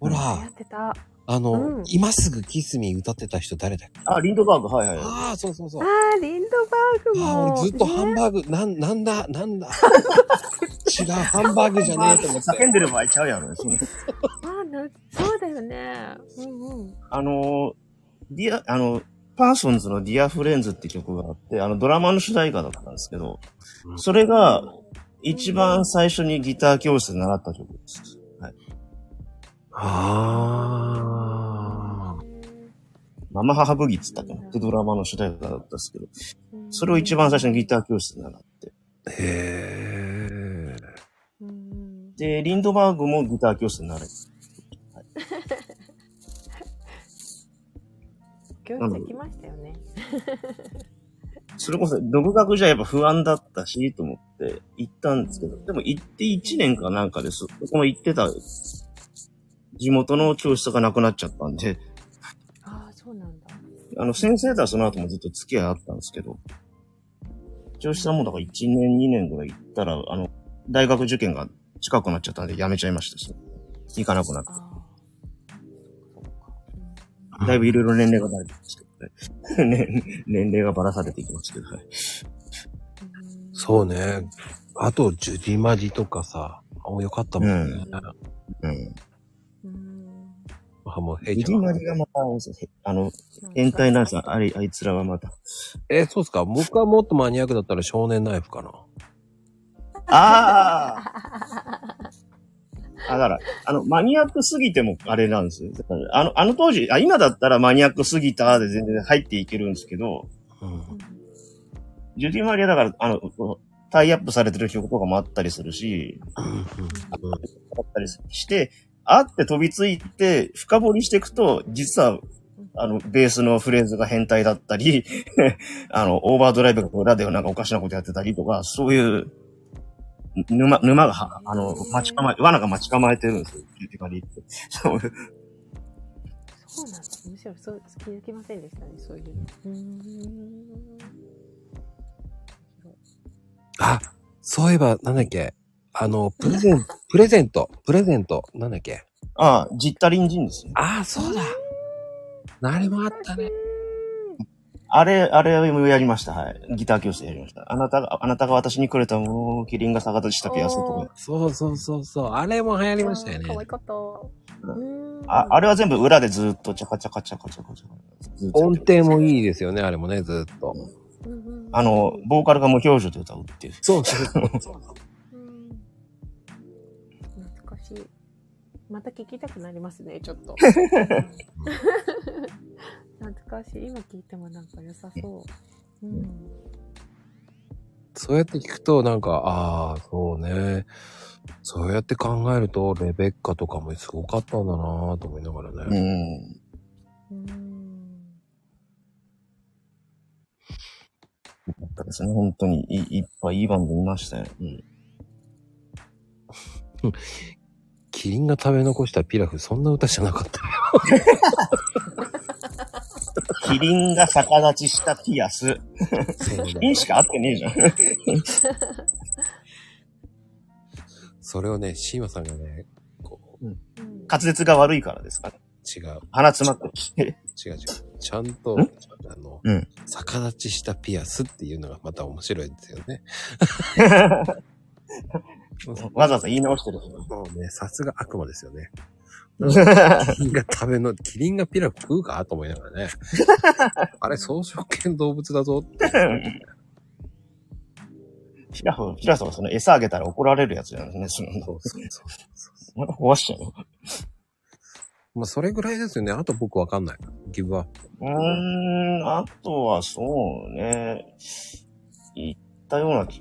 うんうん
ほ
や
ら
っ、てた。
あの、
うん
今すぐキスミー歌ってた人誰だっけ
あ、リンドバーグはいはい。
ああ、そうそうそう。あ
あー、リンドバーグ
あ、
も。
俺ずっとハンバーグ、なん、なんだ、なんだ。違う、ハンバーグじゃねえと思って。
叫んでる場合ちゃうやろ、その
あーなそうだよね。うんうん。
あの、ディア、あの、パーソンズのディアフレンズって曲があって、あのドラマの主題歌だったんですけど、それが一番最初にギター教室で習った曲です。はい、
ああ。
ママ母ブギっつったかなってドラマの主題歌だったんですけど、
うん
それを一番最初にギター教室で習って。
へえ。
うん
で、リンドバーグもギター教室で習って。
教室来ましたよね。
それこそ独学じゃやっぱ不安だったし、と思って行ったんですけど、でも行って1年かなんかです。この行ってた地元の教室がなくなっちゃったんで、
ああ、そうなんだ。
あの、先生とはその後もずっと付き合いあったんですけど、教室はもうだから1年、2年ぐらい行ったら、あの、大学受験が近くなっちゃったんで辞めちゃいましたし、行かなくなって
あ。あ。そうか。うん
だいぶいろいろ年齢がバレてますけどね。 ね年齢がばらされていきますけど、はい。
そうね。あと、ジュディマジとかさ、あ、よかったもんね。
うん。
うん。
あ、もう、ヘ
エ
イ
デ
ちゃ
ィ
ん
マリがまた、あの、変態なんですよ。あれ、あいつらはまた。
え、そうっすか僕はもっとマニアックだったら少年ナイフかな。
ああ。だから、あの、マニアックすぎてもあれなんですよ。だからあの、あの当時、あ、今だったらマニアックすぎたで全然入っていけるんですけど、
うん。
ジュディ・マリアだから、あの、こうタイアップされてる曲とかもあったりするし、あったりして、あって飛びついて、深掘りしていくと、実は、あの、ベースのフレーズが変態だったり、あの、オーバードライブが裏でなんかおかしなことやってたりとか、そういう、沼、沼がは、あの、待ち構え、罠が待ち構えてるんですよ、ジュディマリアって。そういう
そうなんだ。むしろそう気づきませんでしたね、そういうの。うーん。
あ、そういえば、なんだっけあの、プレゼン、プレゼント、プレゼント、なんだっけ
ああ、ジッタリンジンですね。
ああ、そうだ。あれもあったね。
あれ、あれもやりました、はい。ギター教室やりました。あなたが、あなたが私にくれたものをキリンが逆立ちしたピアスとか。
そうそうそうそう。あれも流行りましたよ
可愛
ね。
かった。
ああれは全部裏でずーっとチャカチャカチャカチャカチャカ。ずーっと
音程もいいですよね、あれもね、ずっと。
あの、ボーカルが無表情で歌うっていう。
そうそう。
うん懐かしい。また聞きたくなりますね、ちょっ と。懐かしい。今聞いてもなんか良さそう。うん。
そうやって聞くと、なんか、ああ、そうね。そうやって考えると、レベッカとかもすごかったんだなぁと思いながら
う
ね。
ん。
うん。
だったですね。本当にいい、いっぱいいいバンド見ましたよ。うん。
キリンが食べ残したピラフ、そんな歌じゃなかった。
キリンが逆立ちしたピアス。
そう
キリンしか合ってねえじゃん。
それをね、シーマさんがね、こう、
うん
滑舌が悪いからですから。
違う、
鼻詰まってる。
違う違う。ちゃんと、
ん
あの、
うん
逆立ちしたピアスっていうのがまた面白いんですよね。
わざわざ言い直 してる。
もうね、さすが悪魔ですよね。キリンが食べの、キリンがピラフ食うかと思いながらね。 あれ、草食系の動物だぞって。
ピラフ、ピラフはその餌あげたら怒られるやつじゃないですね。
そうそうそう。
そのなんか壊しちゃうよ。
まあ、それぐらいですよね。あと僕わかんない。ギブアップ。
うーん、あとはそうね、言ったような気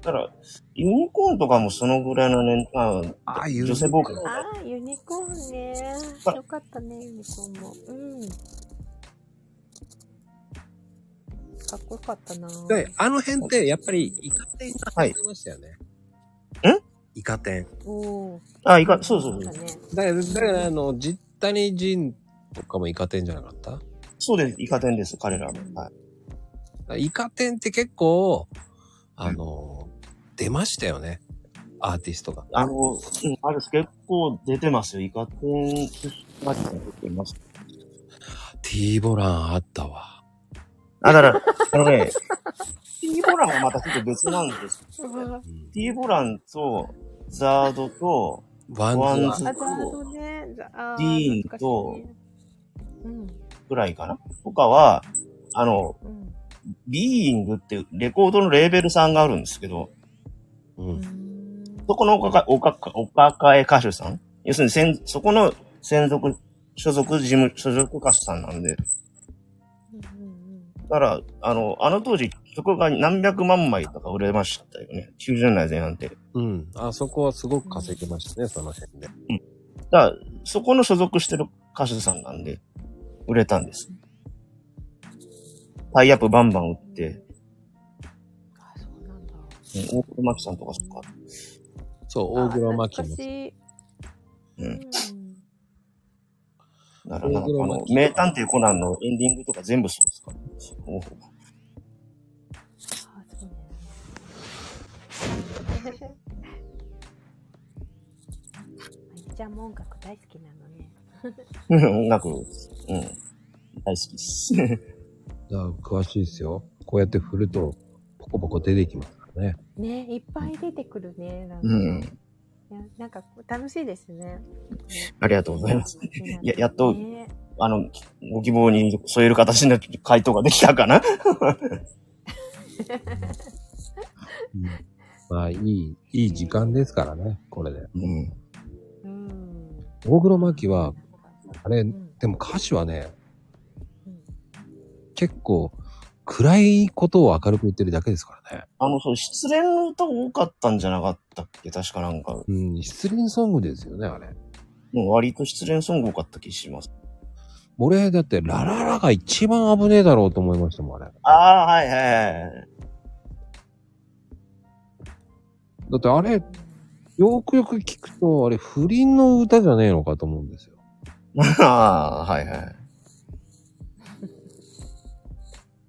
だから、ユニコーンとかもそのぐらいの年間、
ああ、
女性ボーカル。
ああ、ユニコーンね。
あ
よかったね、ユニコーンも。うん。かっこよかったな。
で、あの辺って、やっぱり、イカ天が入ってましたよね。
はいん
イカ天。
おー。
あ、いか、そうそうそ
なん
う。
かね、
だから、だからあの、ジッタニジンとかもイカ天じゃなかっただか
そうです。イカ天です、彼らも。はい。
らイカ天って結構、あの、出ましたよね。アーティストが。
あの、うん、あれです。結構出てますよ。イカ天、マジで出てます。
ティーボランあったわ。
あ、だから、あのね、ティーボランはまたちょっと別なんです。
うわ
うん
ティーボランと、ザードと、
ワンズは
ワンズ
あとあとね、あ
ディーン
懐
と
かしいね
うん。
ぐらいかなとかは、あの、
うん。
ビーイングってレコードのレーベルさんがあるんですけど、
う。
うんん
そこのおかか、おかか、おかかえ歌手さん要するにせん、そこの専属、所属事務、所属歌手さんなんで、
うん
だから、あの、あの当時曲が何百万枚とか売れましたよね。90年代前半って。
うん。あそこはすごく稼げましたね、その辺で。
だから、そこの所属してる歌手さんなんで、売れたんです。タイアップバンバン売って、
あ、そうなんだ。
うん大黒摩季さんとかそっか。
そう、大黒摩季
懐
も
かし。い
うん。
うん。
だからなんかあ
大黒
の
摩、季
名探偵コナンのエンディングとか全部そうですから。お
あ、そうね。まゆみちゃんも音楽大好きなのね。
音楽、うん、大好き です。
だから詳しいですよ。こうやって振ると、ポコポコ出てきますからね。
ね、いっぱい出てくるね。なんか,、
うん、
いやなんか楽しいですね。
ありがとうございます。
い
ややっと
ね、
あの、ご希望に添える形の回答ができたかな
うんまあ、いい、いい時間ですからね、これで。
うん。
うん。
大黒摩季は、あれ
う、ん。
でも歌詞はね、
うん
結構、暗いことを明るく言ってるだけですからね。
あの、そう、失恋の歌多かったんじゃなかったっけ確かなんか、
うん、失恋ソングですよね、あれ。
もう割と失恋ソング多かった気します。
俺、だって、ラララが一番危ねえだろうと思いましたもん、あれ。
ああ、はいはい はい。
だって、あれ、よくよく聞くと、あれ、不倫の歌じゃねえのかと思うんですよ。
ああ、はいはい。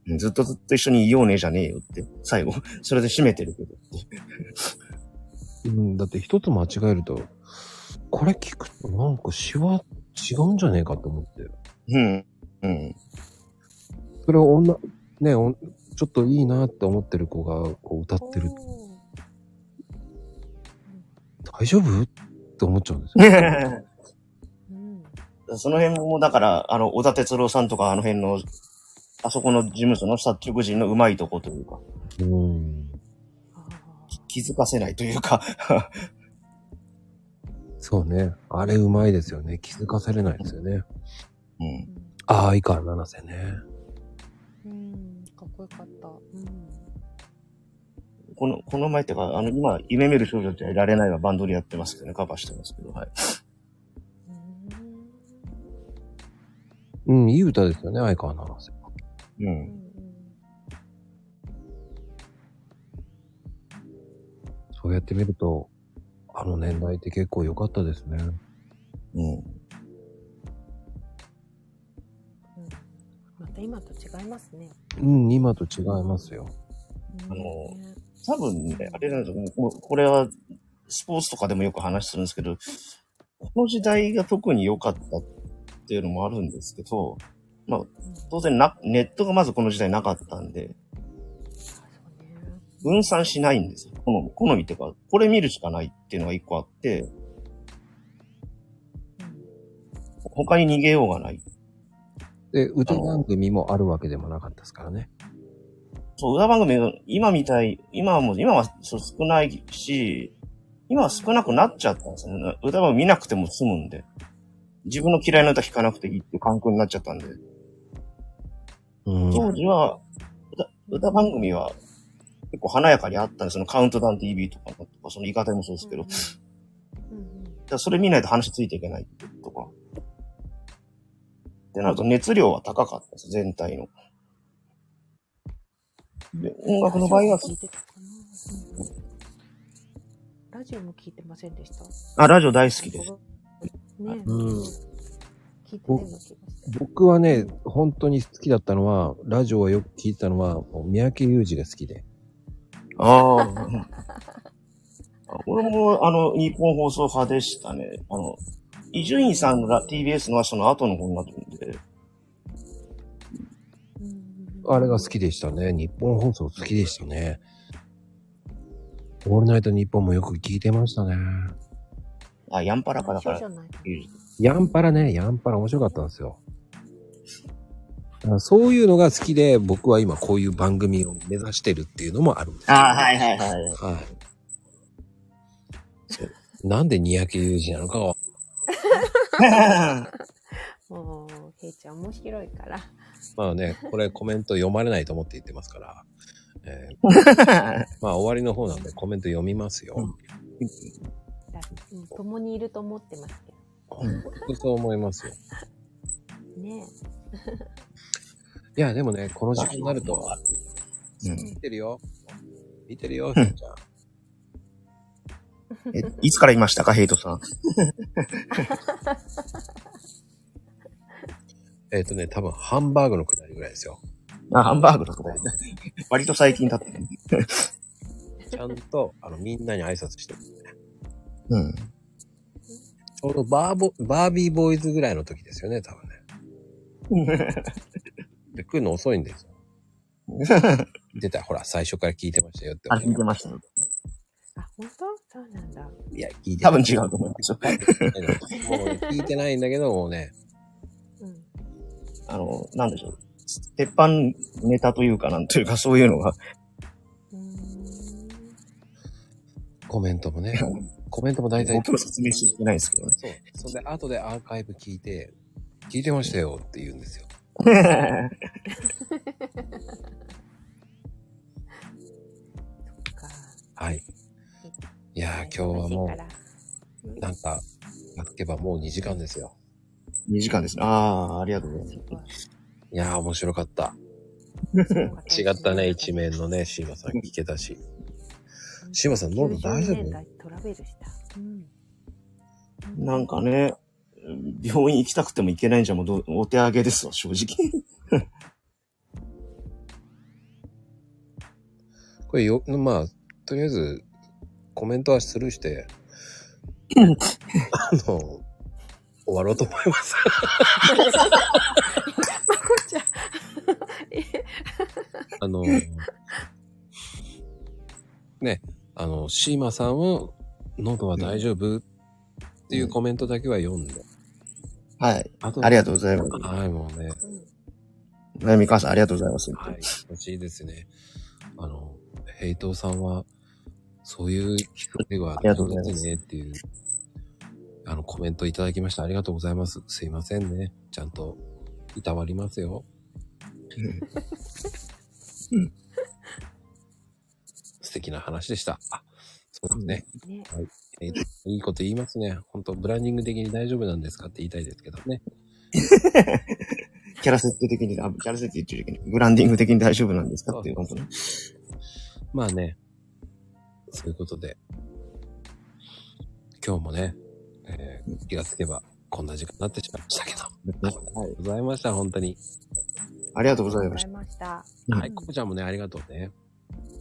うんずっとずっと一緒にいようねじゃねえよって、最後、それで締めてるけど。
うん、だって一つ間違えると、これ聞くとなんか詩は違うんじゃねえかと思って。
うん。 うん。
それを女、ね、おんちょっといいなって思ってる子がこう歌ってる。
おー
大丈夫って思っちゃうんですよ。
うん。
その辺も、だから、あの、小田哲郎さんとか、あの辺の、あそこの事務所の作曲人のうまいとこというか、
うん。
あ
気づかせないというか、
そうね。あれうまいですよね。気づかせれないですよね。
うん。
ああ、いか、七瀬ね。
ーうん。かっこよかった。うん。
この、この前ってか、あの、今、夢見る少女っていられないはバンドでやってますけどね、カバーしてますけど、はい。
うん
うん、いい歌ですよね、相川七瀬。
う。
うんん。
そうやってみると、あの年代って結構良かったですね。
うん。
うんまた今と違いますね。
うん、今と違いますよ。
うん
あの
ね
多分ね、あれなんですよ、もうこれは、スポーツとかでもよく話するんですけど、この時代が特に良かったっていうのもあるんですけど、まあ、当然な、ネットがまずこの時代なかったんで、
あそうね
分散しないんですよ。好み、好みっていうか、これ見るしかないっていうのが一個あって、他に逃げようがない。
で、歌番組もあるわけでもなかったですからね。
そう、裏番組が今みたい、今はもう、今はそう少ないし、今は少なくなっちゃったんですよね。歌番組見なくても済むんで。自分の嫌いな歌聴かなくていいっていう環境になっちゃったんで。
うん。
当時は、歌歌番組は結構華やかにあったんですそのカウントダウン TV とかとか、その言い方もそうですけど、だか
うんうん
らそれ見ないと話ついていけないとか。ってなると熱量は高かったです、全体の。で、音楽の場合は、
聞いてたかなうんラジオも聞いてませんでした。
あ、ラジオ大好きです。
ね、
うん
聞いてたような気がして。
僕はね、本当に好きだったのは、ラジオをよく聞いてたのは、もう三宅裕二が好きで。
あ あ。俺も、あの、日本放送派でしたね。あの、伊集院さんが TBS の人の後の方になってるんで、
あれが好きでしたね。日本放送好きでしたね。オールナイト日本もよく聞いてましたね。
あ、ヤンパラカだか
一緒
ら
じゃ、ない。
ヤンパラね、ヤンパラ面白かったんですよ。だからそういうのが好きで、僕は今こういう番組を目指してるっていうのもあるんです。
ああ、はいはいはい。
はい。そうなんで三宅裕二なのかは、
もう、ヘイちゃん面白いから。
まあね、これコメント読まれないと思って言ってますから、えー まあ終わりの方なんでコメント読みますよ。
うん
だうん共にいると思ってますけ
本当そう思いますよ。
どね。
いや、でもね、この時間になると、見てるよ。見てるよ、ひなちゃん。
えいつからいましたか、ヘイトさん。
えっ、とね、多分ハンバーグのくだりぐらいですよ。
あ、ハンバーグだとか。割と最近だったね。
ちゃんと、あの、みんなに挨拶してる。ち
うん。
ょうどバーボ、バービーボーイズぐらいの時ですよね、多分ね。で、来るの遅いんです よ。出た、ほら、最初から聞いてましたよって。
あ、聞いてました。
あ、本当そうなんだ。
いや、聞いて
多
ない
分違うと思いますよ。
もうね聞いてないんだけど、もうね、
うん。
あの、なんでしょう。鉄板ネタというか、なんというか、そういうのが。
うーん。
コメントもね、コメントも大体、
僕も説明してないですけどね。
そう。それで、後でアーカイブ聞いて、聞いてましたよって言うんですよ。
そっか。
はい。いやー、今日はも
忙しいから
う、なんか、やっとけばもう2時間ですよ。
2時間ですね。ああ、ありがとうございます。
いやー、面白かった。 違ったね、一。面のね、シーマさん聞けたし。シーマさん、
そう
喉
か
大丈夫
90年代トラベルした。うん。
なんかね、病院行きたくても行けないんじゃもうどう、お手上げですわ、正 直。
これよ、まあ、とりあえず、コメントはスルー して、あの、終わろうと思います。
まこちゃん。え
あの、ね、あの、シーマさんを、喉は大丈夫っていうコメントだけは読んで。
はい。
あと
ありがとうございます。
はい、もうね。
ね、みかさん、ありがとうございます。
はい、 欲しいですね。あの、ヘイトさんは、そういう人では
ありがとうございます
ですねっていう、あの、コメントいただきました。ありがとうございます。すいませんね。ちゃんと、いたわりますよ。素敵な話でした。あ、そうですね。
ね、
えーいいこと言いますね。本当ブランディング的に大丈夫なんですかって言いたいですけどね。
キャラ設定的に、あキャラ設定っていう時に、ブランディング的に大丈夫なんですかっていう、本当に。
まあね、そういうことで、今日もね、えー気がつけばこんな時間になってしまいましたけど、ありがと
はい。
うございました、本当に。
ありがとうご
あ
ざい
りがとうご
ま
ざ
し
い
た。
まし
う
た。
ん
はい、ここちゃんもね、ありがとうね。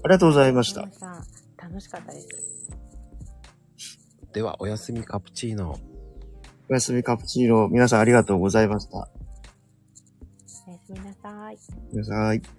ありがとうございま
ま
した。
た。楽しかったです。
では、おやすみカプチーノ。
おやすみカプチーノ、皆さんありがとうございました。
おやすみなさい。
皆さん。